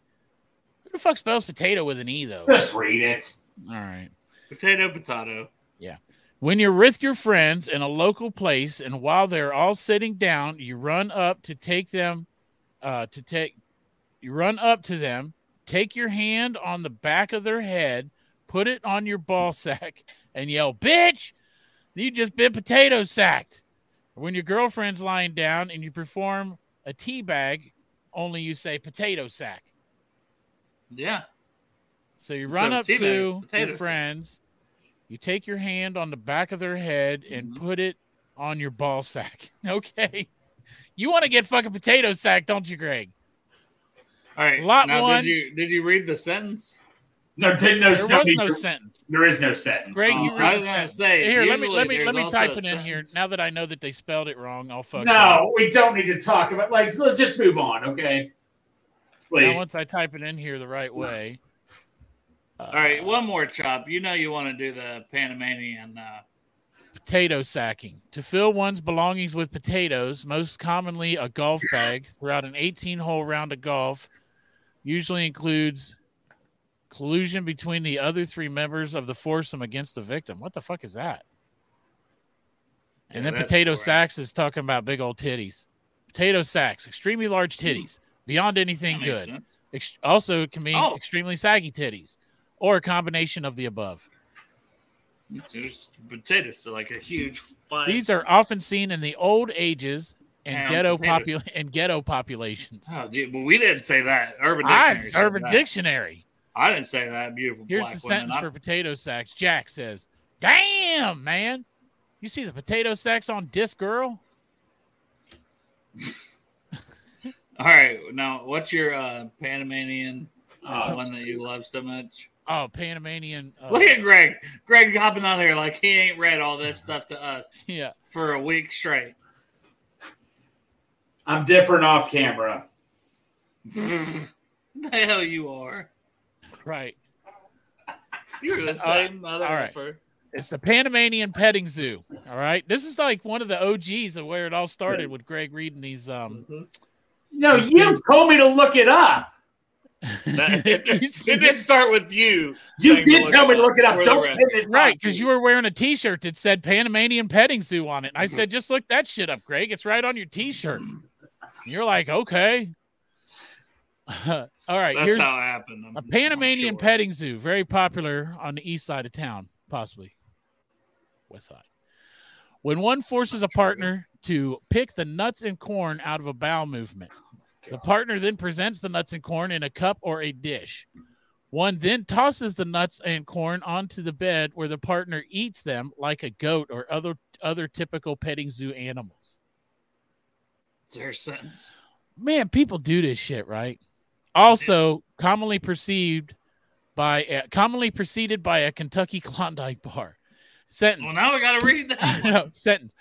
Speaker 4: Who the fuck spells potato with an E, though? All
Speaker 6: Just read it.
Speaker 4: right.
Speaker 1: sack. Potato, potato.
Speaker 4: When you're with your friends in a local place, and while they're all sitting down, you run up to take them, uh, to take, you run up to them, take your hand on the back of their head, put it on your ball sack, and yell, "Bitch, you just been potato sacked." When your girlfriend's lying down and you perform a tea bag, only you say potato sack.
Speaker 1: Yeah.
Speaker 4: So you
Speaker 1: So
Speaker 4: run up
Speaker 1: tea bags,
Speaker 4: to
Speaker 1: potato
Speaker 4: your
Speaker 1: sack.
Speaker 4: friends, you take your hand on the back of their head and
Speaker 1: Mm-hmm.
Speaker 4: put it on your ball sack. Okay. You want to get fucking potato sack, don't you, Greg?
Speaker 1: All right.
Speaker 4: Lot
Speaker 1: now,
Speaker 4: one.
Speaker 1: Did you did you read the sentence?
Speaker 6: No, did, no,
Speaker 4: There
Speaker 6: no,
Speaker 4: was
Speaker 6: need
Speaker 4: no
Speaker 6: to-
Speaker 4: sentence.
Speaker 6: there is no sentence.
Speaker 4: Greg,
Speaker 1: Uh,
Speaker 4: you
Speaker 1: I
Speaker 4: read the
Speaker 1: was gonna
Speaker 4: sentence.
Speaker 1: say
Speaker 4: Here, let me
Speaker 1: usually
Speaker 4: let me let
Speaker 1: there's
Speaker 4: me
Speaker 1: also
Speaker 4: type
Speaker 1: a
Speaker 4: it in here.
Speaker 1: sentence.
Speaker 4: Now that I know that they spelled it wrong, I'll fuck. up.
Speaker 6: no, we don't need to talk about. Like, let's just move on, okay?
Speaker 4: Now
Speaker 6: Please.
Speaker 4: once I type it in here the right way.
Speaker 1: All right, one more chop. You know you want to do the Panamanian. Uh,
Speaker 4: potato sacking to fill one's belongings with potatoes most commonly a golf bag throughout an 18 hole round of golf usually includes collusion between the other three members of the foursome against the victim what the fuck is that and
Speaker 1: Yeah,
Speaker 4: then
Speaker 1: that's
Speaker 4: potato
Speaker 1: boring.
Speaker 4: sacks is talking about big old titties potato sacks extremely large titties beyond
Speaker 1: Hmm. that
Speaker 4: anything
Speaker 1: makes
Speaker 4: good
Speaker 1: sense.
Speaker 4: Ex- also it can mean
Speaker 1: Oh.
Speaker 4: extremely saggy titties or a combination of the above
Speaker 1: It's just potatoes, so like a huge five.
Speaker 4: These are often seen in the old ages and
Speaker 1: And
Speaker 4: ghetto
Speaker 1: potatoes.
Speaker 4: popu- and ghetto populations.
Speaker 1: Oh, gee, but we didn't say that. Urban
Speaker 4: I
Speaker 1: Dictionary. said
Speaker 4: Urban
Speaker 1: that.
Speaker 4: Dictionary.
Speaker 1: I didn't say that. Beautiful
Speaker 4: Here's
Speaker 1: black
Speaker 4: the
Speaker 1: women.
Speaker 4: sentence
Speaker 1: I-
Speaker 4: for potato sacks. Jack says, "Damn, man, you see the potato sacks on disc girl?
Speaker 1: All right, now what's your uh, Panamanian uh,
Speaker 6: Oh,
Speaker 1: one that you love so much?
Speaker 4: Oh, Panamanian. Uh,
Speaker 1: Look at Greg. Greg hopping on there like he ain't read all this stuff to us
Speaker 4: yeah,
Speaker 1: for a week straight.
Speaker 6: I'm different off camera.
Speaker 1: the hell you are.
Speaker 4: right.
Speaker 1: You're the
Speaker 4: Uh,
Speaker 1: same mother
Speaker 4: all right.
Speaker 1: effer.
Speaker 4: It's the Panamanian petting zoo. All right, this is like one of the OGs of where it all started with Greg reading these. Um,
Speaker 1: Mm-hmm.
Speaker 6: No, you told me to look it up.
Speaker 1: That- it,
Speaker 4: You
Speaker 1: it
Speaker 4: see
Speaker 1: didn't
Speaker 4: it?
Speaker 1: start with you.
Speaker 6: You
Speaker 1: saying
Speaker 6: did tell me to look it up.
Speaker 1: for the
Speaker 6: Don't
Speaker 1: record.
Speaker 6: pin this
Speaker 4: Right,
Speaker 6: on
Speaker 4: because
Speaker 6: me.
Speaker 4: you were wearing a T-shirt that said Panamanian Petting Zoo on it. And I
Speaker 1: Mm-hmm.
Speaker 4: said, just look that shit up, Greg. It's right on your T-shirt. And you're like, okay. All right,
Speaker 1: That's
Speaker 4: here's
Speaker 1: how it happened. I'm-
Speaker 4: a
Speaker 1: I'm
Speaker 4: Panamanian
Speaker 1: sure.
Speaker 4: Petting Zoo, very popular on the east side of town, possibly west side. When one forces a partner to pick the nuts and corn out of a bowel movement, the partner then presents the nuts and corn in a cup or a dish. One then tosses the nuts and corn onto the bed where the partner eats them like a goat or other other typical petting zoo animals.
Speaker 1: It's her sentence.
Speaker 4: Man, people do this shit, right? Also, commonly perceived by uh, commonly preceded by a Kentucky Klondike bar. Sentence.
Speaker 1: Well, now we got to read that.
Speaker 4: no, sentence.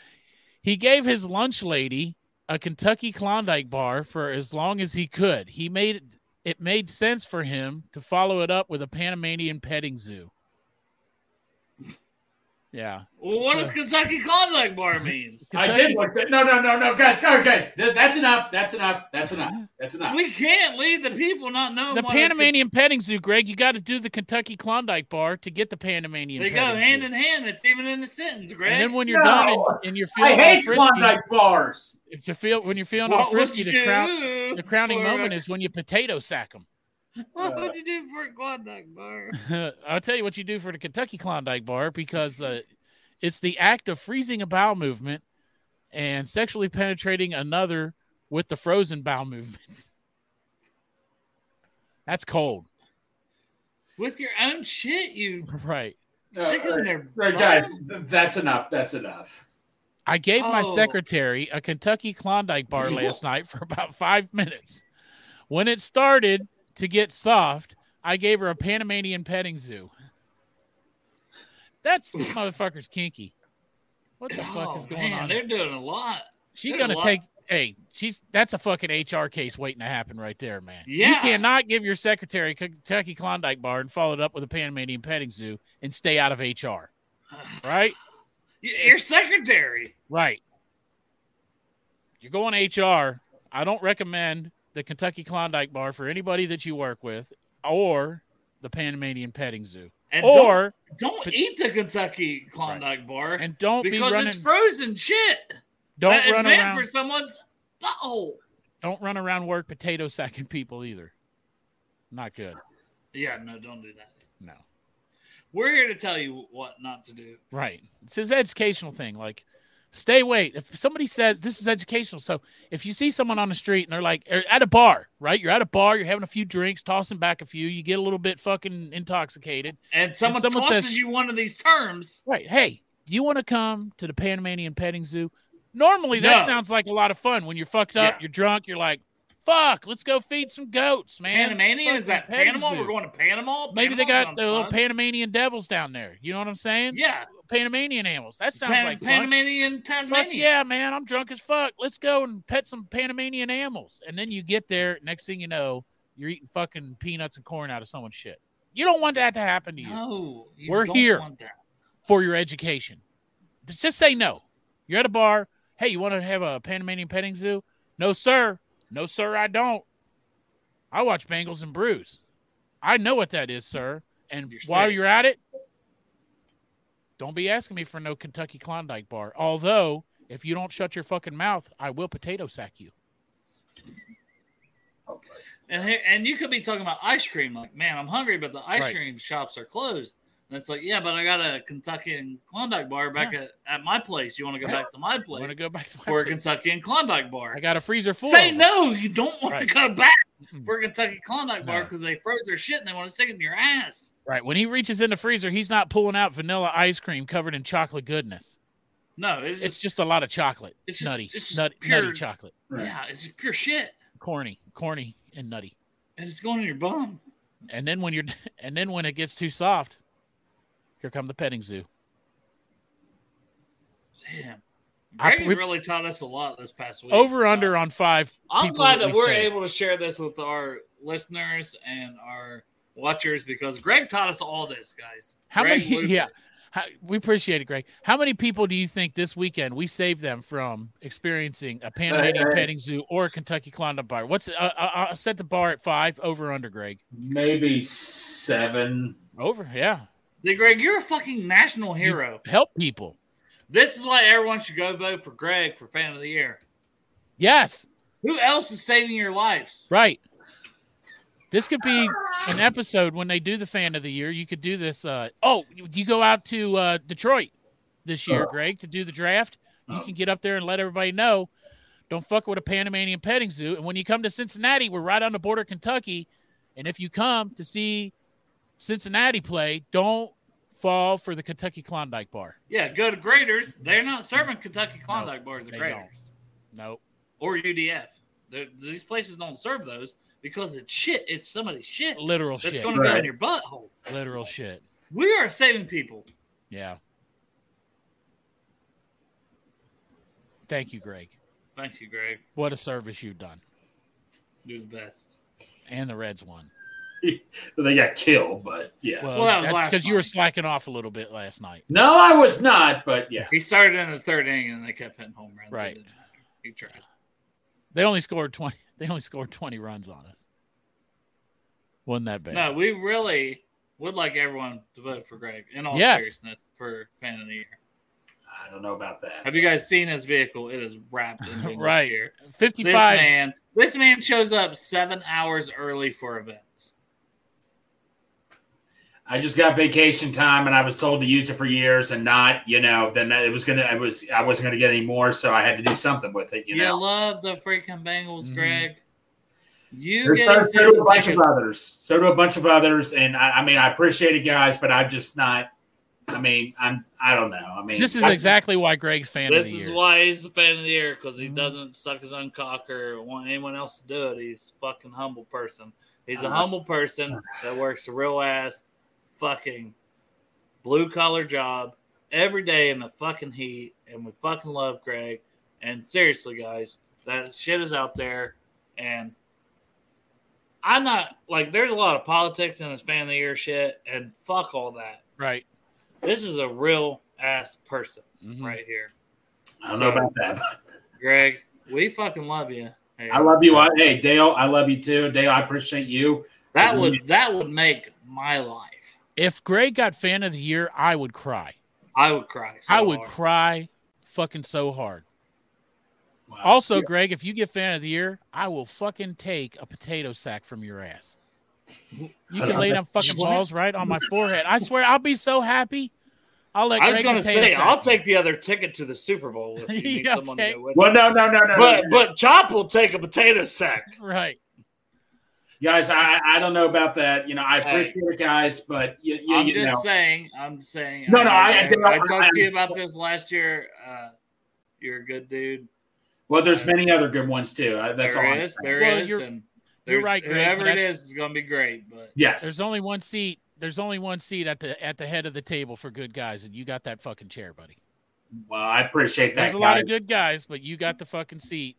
Speaker 4: He gave his lunch lady a Kentucky Klondike bar for as long as he could. He made it, it made sense for him to follow it up with a Panamanian petting zoo. Yeah.
Speaker 1: Well, what does Kentucky Klondike Bar mean?
Speaker 6: I did look that. No, no, no, no, guys, guys, guys. Th- that's enough. That's enough. That's enough. That's enough.
Speaker 1: We can't leave the people not knowing
Speaker 4: The
Speaker 1: what a-
Speaker 4: Panamanian petting zoo, Greg, you got to do the Kentucky Klondike bar to get the Panamanian.
Speaker 1: They go
Speaker 4: petting
Speaker 1: hand
Speaker 4: zoo.
Speaker 1: in hand. It's even in the sentence, Greg.
Speaker 4: And then when you're
Speaker 6: No.
Speaker 4: done and, and you're feeling
Speaker 6: I
Speaker 4: all
Speaker 6: hate
Speaker 4: frisky,
Speaker 6: Klondike bars.
Speaker 4: if you feel when you're feeling all
Speaker 1: what would
Speaker 4: frisky,
Speaker 1: you
Speaker 4: the, crown,
Speaker 1: do
Speaker 4: the crowning
Speaker 1: for uh,
Speaker 4: moment
Speaker 1: a-
Speaker 4: is uh, when you potato sack them.
Speaker 1: What would you do for a Klondike Bar?
Speaker 4: I'll tell you what you do for the Kentucky Klondike bar because uh, it's the act of freezing a bowel movement and sexually penetrating another with the frozen bowel movement. That's cold,
Speaker 1: With your own shit, you
Speaker 4: right?
Speaker 6: No,
Speaker 1: stick it in there.
Speaker 6: Uh, Right, guys, th- that's enough. That's enough.
Speaker 4: I gave my
Speaker 1: Oh.
Speaker 4: secretary a Kentucky Klondike bar last night for about five minutes. When it started to get soft, I gave her a Panamanian petting zoo. That's motherfucker's kinky. What the fuck is
Speaker 1: Oh,
Speaker 4: going
Speaker 1: man,
Speaker 4: on?
Speaker 1: They're doing a lot.
Speaker 4: She
Speaker 1: There's a
Speaker 4: gonna
Speaker 1: lot-
Speaker 4: take. Hey, she's that's a fucking HR case waiting to happen right there, man. You
Speaker 1: Yeah.
Speaker 4: cannot give your secretary Kentucky Klondike bar and follow it up with a Panamanian petting zoo and stay out of HR. Right,
Speaker 1: Y- Your secretary.
Speaker 4: right. You're going HR. I don't recommend the Kentucky Klondike bar for anybody that you work with, or the Panamanian petting zoo,
Speaker 1: And
Speaker 4: or
Speaker 1: don't, don't eat the Kentucky Klondike Bar
Speaker 4: and don't be
Speaker 1: because
Speaker 4: running.
Speaker 1: it's frozen shit.
Speaker 4: Don't
Speaker 1: that is
Speaker 4: run
Speaker 1: meant
Speaker 4: around.
Speaker 1: for someone's butthole.
Speaker 4: Don't run around work potato sacking people either. Not good.
Speaker 1: Yeah, no, don't do that.
Speaker 4: No.
Speaker 1: We're here to tell you what not to do.
Speaker 4: Right. It's his educational thing. Like, stay wait. If somebody says this is educational, so if you see someone on the street and they're like or at a bar, right? You're at a bar, you're having a few drinks, tossing back a few, you get a little bit fucking intoxicated.
Speaker 1: And someone,
Speaker 4: someone
Speaker 1: tosses
Speaker 4: says-
Speaker 1: you one of these terms.
Speaker 4: Right. Hey, do you want to come to the Panamanian petting zoo? Normally that
Speaker 1: No.
Speaker 4: sounds like a lot of fun. When you're fucked up,
Speaker 1: Yeah.
Speaker 4: you're drunk, you're like, fuck, let's go feed some goats, man.
Speaker 1: Panamanian is that
Speaker 4: Fucking petting
Speaker 1: Panama?
Speaker 4: zoo.
Speaker 1: We're going to Panama.
Speaker 4: Maybe they
Speaker 1: Panama
Speaker 4: got
Speaker 1: sounds
Speaker 4: the little
Speaker 1: fun.
Speaker 4: Panamanian devils down there. You know what I'm saying?
Speaker 1: yeah,
Speaker 4: Panamanian animals. That sounds
Speaker 1: Pan-
Speaker 4: like fun.
Speaker 1: Panamanian Tasmania.
Speaker 4: Fuck yeah, man. I'm drunk as fuck. Let's go and pet some Panamanian animals. And then you get there. Next thing you know, you're eating fucking peanuts and corn out of someone's shit. You don't want that to happen to you
Speaker 1: No, you
Speaker 4: We're
Speaker 1: don't
Speaker 4: here.
Speaker 1: Want that.
Speaker 4: for your education. Just say no. You're at a bar. Hey, you want to have a Panamanian petting zoo? No, sir. No, sir, I don't. I watch Bengals and Brews. I know what that is, sir. And
Speaker 1: You're
Speaker 4: while
Speaker 1: safe.
Speaker 4: you're at it, don't be asking me for no Kentucky Klondike bar. Although, if you don't shut your fucking mouth, I will potato sack you.
Speaker 1: And here, and you could be talking about ice cream. Like, man, I'm hungry, but the ice
Speaker 4: Right.
Speaker 1: cream shops are closed. And it's like, yeah, but I got a Kentucky and Klondike bar back at, at my place. You want to go back to my
Speaker 4: I want
Speaker 1: place
Speaker 4: to go back to my
Speaker 1: for a
Speaker 4: place.
Speaker 1: Kentucky and Klondike bar?
Speaker 4: I got a freezer full.
Speaker 1: Say
Speaker 4: of 'em.
Speaker 1: no. You don't want
Speaker 4: Right.
Speaker 1: to go back
Speaker 4: Mm-mm.
Speaker 1: for a Kentucky Klondike bar
Speaker 4: No.
Speaker 1: because they froze their shit and they want to stick it in your ass.
Speaker 4: Right. When he reaches in the freezer, he's not pulling out vanilla ice cream covered in chocolate goodness.
Speaker 1: No, it's just,
Speaker 4: It's just a lot of chocolate.
Speaker 1: It's just-
Speaker 4: nutty,
Speaker 1: it's just
Speaker 4: nut-
Speaker 1: pure-
Speaker 4: nutty chocolate.
Speaker 1: yeah, it's just pure shit,
Speaker 4: Corny, corny, and nutty.
Speaker 1: and it's going in your bum.
Speaker 4: And then when you're, and then when it gets too soft, here come the petting zoo.
Speaker 1: Damn,
Speaker 4: I-
Speaker 1: Greg
Speaker 4: we-
Speaker 1: really taught us a lot this past week.
Speaker 4: Over under on five.
Speaker 1: I'm
Speaker 4: people
Speaker 1: glad that
Speaker 4: we
Speaker 1: we're
Speaker 4: say.
Speaker 1: able to share this with our listeners and our watchers because Greg taught us all this, guys.
Speaker 4: How
Speaker 1: Greg
Speaker 4: many?
Speaker 1: Luther.
Speaker 4: Yeah, how, we appreciate it, Greg. How many people do you think this weekend we saved them from experiencing a Panamanian
Speaker 6: hey.
Speaker 4: petting zoo or a Kentucky Klondike bar? What's uh, uh, uh, set the bar at five? Over under, Greg.
Speaker 6: Maybe seven.
Speaker 4: Over. Yeah.
Speaker 1: See, Greg, you're a fucking national hero.
Speaker 4: Help people.
Speaker 1: This is why everyone should go vote for Greg for Fan of the Year.
Speaker 4: Yes.
Speaker 1: Who else is saving your lives?
Speaker 4: Right. This could be an episode when they do the fan of the year. You could do this. Uh, oh, you you go out to uh, Detroit this year, Greg, to do the draft. You can get up there and let everybody know. Don't fuck with a Panamanian petting zoo. And when you come to Cincinnati, we're right on the border of Kentucky. And if you come to see Cincinnati play, don't fall for the Kentucky Klondike bar.
Speaker 1: Yeah, go to Graders. They're not serving Kentucky Klondike bars at
Speaker 4: they
Speaker 1: Graders
Speaker 4: Nope.
Speaker 1: or UDF. They're, these places don't serve those because it's shit. It's somebody's shit
Speaker 4: Literal
Speaker 1: that's
Speaker 4: shit.
Speaker 1: going to go in your butthole.
Speaker 4: Literal shit.
Speaker 1: We are saving people.
Speaker 4: Yeah. Thank you, Greg.
Speaker 1: Thank you, Greg.
Speaker 4: What a service you've done.
Speaker 1: Do the best.
Speaker 4: And the Reds won.
Speaker 6: They got killed, but yeah.
Speaker 4: Well,
Speaker 1: Well, that was
Speaker 4: that's
Speaker 1: last
Speaker 4: because you were
Speaker 1: night.
Speaker 4: slacking off a little bit last night.
Speaker 6: no, I was not, but yeah.
Speaker 1: He started in the third inning and they kept hitting home runs. It
Speaker 4: Right.
Speaker 1: didn't matter. He tried.
Speaker 4: They only scored twenty. They only scored twenty runs on us. Wasn't that bad?
Speaker 1: No, we really would like everyone to vote for Greg in all
Speaker 4: Yes.
Speaker 1: seriousness for fan of the year.
Speaker 6: I don't know about that.
Speaker 1: Have you guys seen his vehicle? It is wrapped in Bengals
Speaker 4: Right.
Speaker 1: gear. This
Speaker 4: Fifty-five.
Speaker 1: man, this man shows up seven hours early for events.
Speaker 6: I just got vacation time, and I was told to use it for years, and not, you know, then it was gonna, I was, I wasn't gonna get any more, so I had to do something with it, you
Speaker 1: You,
Speaker 6: know.
Speaker 1: love the freaking Bengals,
Speaker 4: Mhm.
Speaker 1: Greg. You
Speaker 6: There's-
Speaker 1: get
Speaker 6: so do a
Speaker 1: season
Speaker 6: bunch
Speaker 1: tickets.
Speaker 6: of others. So do a bunch of others, and I, I mean, I appreciate it, guys, but I'm just not. I mean, I'm. I don't know. I mean,
Speaker 4: This is
Speaker 6: I-
Speaker 4: exactly why Greg's fan
Speaker 1: This
Speaker 4: of the
Speaker 1: is
Speaker 4: year.
Speaker 1: why he's the fan of the year because he
Speaker 4: Mhm.
Speaker 1: doesn't suck his own cock or want anyone else to do it. He's a fucking humble person. He's a
Speaker 6: Uh-huh.
Speaker 1: humble person that works a real ass fucking blue collar job every day in the fucking heat. And we fucking love Greg. And seriously, guys, that shit is out there. And I'm not like, there's a lot of politics in this fan of the year shit. And fuck all that.
Speaker 4: Right.
Speaker 1: This is a real ass person
Speaker 4: Mhm.
Speaker 1: right here.
Speaker 6: I don't know about that. but
Speaker 1: Greg, we fucking love you. Hey,
Speaker 6: I love you. I, hey, Dale, I love you too. Dale, I appreciate you.
Speaker 1: that would that would make my life.
Speaker 4: If Greg got fan of the year, I would cry.
Speaker 1: I would cry. so
Speaker 4: I would
Speaker 1: hard.
Speaker 4: cry fucking so hard.
Speaker 6: Wow.
Speaker 4: Also, Greg, if you get fan of the year, I will fucking take a potato sack from your ass. You can lay them fucking
Speaker 1: What?
Speaker 4: balls right on my forehead. I swear, I'll be so happy. I'll let.
Speaker 1: I was
Speaker 4: Greg
Speaker 1: gonna
Speaker 4: potato
Speaker 1: say
Speaker 4: sack
Speaker 1: I'll
Speaker 4: me.
Speaker 1: take the other ticket to the Super Bowl if you need
Speaker 4: Yeah,
Speaker 1: someone to
Speaker 4: okay.
Speaker 1: go with.
Speaker 6: Well, no, no, no, no.
Speaker 1: you. But
Speaker 6: no.
Speaker 1: but Chop will take a potato sack.
Speaker 4: Right.
Speaker 6: guys, I, I don't know about that. You know, I appreciate it, guys, but you, you,
Speaker 1: I'm
Speaker 6: you
Speaker 1: just
Speaker 6: know,
Speaker 1: saying. I'm saying.
Speaker 6: No, no, I-
Speaker 1: I,
Speaker 6: I-
Speaker 1: talked to
Speaker 6: I-
Speaker 1: you about this last year. Uh, you're a good dude.
Speaker 6: well, there's many other good ones too. I, that's all.
Speaker 1: There
Speaker 6: I'm
Speaker 1: is,
Speaker 6: saying.
Speaker 1: there is,
Speaker 4: Well, you're-
Speaker 1: and
Speaker 4: you're
Speaker 1: there's-
Speaker 4: right, Greg, but
Speaker 1: Whoever it
Speaker 4: that's-
Speaker 1: is is gonna be great. But
Speaker 6: Yes.
Speaker 4: There's only one seat. There's only one seat at the at the head of the table for good guys, and you got that fucking chair, buddy.
Speaker 6: well, I appreciate that.
Speaker 4: There's a lot
Speaker 6: guys.
Speaker 4: of good guys, but you got the fucking seat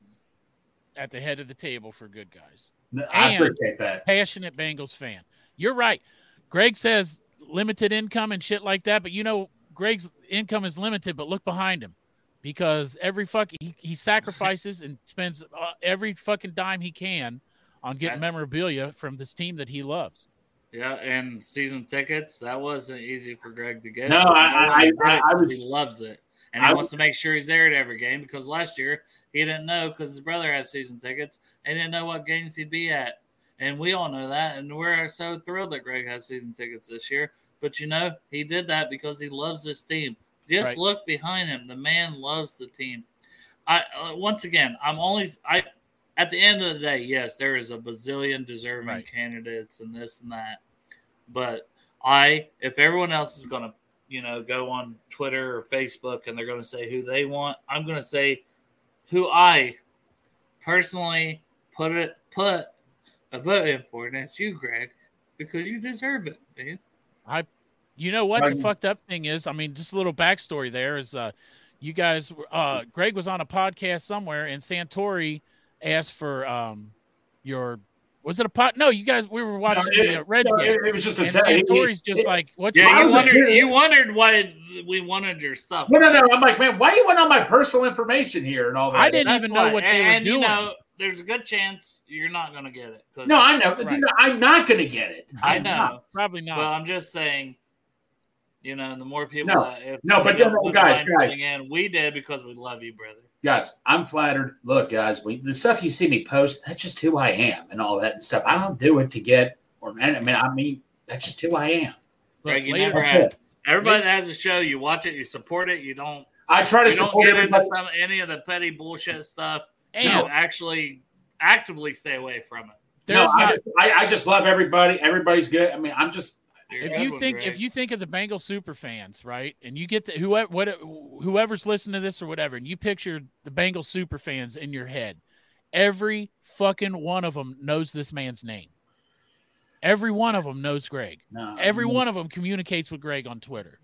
Speaker 4: at the head of the table for good guys.
Speaker 6: I
Speaker 4: and-
Speaker 6: appreciate that.
Speaker 4: Passionate Bengals fan. You're right. Greg says limited income and shit like that, but you know Greg's income is limited. But look behind him, because every fuck he, he sacrifices and spends uh, every fucking dime he can on getting
Speaker 1: That's-
Speaker 4: memorabilia from this team that he loves.
Speaker 1: yeah, and season tickets that wasn't easy for Greg to get.
Speaker 6: No, I- I- I- I was-
Speaker 1: he loves it. and he
Speaker 6: I-
Speaker 1: wants to make sure he's there at every game because last year he didn't know because his brother had season tickets and didn't know what games he'd be at. And we all know that, and we're so thrilled that Greg has season tickets this year. But you know, he did that because he loves this team. Just
Speaker 4: Right.
Speaker 1: look behind him; the man loves the team. I uh, once again, I'm only I. At the end of the day, yes, there is a bazillion deserving
Speaker 4: Right.
Speaker 1: candidates and this and that. But I, if everyone else is going to you know, go on Twitter or Facebook and they're going to say who they want. I'm going to say who I personally put it put a vote in for, and that's you, Greg, because you deserve it, man.
Speaker 4: You know what the
Speaker 6: Right.
Speaker 4: fucked up thing is? I mean, just a little backstory there is uh you guys were- uh Greg was on a podcast somewhere and Santori asked for um your was it a pot? No, you guys we were watching
Speaker 6: No,
Speaker 4: the uh, Reds
Speaker 6: No,
Speaker 4: game.
Speaker 6: it, it was just a
Speaker 4: And
Speaker 6: test.
Speaker 4: Santori's just like what
Speaker 6: Yeah,
Speaker 1: Yeah,
Speaker 6: I
Speaker 1: you
Speaker 6: was
Speaker 1: wondered
Speaker 6: here.
Speaker 1: you wondered why we wanted your stuff.
Speaker 6: No, no, no. I'm like, man, why you went on my personal information here and all that?
Speaker 4: I didn't even know
Speaker 1: why.
Speaker 4: what they
Speaker 1: and,
Speaker 4: were
Speaker 1: and,
Speaker 4: doing.
Speaker 1: You know, there's a good chance you're not going to get it. 'cause-
Speaker 6: No, I know.
Speaker 4: Right.
Speaker 6: No, I'm not going to get it.
Speaker 1: I
Speaker 6: I'm
Speaker 1: know,
Speaker 6: not.
Speaker 4: probably not.
Speaker 1: but I'm just saying. You know, the more people
Speaker 6: No.
Speaker 1: that if
Speaker 6: No, but
Speaker 1: they
Speaker 6: no, no,
Speaker 1: wouldn't
Speaker 6: guys,
Speaker 1: mind
Speaker 6: guys.
Speaker 1: tuning In, we did because we love you, brother.
Speaker 6: Guys, I'm flattered. Look, guys, we, the stuff you see me post, that's just who I am and all that and stuff. I don't do it to get, or, I mean, I mean, that's just who I am.
Speaker 4: But
Speaker 1: Greg, you
Speaker 4: later-
Speaker 1: never
Speaker 6: Okay.
Speaker 1: had Everybody that has a show, you watch it, you support it, you don't.
Speaker 6: I try to
Speaker 1: you don't
Speaker 6: support
Speaker 1: get into
Speaker 6: everybody.
Speaker 1: some, any of the petty bullshit stuff,
Speaker 4: And
Speaker 1: and actually actively stay away from it.
Speaker 6: No,
Speaker 4: there's
Speaker 6: I,
Speaker 4: not
Speaker 6: just, I, I just love everybody. Everybody's good. I mean, I'm just
Speaker 1: You're
Speaker 4: if you
Speaker 1: doing
Speaker 4: think
Speaker 1: great.
Speaker 4: if you think of the Bengal super fans, right, and you get the whoever what, whoever's listening to this or whatever, and you picture the Bengal super fans in your head, every fucking one of them knows this man's name. Every one of them knows Greg.
Speaker 6: no.
Speaker 4: Every one of them communicates with Greg on Twitter.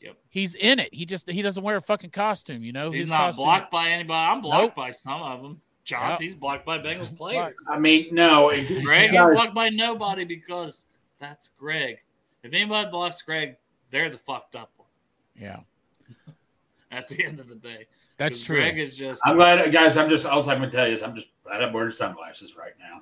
Speaker 1: Yep.
Speaker 4: He's in it. He just he doesn't wear a fucking costume, you know.
Speaker 1: he's
Speaker 4: His
Speaker 1: not
Speaker 4: costume-
Speaker 1: blocked by anybody. I'm blocked
Speaker 4: Nope.
Speaker 1: by some of them. Chop,
Speaker 4: Yep.
Speaker 1: he's blocked by Bengals players.
Speaker 6: I mean, no. it-
Speaker 1: Greg
Speaker 6: Guys.
Speaker 1: ain't blocked by nobody because that's Greg. If anybody blocks Greg, they're the fucked up one.
Speaker 4: Yeah.
Speaker 1: At the end of the day,
Speaker 4: That's
Speaker 1: 'Cause
Speaker 4: true.
Speaker 1: Greg is just
Speaker 6: I'm glad, guys. I'm just. All I'm gonna tell you is, I'm just glad I'm wearing sunglasses right now.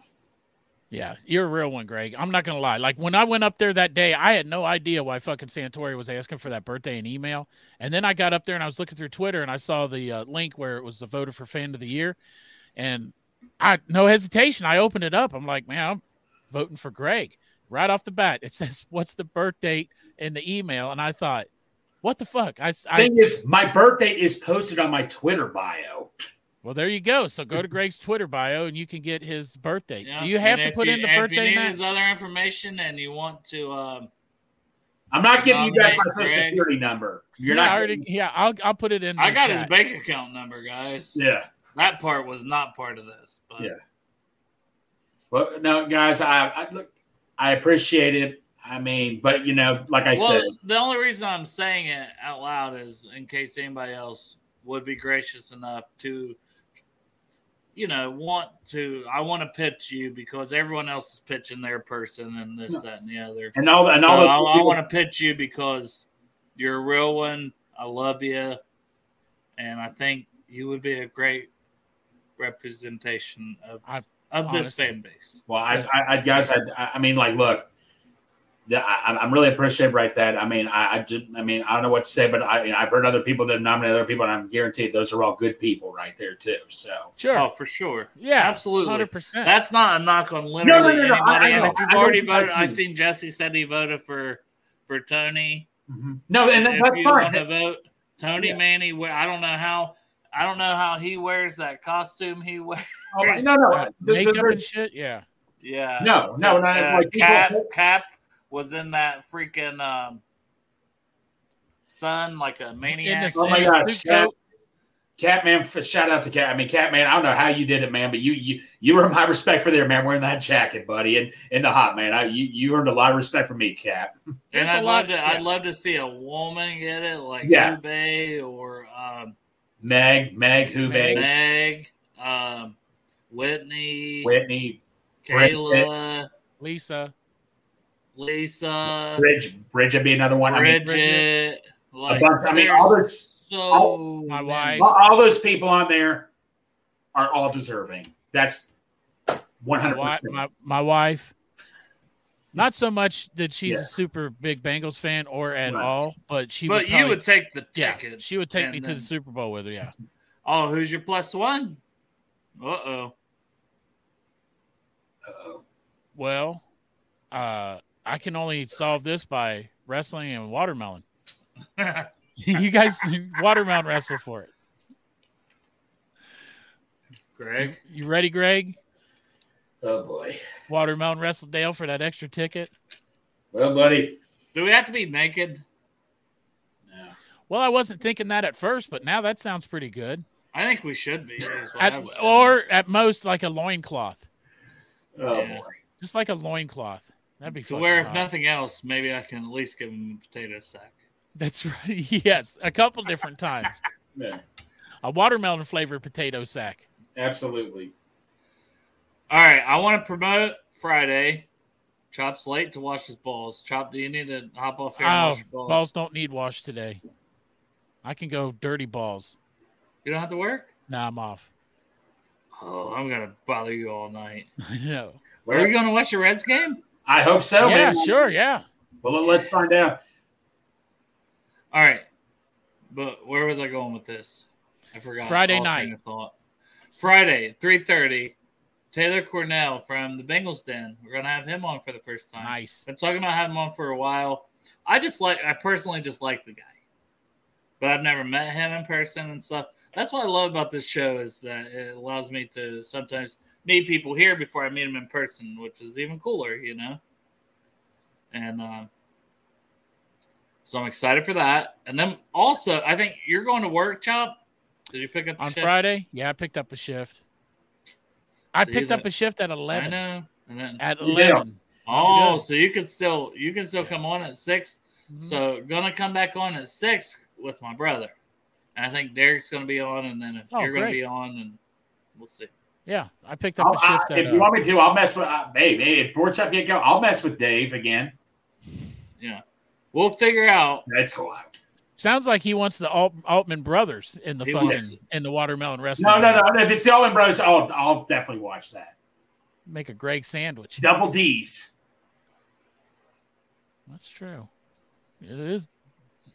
Speaker 4: Yeah, you're a real one, Greg. I'm not gonna lie. Like when I went up there that day, I had no idea why fucking Santori was asking for that birthday and email. And then I got up there and I was looking through Twitter and I saw the uh, link where it was the voted for fan of the year, and I no hesitation, I opened it up. I'm like, man, I'm voting for Greg right off the bat. It says what's the birth date in the email, and I thought, what the fuck? I, s- I-
Speaker 6: thing is, my birthday is posted on my Twitter bio.
Speaker 4: well, there you go. So go to Greg's Twitter bio and you can get his birthday.
Speaker 1: Yeah,
Speaker 4: Do you have
Speaker 1: and
Speaker 4: to
Speaker 1: if
Speaker 4: put
Speaker 1: you-
Speaker 4: in the
Speaker 1: and If you
Speaker 4: birthday?
Speaker 1: need
Speaker 4: Matt?
Speaker 1: his other information and you want to, um,
Speaker 6: I'm not giving you guys my
Speaker 1: Nominate
Speaker 6: social
Speaker 1: Oh, Greg.
Speaker 6: security number. You're
Speaker 4: yeah,
Speaker 6: not.
Speaker 4: I already, yeah, I'll I'll put it in.
Speaker 1: I
Speaker 4: the
Speaker 1: got his
Speaker 4: chat.
Speaker 1: bank account number, guys.
Speaker 6: yeah.
Speaker 1: That part was not part of this, but
Speaker 6: Yeah. Well, no, guys. I, I look. I appreciate it. I mean, but you know, like I
Speaker 1: well,
Speaker 6: said,
Speaker 1: the only reason I'm saying it out loud is in case anybody else would be gracious enough to, you know, want to. I want to pitch you because everyone else is pitching their person and this,
Speaker 6: No.
Speaker 1: that, and the other.
Speaker 6: and all and
Speaker 1: So
Speaker 6: all. those
Speaker 1: I, I
Speaker 6: people-
Speaker 1: want to pitch you because you're a real one. I love you, and I think you would be a great representation of
Speaker 4: I-
Speaker 1: of this
Speaker 4: honestly.
Speaker 1: fan base.
Speaker 6: Well, I,
Speaker 4: Yeah.
Speaker 6: I, I guess I, I I mean, like, look, yeah, I, I'm- I'm really appreciative right that. I mean, I, I just, I mean, I don't know what to say, but I, I've heard other people that have nominated other people, and I'm guaranteed those are all good people right there too. So,
Speaker 4: Sure.
Speaker 1: Oh, for sure.
Speaker 4: yeah.
Speaker 1: absolutely.
Speaker 4: Hundred percent.
Speaker 1: That's not a knock on literally
Speaker 6: no, no, no, I-
Speaker 1: anybody.
Speaker 6: I
Speaker 1: and
Speaker 6: know.
Speaker 1: if you've
Speaker 6: I know
Speaker 1: already
Speaker 6: what you
Speaker 1: voted, I
Speaker 6: mean.
Speaker 1: seen Jesse said he voted for for Tony.
Speaker 6: no, and that,
Speaker 1: if
Speaker 6: that's
Speaker 1: you
Speaker 6: fine.
Speaker 1: want to vote, Tony
Speaker 6: Yeah.
Speaker 1: Manny. we- I don't know how. I don't know how he wears that costume he wears.
Speaker 6: All right. No, no, the- the-
Speaker 4: Makeup and shit. Yeah.
Speaker 1: Yeah.
Speaker 6: no, no, no.
Speaker 1: Uh,
Speaker 6: Like people, oh
Speaker 1: Cap Cap was in that freaking um, sun like a maniac.
Speaker 4: the-
Speaker 6: oh my
Speaker 4: in the
Speaker 6: gosh,
Speaker 4: suit
Speaker 6: Cap,
Speaker 4: coat.
Speaker 6: Catman! f- Shout out to Cat. I mean, Catman. I don't know how you did it, man, but you you you earned my respect for there, man. Wearing that jacket, buddy, and and the hot man. I you you earned a lot of respect for me, Cap.
Speaker 1: and
Speaker 4: There's
Speaker 1: I'd
Speaker 4: a lot-
Speaker 1: love to.
Speaker 4: yeah.
Speaker 1: I'd love to see a woman get it, like
Speaker 6: Yes.
Speaker 1: Bay or um,
Speaker 6: Meg, Meg, Hube,
Speaker 4: Meg.
Speaker 1: Meg, um, Whitney,
Speaker 6: Whitney,
Speaker 1: Kayla,
Speaker 4: Lisa.
Speaker 1: Lisa,
Speaker 6: Bridge, Bridge would be another one.
Speaker 1: Bridget.
Speaker 6: I mean,
Speaker 1: Like,
Speaker 6: a bunch, I mean, all
Speaker 1: there's
Speaker 6: those
Speaker 1: so
Speaker 6: all-
Speaker 4: My
Speaker 1: many.
Speaker 4: wife.
Speaker 6: all, all those people on there are all deserving. That's one
Speaker 4: My,
Speaker 6: hundred
Speaker 4: wi-
Speaker 6: percent.
Speaker 4: my, my wife. Not so much that she's
Speaker 6: Yeah.
Speaker 4: a super big Bengals fan or at
Speaker 6: Right.
Speaker 4: all, but she.
Speaker 1: But
Speaker 4: would
Speaker 1: you
Speaker 4: probably-
Speaker 1: would take the
Speaker 4: Yeah.
Speaker 1: tickets.
Speaker 4: She would take
Speaker 1: and
Speaker 4: me to
Speaker 1: then-
Speaker 4: the Super Bowl with her. Yeah.
Speaker 1: Oh, who's your plus one? Uh oh.
Speaker 4: Well, uh, I can only solve this by wrestling and watermelon. you guys watermelon wrestle for it.
Speaker 1: Greg.
Speaker 4: You ready, Greg?
Speaker 6: Oh boy,
Speaker 4: Watermelon wrestle Dale for that extra ticket.
Speaker 6: well, buddy.
Speaker 1: Do we have to be naked?
Speaker 6: No.
Speaker 4: Well, I wasn't thinking that at first, but now that sounds pretty good.
Speaker 1: I think we should be. is what I
Speaker 4: At,
Speaker 1: was saying.
Speaker 4: or at most, like a loincloth.
Speaker 6: Oh
Speaker 1: Yeah.
Speaker 6: boy.
Speaker 4: Just like a loincloth. That'd be
Speaker 1: to
Speaker 4: fucking
Speaker 1: where, if
Speaker 4: hot.
Speaker 1: nothing else, maybe I can at least give him a potato sack.
Speaker 4: That's right. Yes, a couple different times.
Speaker 6: Yeah,
Speaker 4: A watermelon flavored potato sack.
Speaker 6: absolutely.
Speaker 1: All right. I want to promote Friday. Chop's late to wash his balls. Chop, do you need to hop off here and
Speaker 4: Oh,
Speaker 1: wash your balls?
Speaker 4: balls don't need wash today. I can go dirty balls.
Speaker 1: You don't have to work?
Speaker 4: Nah, I'm off.
Speaker 1: Oh, I'm going to bother you all night.
Speaker 4: no.
Speaker 1: Are we going to watch the Reds game?
Speaker 6: I hope
Speaker 1: Oh,
Speaker 6: so,
Speaker 4: Yeah,
Speaker 6: man.
Speaker 4: sure. Yeah.
Speaker 6: Well, let's find out.
Speaker 1: All right. But where was I going with this? I forgot.
Speaker 4: Friday
Speaker 1: All
Speaker 4: night.
Speaker 1: train of thought. Friday, 3.30, Taylor Cornell from the Bengals Den. We're going to have him on for the first time.
Speaker 4: Nice.
Speaker 1: Been talking about having him on for a while. I just like I personally just like the guy, but I've never met him in person and stuff. That's what I love about this show is that it allows me to sometimes meet people here before I meet them in person, which is even cooler, you know. And uh, so I'm excited for that. And then also, I think you're going to work, Chop. Did you pick up a
Speaker 4: on
Speaker 1: shift?
Speaker 4: Friday. Yeah, I picked up a shift. I
Speaker 1: See
Speaker 4: picked
Speaker 1: that-
Speaker 4: up a shift at
Speaker 1: I
Speaker 4: eleven.
Speaker 1: know. And then
Speaker 4: At
Speaker 6: You did.
Speaker 4: eleven.
Speaker 1: Oh,
Speaker 4: Yeah. Mm-hmm.
Speaker 1: so you can still you can still come on at 6 So gonna come back on at six with my brother, and I think Derek's gonna be on, and then if
Speaker 4: Oh,
Speaker 1: you're gonna
Speaker 4: great.
Speaker 1: be on, and we'll see.
Speaker 4: Yeah, I picked up
Speaker 6: I'll-
Speaker 4: a
Speaker 6: I-
Speaker 4: shift at.
Speaker 6: if you
Speaker 4: Uh,
Speaker 6: want me to, I'll mess with. Uh, hey, hey, if Borchuk can't go, I'll mess with Dave again.
Speaker 1: Yeah, we'll figure out.
Speaker 6: That's cool.
Speaker 4: sounds like he wants the Alt- Altman brothers in the
Speaker 1: He
Speaker 4: fucking
Speaker 1: wants-
Speaker 4: in the watermelon wrestling.
Speaker 6: No, no, no. If it's the Allman Brothers, I'll I'll definitely watch that.
Speaker 4: Make a Greg sandwich.
Speaker 6: Double D's.
Speaker 4: That's true. It is.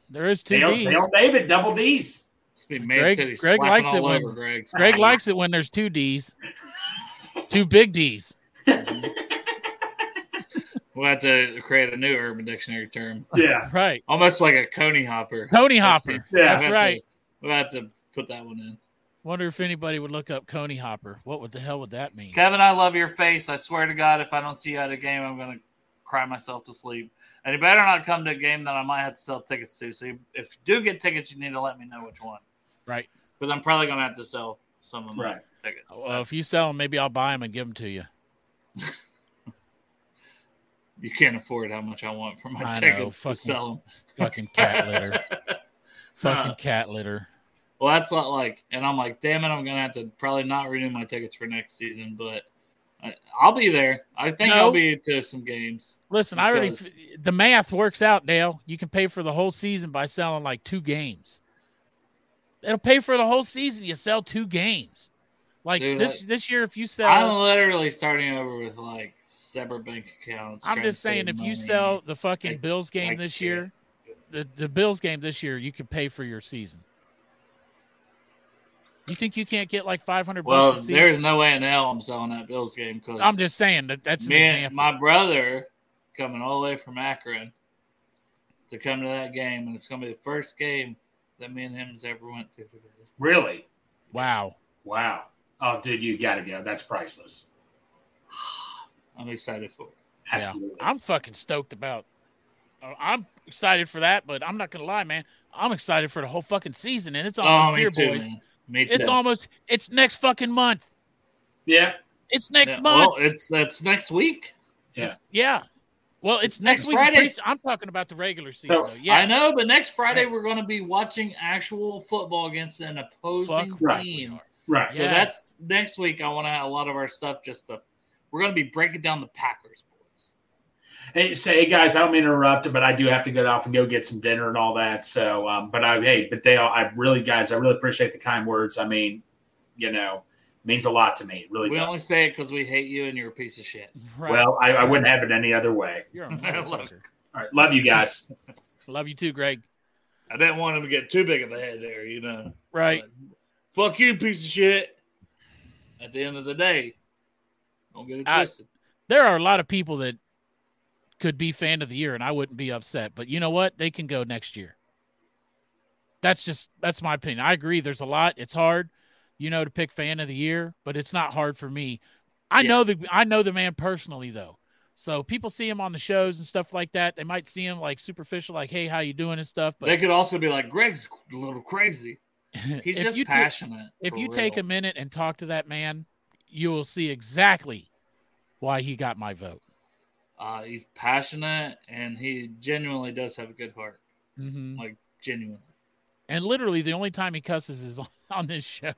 Speaker 4: There is two
Speaker 6: They don't,
Speaker 4: D's.
Speaker 6: they don't name it double D's.
Speaker 1: It's be made
Speaker 4: Greg-
Speaker 1: titties
Speaker 4: Greg
Speaker 1: slapping
Speaker 4: likes it
Speaker 1: all
Speaker 4: when-
Speaker 1: over Greg's.
Speaker 4: Greg likes it when there's two D's. two big D's.
Speaker 1: We'll have to create a new Urban Dictionary term,
Speaker 6: Yeah.
Speaker 4: Right.
Speaker 1: almost like a coney hopper.
Speaker 4: Coney Hopper.
Speaker 6: Yeah.
Speaker 1: We'll have
Speaker 4: That's
Speaker 1: to-
Speaker 4: right.
Speaker 1: we'll have to put that one in.
Speaker 4: Wonder if anybody would look up Coney Hopper. What would the hell would that mean?
Speaker 1: Kevin, I love your face. I swear to God, if I don't see you at a game, I'm gonna cry myself to sleep. And you better not come to a game that I might have to sell tickets to. So you, if you do get tickets, you need to let me know which one,
Speaker 4: Right.
Speaker 1: because I'm probably gonna have to sell some of my
Speaker 6: Right.
Speaker 1: tickets.
Speaker 4: Well, Oh, uh, if you sell them, maybe I'll buy them and give them to you.
Speaker 1: you can't afford how much I want for my
Speaker 4: I know,
Speaker 1: tickets to
Speaker 4: fucking-
Speaker 1: sell them.
Speaker 4: Fucking cat litter. Fucking cat litter.
Speaker 1: Well, that's not like, and I'm like, damn it, I'm gonna have to probably not renew my tickets for next season, but I, I'll be there. I think
Speaker 4: No.
Speaker 1: I'll be to some games.
Speaker 4: Listen, I already
Speaker 1: Because-
Speaker 4: the math works out, Dale. You can pay for the whole season by selling like two games. It'll pay for the whole season. You sell two games. Like
Speaker 1: Dude,
Speaker 4: this
Speaker 1: I-
Speaker 4: this year, if you sell,
Speaker 1: I'm literally starting over with like separate bank accounts.
Speaker 4: I'm
Speaker 1: trying to
Speaker 4: just saying,
Speaker 1: save
Speaker 4: if
Speaker 1: money.
Speaker 4: you sell the fucking
Speaker 1: I-
Speaker 4: Bills game
Speaker 1: I
Speaker 4: this
Speaker 1: can't.
Speaker 4: year, the, the Bills game this year, you can pay for your season. You think you can't get like 500
Speaker 1: well,
Speaker 4: bucks a season?
Speaker 1: there's no way in hell I'm selling that Bills game because
Speaker 4: I'm just saying that that's an
Speaker 1: man,
Speaker 4: example.
Speaker 1: my brother coming all the way from Akron to come to that game, and it's gonna be the first game that me and him's ever went to together.
Speaker 6: Really?
Speaker 4: wow.
Speaker 6: Wow. Oh, dude, you got to go. That's priceless.
Speaker 1: I'm excited for it.
Speaker 6: Absolutely.
Speaker 4: I'm fucking stoked about. uh, I'm excited for that, but I'm not gonna lie, man. I'm excited for the whole fucking season, and it's almost
Speaker 1: oh, me
Speaker 4: here,
Speaker 1: too,
Speaker 4: boys.
Speaker 1: man. Me too.
Speaker 4: It's almost. It's next fucking month.
Speaker 6: yeah.
Speaker 4: It's next
Speaker 1: Yeah,
Speaker 4: month.
Speaker 1: Well, it's it's next week.
Speaker 4: yeah. Well, it's next,
Speaker 1: Next
Speaker 4: week.
Speaker 1: Friday.
Speaker 4: I'm talking about the regular season.
Speaker 6: So,
Speaker 4: though. Yeah,
Speaker 1: I know, but next Friday we're going to be watching actual football against an opposing
Speaker 4: Fuck right we
Speaker 1: team.
Speaker 4: are.
Speaker 6: Right.
Speaker 1: So
Speaker 4: Yeah.
Speaker 1: that's next week. I want to have a lot of our stuff. Just to, we're going to be breaking down the Packers, boys.
Speaker 6: Hey, say, hey guys, I don't mean to interrupt, but I do have to get off and go get some dinner and all that. So, um, but I, hey, but Dale, I really, guys, I really appreciate the kind words. I mean, you know, means a lot to me. It Really.
Speaker 1: We
Speaker 6: does.
Speaker 1: only say it because we hate you and you're a piece of shit.
Speaker 4: Right.
Speaker 6: Well, I, I wouldn't have it any other way.
Speaker 4: you're a
Speaker 1: Look.
Speaker 4: motherfucker.
Speaker 6: All right. Love you guys.
Speaker 4: Love you too, Greg.
Speaker 1: I didn't want him to get too big of a head there, you know.
Speaker 4: Right.
Speaker 1: Fuck you, piece of shit. At the end of the day, don't get it
Speaker 4: I-
Speaker 1: twisted.
Speaker 4: There are a lot of people that could be fan of the year, and I wouldn't be upset. But you know what? They can go next year. That's just that's my opinion. I agree. There's a lot. It's hard, you know, to pick fan of the year, but it's not hard for me. I
Speaker 1: Yeah.
Speaker 4: know the I know the man personally though. So people see him on the shows and stuff like that. They might see him like superficial, like, "Hey, how you doing?" and stuff. But
Speaker 1: they could also be like, Greg's a little crazy. He's
Speaker 4: if
Speaker 1: just
Speaker 4: you ta-
Speaker 1: passionate.
Speaker 4: if
Speaker 1: for
Speaker 4: you take a
Speaker 1: real.
Speaker 4: minute and talk to that man, you will see exactly why he got my vote.
Speaker 1: uh, he's passionate and he genuinely does have a good heart.
Speaker 4: hmm
Speaker 1: Like, genuinely.
Speaker 4: And literally, the only time he cusses is on, on this show.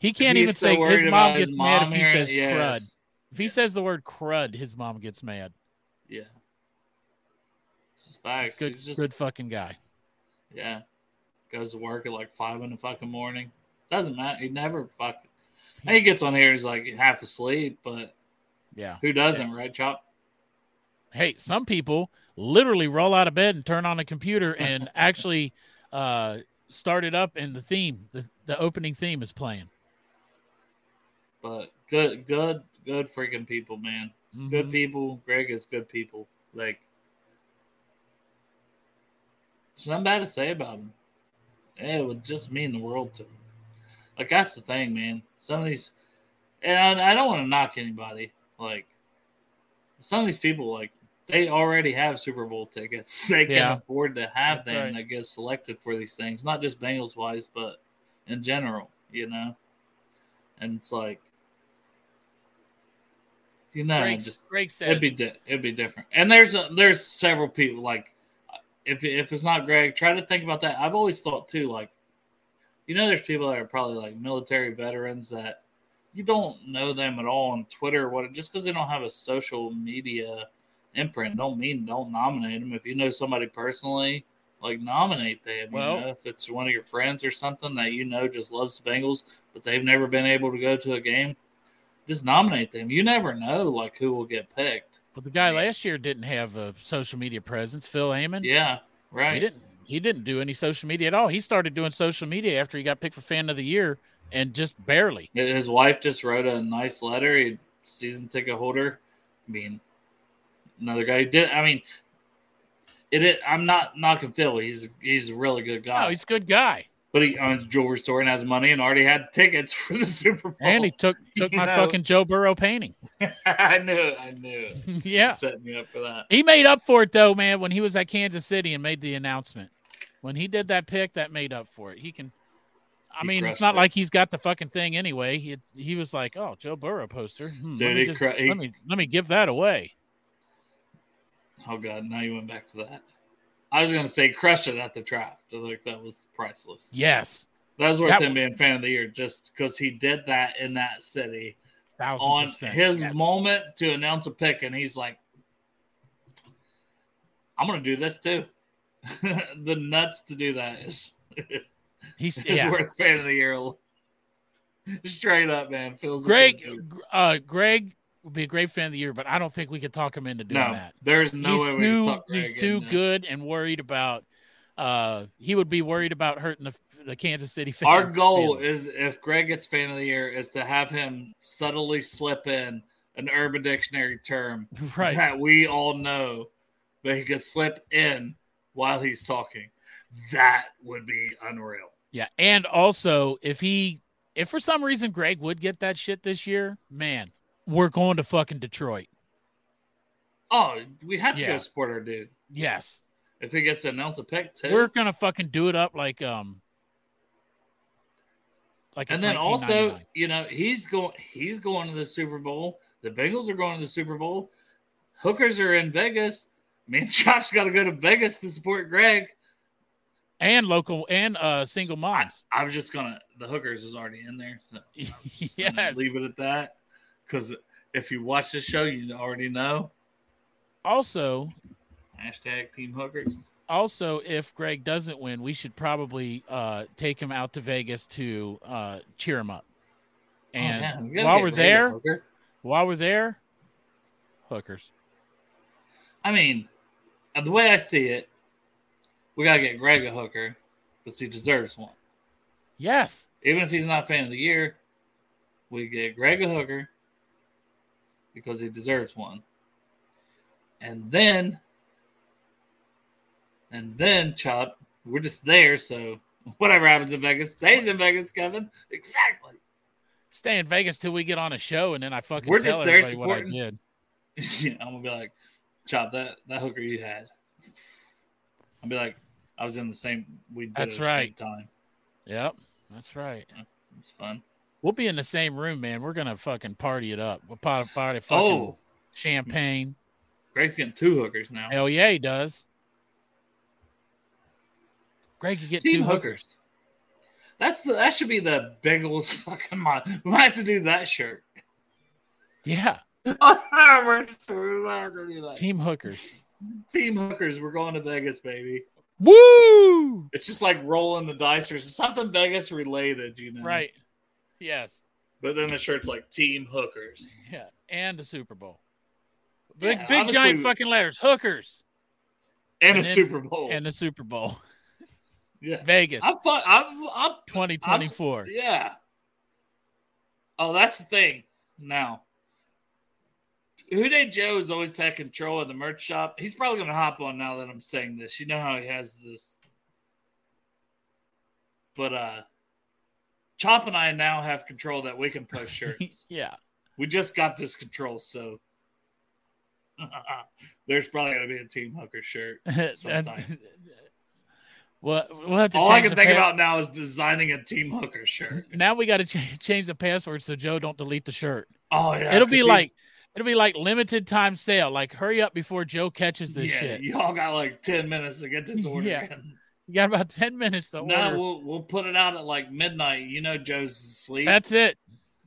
Speaker 4: He can't
Speaker 1: He's
Speaker 4: even
Speaker 1: so
Speaker 4: say
Speaker 1: worried
Speaker 4: his
Speaker 1: about
Speaker 4: mom
Speaker 1: his
Speaker 4: gets mad if
Speaker 1: mom
Speaker 4: he
Speaker 1: hearing-
Speaker 4: says crud.
Speaker 1: yes.
Speaker 4: If he says the word crud, his mom gets mad.
Speaker 1: Yeah. It's just facts.
Speaker 4: It's good,
Speaker 1: He's just,
Speaker 4: good fucking guy.
Speaker 1: Yeah. Goes to work at like five in the fucking morning. Doesn't matter. He never fucking. And he gets on here. He's like half asleep, but
Speaker 4: Yeah.
Speaker 1: who doesn't, right, Chop?
Speaker 4: Hey, some people literally roll out of bed and turn on a computer and actually uh, start it up, and the theme, the, the opening theme is playing.
Speaker 1: But good, good, good freaking people, man. Good
Speaker 4: Mhm.
Speaker 1: people. Greg is good people. Like There's nothing bad to say about him. It would just mean the world to him. Like that's the thing, man. Some of these, and I, I don't want to knock anybody. Like some of these people, like they already have Super Bowl tickets. They can
Speaker 4: Yeah.
Speaker 1: afford to have
Speaker 4: That's
Speaker 1: them
Speaker 4: right.
Speaker 1: that get selected for these things, not just Bengals wise, but in general, you know. And it's like, you know,
Speaker 4: Greg,
Speaker 1: uh, just
Speaker 4: Greg says
Speaker 1: it'd be di- it'd be different. And there's a, there's several people like if if it's not Greg, try to think about that. I've always thought too, like you know, there's people that are probably like military veterans that you don't know them at all on Twitter. or What just because they don't have a social media imprint, don't mean don't nominate them. If you know somebody personally, like nominate them.
Speaker 4: Well-
Speaker 1: you know, if it's one of your friends or something that you know just loves the Bengals, but they've never been able to go to a game, just nominate them. You never know like who will get picked.
Speaker 4: But the guy last year didn't have a social media presence, Phil Amon.
Speaker 1: Yeah,
Speaker 4: He
Speaker 1: right.
Speaker 4: didn't he didn't do any social media at all. He started doing social media after he got picked for fan of the year and just barely.
Speaker 1: His wife just wrote a nice letter. He season ticket holder. I mean, another guy who did. I mean, it. it I'm not knocking Phil. He's he's a really good guy.
Speaker 4: No, he's a good guy.
Speaker 1: but he owns a jewelry store and has money and already had tickets for the Super Bowl.
Speaker 4: And he took took
Speaker 1: You
Speaker 4: my
Speaker 1: know.
Speaker 4: fucking Joe Burrow painting.
Speaker 1: I knew. it, I knew. it.
Speaker 4: yeah.
Speaker 1: Setting me up for that.
Speaker 4: He made up for it though, man, when he was at Kansas City and made the announcement. When he did that pick, that made up for it. He can I
Speaker 1: He
Speaker 4: mean,
Speaker 1: crushed
Speaker 4: it's not
Speaker 1: it.
Speaker 4: like he's got the fucking thing anyway. He he was like, "Oh, Joe Burrow poster. Hmm, let,
Speaker 1: Dude,
Speaker 4: me
Speaker 1: he
Speaker 4: just-
Speaker 1: cru- he-
Speaker 4: let me let me give that away."
Speaker 1: Oh god, now you went back to that. I was gonna say crush it at the draft. I think that was priceless.
Speaker 4: Yes,
Speaker 1: That was worth
Speaker 4: That-
Speaker 1: him being fan of the year just because he did that in that city
Speaker 4: thousand
Speaker 1: on
Speaker 4: percent.
Speaker 1: his
Speaker 4: Yes.
Speaker 1: moment to announce a pick, and he's like, "I'm gonna do this too." the nuts to do that is
Speaker 4: He's
Speaker 1: is
Speaker 4: yeah.
Speaker 1: worth fan of the year. Straight up, man. Feels
Speaker 4: Greg, uh, Greg would be a great fan of the year, but I don't think we could talk him into doing
Speaker 1: No,
Speaker 4: that.
Speaker 1: there's no
Speaker 4: he's
Speaker 1: way we
Speaker 4: too,
Speaker 1: can talk Greg
Speaker 4: he's
Speaker 1: in
Speaker 4: too
Speaker 1: there.
Speaker 4: good and worried about. Uh, he would be worried about hurting the, the Kansas City fans.
Speaker 1: Our goal
Speaker 4: feelings.
Speaker 1: is if Greg gets fan of the year is to have him subtly slip in an Urban Dictionary term
Speaker 4: right.
Speaker 1: that we all know that he could slip in while he's talking. That would be unreal.
Speaker 4: Yeah, and also if he, if for some reason Greg would get that shit this year, man, we're going to fucking Detroit.
Speaker 1: Oh, we have to
Speaker 4: Yeah.
Speaker 1: go support our dude
Speaker 4: Yes,
Speaker 1: if he gets to announce a pick too.
Speaker 4: we're gonna fucking do it up like um, like.
Speaker 1: and
Speaker 4: it's
Speaker 1: then also,
Speaker 4: 1999.
Speaker 1: you know, he's going he's going to the Super Bowl. The Bengals are going to the Super Bowl. Hookers are in Vegas. Me and Chop's got to go to Vegas to support Greg.
Speaker 4: and local and uh single moms.
Speaker 1: I was just gonna. The hookers is already in there, so I'm just gonna
Speaker 4: Yes.
Speaker 1: leave it at that. Because if you watch the show, you already know.
Speaker 4: Also,
Speaker 1: Hashtag Team Hookers.
Speaker 4: also, if Greg doesn't win, we should probably uh, take him out to Vegas to uh, cheer him up.
Speaker 1: yeah,
Speaker 4: And
Speaker 1: Oh, we gotta
Speaker 4: while
Speaker 1: get
Speaker 4: we're
Speaker 1: rid of the
Speaker 4: there,
Speaker 1: hooker.
Speaker 4: while we're there, hookers.
Speaker 1: I mean, uh, the way I see it, we gotta get Greg a hooker because he deserves one.
Speaker 4: Yes,
Speaker 1: Even if he's not fan of the year, we get Greg a hooker because he deserves one. And then, and then, Chop, we're just there. So whatever happens in Vegas stays in Vegas, Kevin. Exactly.
Speaker 4: stay in Vegas till we get on a show, and then I fucking
Speaker 1: We're
Speaker 4: tell
Speaker 1: just there
Speaker 4: everybody what I
Speaker 1: supporting-
Speaker 4: did.
Speaker 1: I'm gonna be like, Chop, that that hooker you had. I'll be like, I was in the same. We did
Speaker 4: That's
Speaker 1: it at the
Speaker 4: right.
Speaker 1: Same time.
Speaker 4: Yep, that's right.
Speaker 1: It's fun.
Speaker 4: We'll be in the same room, man. We're gonna fucking party it up. We'll party, party fucking
Speaker 1: Oh,
Speaker 4: champagne.
Speaker 1: Greg's getting two hookers now.
Speaker 4: Hell yeah, he does. Greg, you get
Speaker 1: Team
Speaker 4: two
Speaker 1: hookers. That's the that should be the Bengals fucking mod. We might have to do that shirt.
Speaker 4: Yeah,
Speaker 1: We're- we might have to do that.
Speaker 4: team hookers.
Speaker 1: Team hookers, we're going to Vegas, baby.
Speaker 4: Woo!
Speaker 1: It's just like rolling the dice or something Vegas related, you know.
Speaker 4: Right. Yes.
Speaker 1: But then the shirt's like team hookers.
Speaker 4: Yeah. And the Super Bowl. Big,
Speaker 1: Yeah,
Speaker 4: big giant
Speaker 1: honestly-
Speaker 4: fucking letters. Hookers
Speaker 1: And,
Speaker 4: And
Speaker 1: a
Speaker 4: then-
Speaker 1: Super Bowl.
Speaker 4: and the Super Bowl.
Speaker 1: yeah.
Speaker 4: Vegas
Speaker 1: I'm fu- I'm, I'm
Speaker 4: 2024.
Speaker 1: yeah. Oh, that's the thing. Now, Hude Joe has always had control of the merch shop. He's probably going to hop on now that I'm saying this. You know how he has this But uh, Chomp and I now have control that we can post shirts.
Speaker 4: yeah.
Speaker 1: we just got this control, so there's probably gonna be a Team Hooker shirt sometime.
Speaker 4: well, we'll have to
Speaker 1: All I
Speaker 4: change
Speaker 1: can
Speaker 4: the
Speaker 1: think
Speaker 4: pa-
Speaker 1: about now is designing a Team Hooker shirt.
Speaker 4: Now we got to ch- change the password so Joe don't delete the shirt.
Speaker 1: Oh yeah,
Speaker 4: it'll be
Speaker 1: 'cause
Speaker 4: like
Speaker 1: he's-
Speaker 4: it'll be like limited time sale. Like hurry up before Joe catches this
Speaker 1: yeah,
Speaker 4: shit.
Speaker 1: y'all got like ten minutes to get this order.
Speaker 4: Yeah.
Speaker 1: in.
Speaker 4: You got about ten minutes to
Speaker 1: No,
Speaker 4: order.
Speaker 1: we'll we'll put it out at like midnight. You know, Joe's asleep.
Speaker 4: That's it.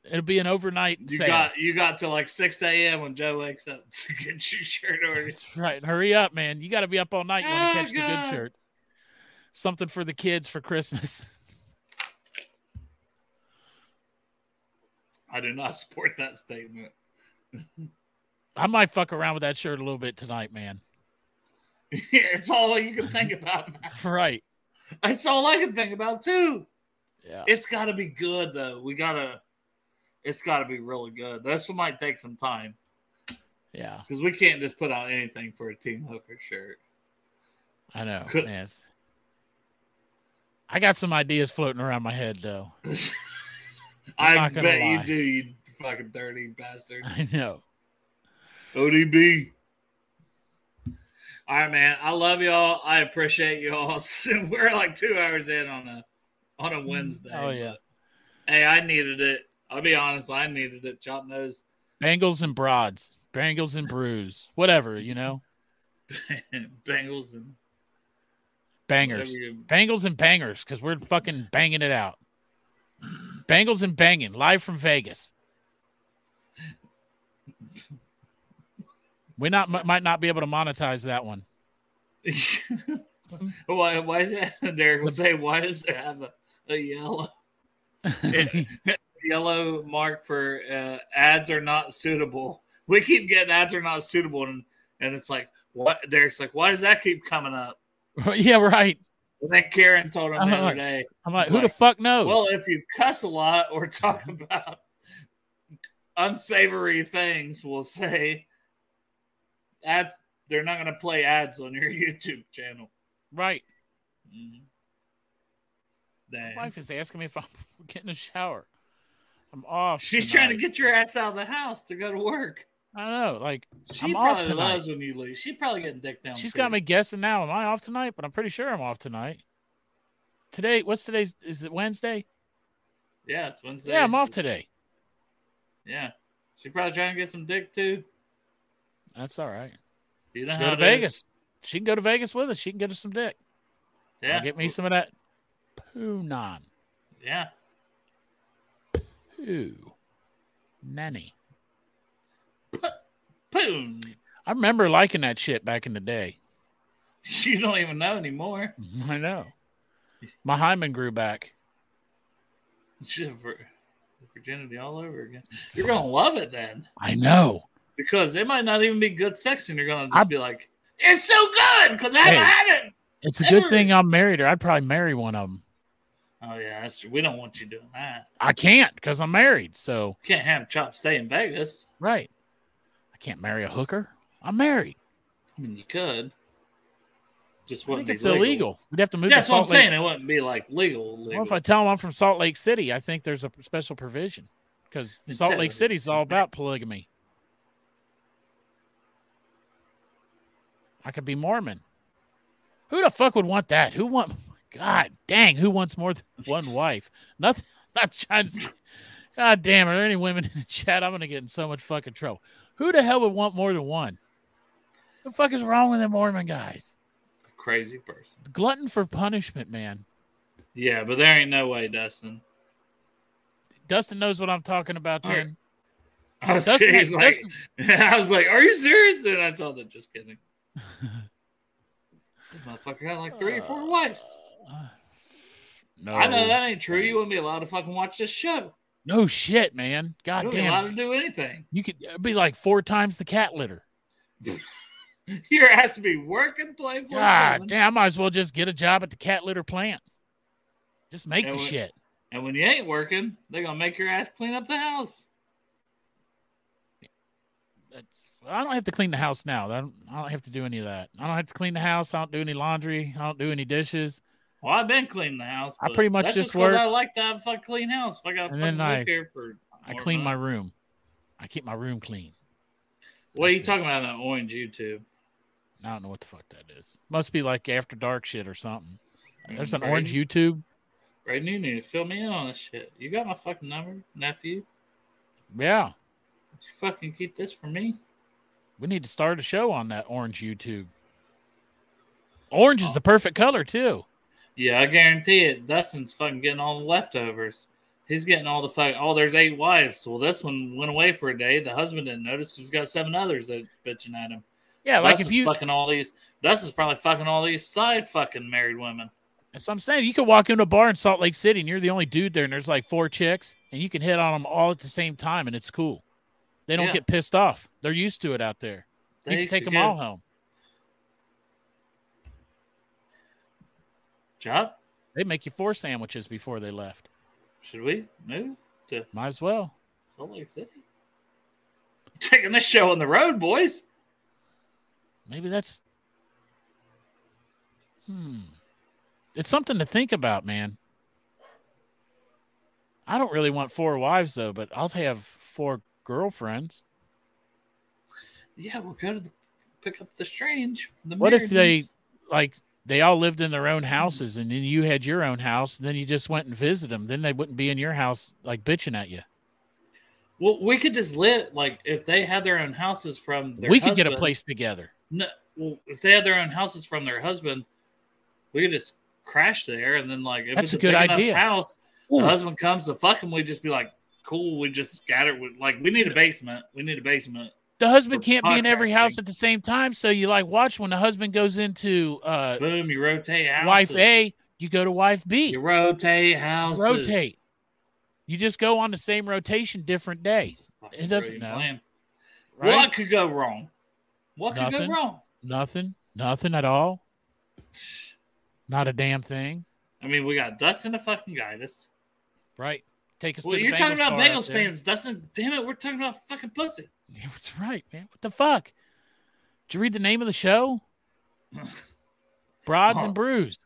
Speaker 4: It'll be an overnight
Speaker 1: you
Speaker 4: sale.
Speaker 1: got you got to like six a.m. when Joe wakes up to get your shirt orders.
Speaker 4: Right. Hurry up, man. You got to be up all night. You want
Speaker 1: Oh,
Speaker 4: to catch the
Speaker 1: God.
Speaker 4: good shirt. Something for the kids for Christmas.
Speaker 1: I do not support that statement.
Speaker 4: I might fuck around with that shirt a little bit tonight, man.
Speaker 1: it's all you can think about. now.
Speaker 4: Right.
Speaker 1: It's all I can think about too.
Speaker 4: Yeah.
Speaker 1: It's got to be good though. We gotta. It's got to be really good. This one might take some time
Speaker 4: Yeah.
Speaker 1: because we can't just put out anything for a Team Hooker shirt.
Speaker 4: I know.
Speaker 1: Could-
Speaker 4: Man. it's- I got some ideas floating around my head, though. I'm
Speaker 1: I
Speaker 4: not gonna
Speaker 1: bet
Speaker 4: lie.
Speaker 1: you do, you fucking dirty bastard.
Speaker 4: I know.
Speaker 1: ODB. All right, man. I love y'all. I appreciate y'all. We're like two hours in on a on a Wednesday.
Speaker 4: Oh, yeah.
Speaker 1: but, hey, I needed it. I'll be honest. I needed it. Chop nose.
Speaker 4: Bangles and broads, bangles and brews, whatever, you know,
Speaker 1: Bengals and
Speaker 4: bangers,
Speaker 1: whatever you-
Speaker 4: bangles and bangers, because we're fucking banging it out. Bangles and banging, live from Vegas. We not m- might not be able to monetize that one.
Speaker 1: why? Why is that? Derek will say, "Why does it have a, a yellow yellow mark for uh, ads are not suitable?" We keep getting ads are not suitable, and and it's like, what? Derek's like, "Why does that keep coming up?"
Speaker 4: yeah, right.
Speaker 1: And then Karen told him the
Speaker 4: Uh-huh. Oh.
Speaker 1: other day,
Speaker 4: I'm like,
Speaker 1: It's
Speaker 4: who the
Speaker 1: like,
Speaker 4: fuck knows?
Speaker 1: "Well, if you cuss a lot or talk about unsavory things, we'll say ads. They're not going to play ads on your YouTube channel."
Speaker 4: right.
Speaker 1: Mhm.
Speaker 4: My
Speaker 1: Dang.
Speaker 4: wife is asking me if I'm getting a shower. I'm off.
Speaker 1: She's
Speaker 4: tonight.
Speaker 1: trying to get your ass out of the house to go to work.
Speaker 4: I know. Like,
Speaker 1: She
Speaker 4: I'm off
Speaker 1: probably
Speaker 4: tonight.
Speaker 1: loves when you leave. She probably getting dick down.
Speaker 4: She's
Speaker 1: too.
Speaker 4: got me guessing now. Am I off tonight? But I'm pretty sure I'm off tonight. Today, what's today's? Is it Wednesday?
Speaker 1: Yeah, it's Wednesday.
Speaker 4: Yeah, I'm off today.
Speaker 1: Yeah, she probably trying to get some dick too.
Speaker 4: That's all right.
Speaker 1: You know
Speaker 4: She can
Speaker 1: how
Speaker 4: go to
Speaker 1: it is.
Speaker 4: Vegas. She can go to Vegas with us. She can get us some dick. I'll
Speaker 1: Yeah,
Speaker 4: get me some of that poo non.
Speaker 1: Yeah,
Speaker 4: Poo. Nanny.
Speaker 1: boom.
Speaker 4: I remember liking that shit back in the day.
Speaker 1: You don't even know anymore.
Speaker 4: I know. My hymen grew back.
Speaker 1: It's just vir- virginity all over again. You're gonna love it then,
Speaker 4: I know.
Speaker 1: because it might not even be good sex, and you're gonna just
Speaker 4: I-
Speaker 1: be like, "It's so good," because I haven't
Speaker 4: Hey.
Speaker 1: had it.
Speaker 4: It's a good thing I'm married, or I'd probably marry one of them.
Speaker 1: Oh yeah, that's true. We don't want you doing that.
Speaker 4: I can't because I'm married. So
Speaker 1: You can't have Chop stay in Vegas.
Speaker 4: Right. I can't marry a hooker. I'm married.
Speaker 1: I mean, you could. Just
Speaker 4: I
Speaker 1: wouldn't
Speaker 4: think
Speaker 1: be
Speaker 4: it's illegal. We'd have to move
Speaker 1: Yeah,
Speaker 4: to
Speaker 1: that's what I'm
Speaker 4: Salt Lake.
Speaker 1: saying. It wouldn't be like legal. legal.
Speaker 4: Well, if I tell them I'm from Salt Lake City, I think there's a special provision because
Speaker 1: It's
Speaker 4: Salt Lake
Speaker 1: illegal.
Speaker 4: City's all about polygamy. I could be Mormon. Who the fuck would want that? Who want? God dang, who wants more than one wife? Nothing. I'm not trying to. say- God damn, are there any women in the chat? I'm gonna get in so much fucking trouble. Who the hell would want more than one? The fuck is wrong with the Mormon guys?
Speaker 1: a crazy person.
Speaker 4: Glutton for punishment, man.
Speaker 1: Yeah, but there ain't no way, Dustin.
Speaker 4: Dustin knows what I'm talking about.
Speaker 1: All right.
Speaker 4: Then
Speaker 1: I was,
Speaker 4: Dustin
Speaker 1: serious,
Speaker 4: has-
Speaker 1: like, I was like, "Are you serious?" And I told them, "Just kidding." this motherfucker had like three or four
Speaker 4: Uh,
Speaker 1: wives.
Speaker 4: no,
Speaker 1: I know that ain't true. You wouldn't be allowed to fucking watch this show.
Speaker 4: no shit, man.
Speaker 1: You
Speaker 4: God
Speaker 1: wouldn't be allowed to
Speaker 4: damn,
Speaker 1: do anything.
Speaker 4: you could it'd be like four times the cat litter.
Speaker 1: Your ass to be working twenty four
Speaker 4: God
Speaker 1: seven.
Speaker 4: damn, I might as well just get a job at the cat litter plant. Just make
Speaker 1: Yeah,
Speaker 4: the
Speaker 1: what-
Speaker 4: shit.
Speaker 1: And when you ain't working, they gonna make your ass clean up the house.
Speaker 4: That's, I don't have to clean the house now. I don't, I don't have to do any of that. I don't have to clean the house. I don't do any laundry. I don't do any dishes.
Speaker 1: Well, I've been cleaning the house.
Speaker 4: I
Speaker 1: but
Speaker 4: pretty much
Speaker 1: that's
Speaker 4: just
Speaker 1: just 'cause
Speaker 4: work-
Speaker 1: I like to have a clean house. If I got to
Speaker 4: And then
Speaker 1: live
Speaker 4: I-
Speaker 1: here for.
Speaker 4: I
Speaker 1: more
Speaker 4: clean my
Speaker 1: months.
Speaker 4: room. I keep my room clean.
Speaker 1: What are you
Speaker 4: That's it.
Speaker 1: talking about on Orange YouTube?
Speaker 4: I don't know what the fuck that is. Must be like after dark shit or something. There's an
Speaker 1: Brady?
Speaker 4: orange YouTube.
Speaker 1: Braden, you need to fill me in on this shit. You got my fucking number, nephew.
Speaker 4: Yeah.
Speaker 1: Did you fucking keep this for me?
Speaker 4: We need to start a show on that orange YouTube. Orange
Speaker 1: Oh.
Speaker 4: is the perfect color too.
Speaker 1: Yeah, I guarantee it. Dustin's fucking getting all the leftovers. He's getting all the fuck. Oh, there's eight wives. Well, this one went away for a day. The husband didn't notice. 'cause He's got seven others that bitching at him.
Speaker 4: Yeah, like
Speaker 1: Dustin's
Speaker 4: if you
Speaker 1: fucking all these. Dustin's probably fucking all these side fucking married women.
Speaker 4: that's what I'm saying. You could walk into a bar in Salt Lake City and you're the only dude there and there's like four chicks and you can hit on them all at the same time and it's cool. They don't
Speaker 1: Yeah.
Speaker 4: get pissed off. They're used to it out there.
Speaker 1: They
Speaker 4: you can
Speaker 1: used
Speaker 4: take
Speaker 1: to
Speaker 4: them
Speaker 1: get-
Speaker 4: all home.
Speaker 1: Job?
Speaker 4: They make you four sandwiches before they left.
Speaker 1: Should we move to
Speaker 4: Might as well.
Speaker 1: Salt Lake City? Taking this show on the road, boys.
Speaker 4: Maybe that's hmm. It's something to think about, man. I don't really want four wives though, but I'll have four girlfriends.
Speaker 1: Yeah, we'll go to the, pick up the strange. from The Hmm.
Speaker 4: What
Speaker 1: married
Speaker 4: if they
Speaker 1: ones.
Speaker 4: like they all lived in their own houses and then you had your own house and then you just went and visited them? Then they wouldn't be in your house like bitching at you.
Speaker 1: Well, we could just live like if they had their own houses from. Their
Speaker 4: we could get a
Speaker 1: husband-
Speaker 4: place together.
Speaker 1: No, well, if they had their own houses from their husband, we could just crash there, and then like if it's
Speaker 4: That's a
Speaker 1: a,
Speaker 4: good
Speaker 1: big
Speaker 4: idea.
Speaker 1: Enough house,
Speaker 4: Ooh.
Speaker 1: the husband comes to fuck him. We just be like, cool. We just scatter. We, like we need a basement. We need a basement.
Speaker 4: The husband
Speaker 1: For
Speaker 4: can't be in every house
Speaker 1: podcasting.
Speaker 4: at the same time, so you like watch when the husband goes into uh,
Speaker 1: Boom. You rotate houses.
Speaker 4: wife A, you go to wife B.
Speaker 1: You rotate houses.
Speaker 4: rotate. You just go on the same rotation, different day.
Speaker 1: This is a
Speaker 4: It
Speaker 1: fucking
Speaker 4: doesn't
Speaker 1: brilliant
Speaker 4: know,
Speaker 1: plan.
Speaker 4: right?
Speaker 1: What could go wrong? What could
Speaker 4: Nothing.
Speaker 1: go wrong?
Speaker 4: Nothing, nothing at all. Not a damn thing,
Speaker 1: I mean, we got Dustin to fucking guide us.
Speaker 4: right? Take us.
Speaker 1: Well,
Speaker 4: to the
Speaker 1: you're talking about
Speaker 4: bar out
Speaker 1: Bengals
Speaker 4: there.
Speaker 1: fans, Dustin. Damn it, we're talking about fucking pussy.
Speaker 4: Yeah, that's right, man. What the fuck? Did you read the name of the show? Broads
Speaker 1: Huh.
Speaker 4: and Brews.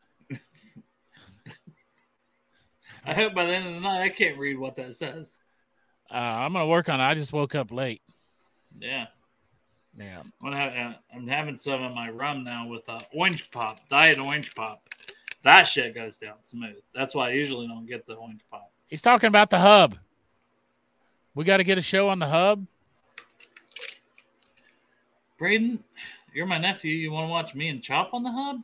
Speaker 1: I hope by the end of the night I can't read what that says.
Speaker 4: Uh, I'm gonna work on it. I just woke up late.
Speaker 1: Yeah.
Speaker 4: Yeah.
Speaker 1: I'm, gonna have, uh, I'm having some of my rum now with uh, orange pop, diet orange pop. That shit goes down smooth. That's why I usually don't get the orange pop.
Speaker 4: He's talking about the hub. We got to get a show on the hub.
Speaker 1: Braden, you're my nephew. You want to watch me and Chop on the hub?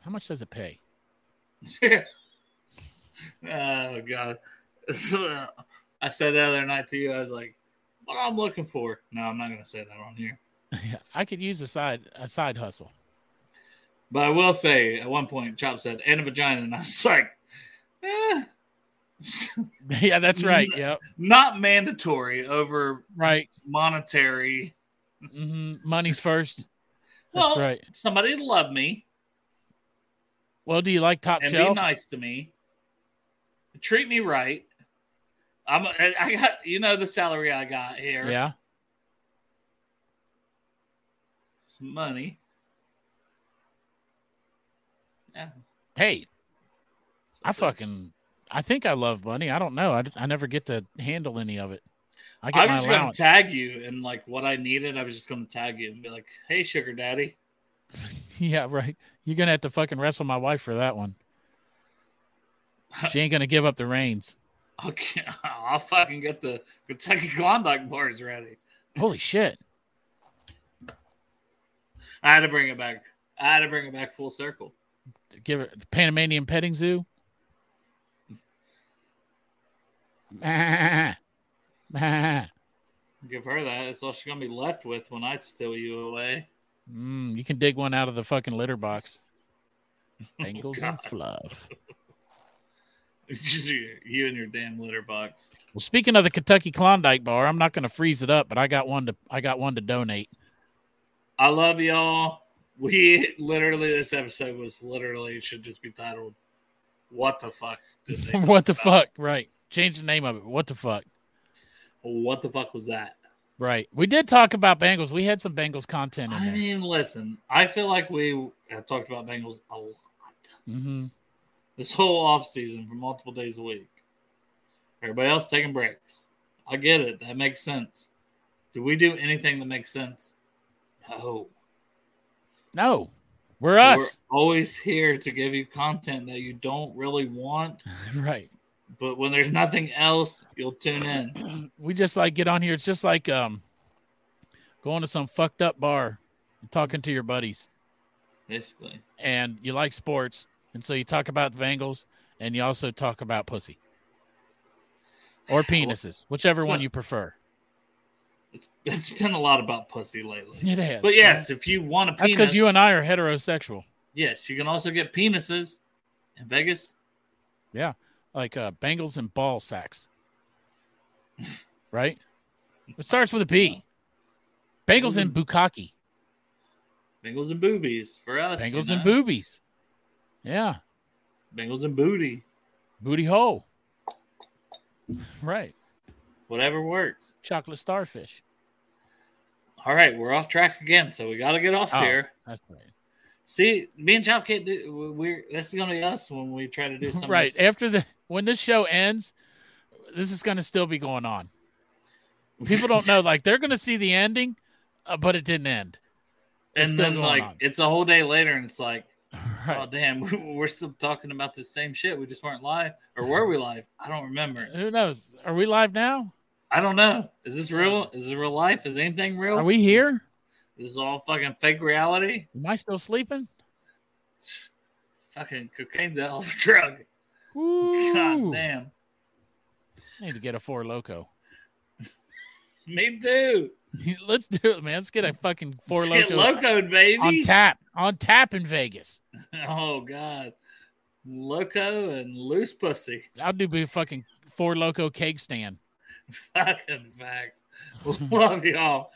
Speaker 4: How much does it pay?
Speaker 1: oh god. So, uh, I said the other night to you, I was like, what I'm looking for. No, I'm not gonna say that on here.
Speaker 4: Yeah, I could use a side a side hustle.
Speaker 1: But I will say at one point Chop said, and a vagina, and I was like, eh,
Speaker 4: yeah, that's right.
Speaker 1: Mm.
Speaker 4: Yep.
Speaker 1: not mandatory over
Speaker 4: Right.
Speaker 1: monetary.
Speaker 4: hmm Money's first.
Speaker 1: Well,
Speaker 4: That's right.
Speaker 1: somebody to love me
Speaker 4: Well, do you like top
Speaker 1: and
Speaker 4: shelf?
Speaker 1: be nice to me, treat me right. I'm I I got you know the salary I got here,
Speaker 4: Yeah.
Speaker 1: some money. Yeah,
Speaker 4: Hey, I fucking. I think I love money. I don't know. I, I never get to handle any of it. I
Speaker 1: I
Speaker 4: get
Speaker 1: was
Speaker 4: my
Speaker 1: just gonna
Speaker 4: allowance.
Speaker 1: tag you and like what I needed. I was just gonna tag you and be like, "Hey, sugar daddy."
Speaker 4: yeah, right. You're gonna have to fucking wrestle my wife for that one. She ain't gonna give up the reins.
Speaker 1: I'll, get- I'll fucking get the Kentucky Klondike bars ready.
Speaker 4: Holy shit!
Speaker 1: I had to bring it back. I had to bring it back full circle.
Speaker 4: Give her the Panamanian petting zoo. mm,
Speaker 1: Give her that. That's all she's gonna be left with when I steal you away.
Speaker 4: Mm, you can dig one out of the fucking litter box. Bengals and
Speaker 1: God.
Speaker 4: fluff.
Speaker 1: you and your damn litter box.
Speaker 4: Well, speaking of the Kentucky Klondike bar, I'm not going to freeze it up, but I got one to I got one to donate.
Speaker 1: I love y'all. We literally this episode was literally it should just be titled "What the fuck did they?"
Speaker 4: what the fuck? Right. Change the name of it. What the fuck?
Speaker 1: what the fuck was that?
Speaker 4: Right. We did talk about Bengals. We had some Bengals content in
Speaker 1: I
Speaker 4: there.
Speaker 1: mean, listen, I feel like we have talked about Bengals a lot
Speaker 4: hmm
Speaker 1: this whole offseason for multiple days a week. Everybody else taking breaks. I get it. That makes sense. Do we do anything that makes sense? No.
Speaker 4: No, we're us.
Speaker 1: We're always here to give you content that you don't really want,
Speaker 4: right.
Speaker 1: but when there's nothing else, you'll tune in.
Speaker 4: we just like get on here. It's just like um going to some fucked up bar and talking to your buddies
Speaker 1: Basically,
Speaker 4: and you like sports and so you talk about the Bengals and you also talk about pussy. Or penises, whichever one you prefer.
Speaker 1: it's it's been a lot about pussy lately.
Speaker 4: It has.
Speaker 1: But yes, if you want a
Speaker 4: That's
Speaker 1: penis,
Speaker 4: because you and I are heterosexual.
Speaker 1: yes, you can also get penises in Vegas.
Speaker 4: Yeah. Like uh Bengals and ball sacks. right? It starts with a B. Bengals and Bukaki.
Speaker 1: Bengals and boobies for us. you
Speaker 4: Bengals and
Speaker 1: know?
Speaker 4: boobies. Yeah.
Speaker 1: Bengals and booty.
Speaker 4: Booty hole. Right.
Speaker 1: Whatever works.
Speaker 4: Chocolate starfish.
Speaker 1: All right, we're off track again, so we got to get off
Speaker 4: Oh,
Speaker 1: here.
Speaker 4: That's right.
Speaker 1: See, me and Chop can't do. we- We're this is gonna be us when we try to do something.
Speaker 4: Right. After the when this show ends, this is gonna still be going on. People don't know, like they're gonna see the ending, uh, but it didn't end. It's
Speaker 1: and
Speaker 4: still
Speaker 1: then
Speaker 4: going
Speaker 1: like
Speaker 4: on.
Speaker 1: it's a whole day later, and it's like, oh
Speaker 4: Right.
Speaker 1: damn, we're still talking about the same shit. We just weren't live, or were we live? I don't remember.
Speaker 4: Who knows? Are we live now?
Speaker 1: I don't know. Is this real? Is this real life? Is anything real?
Speaker 4: Are we here?
Speaker 1: Is this all fucking fake reality?
Speaker 4: Am I still sleeping?
Speaker 1: Fucking cocaine's a hell of a drug.
Speaker 4: Woo.
Speaker 1: God damn.
Speaker 4: I need to get a four loco.
Speaker 1: Me too.
Speaker 4: Let's do it, man. Let's get a fucking four
Speaker 1: Let's Get
Speaker 4: loco
Speaker 1: locoed, baby.
Speaker 4: on tap. On tap in Vegas.
Speaker 1: Oh God, loco and loose pussy.
Speaker 4: I'll do be a fucking four loco keg stand.
Speaker 1: Fucking facts. Love y'all.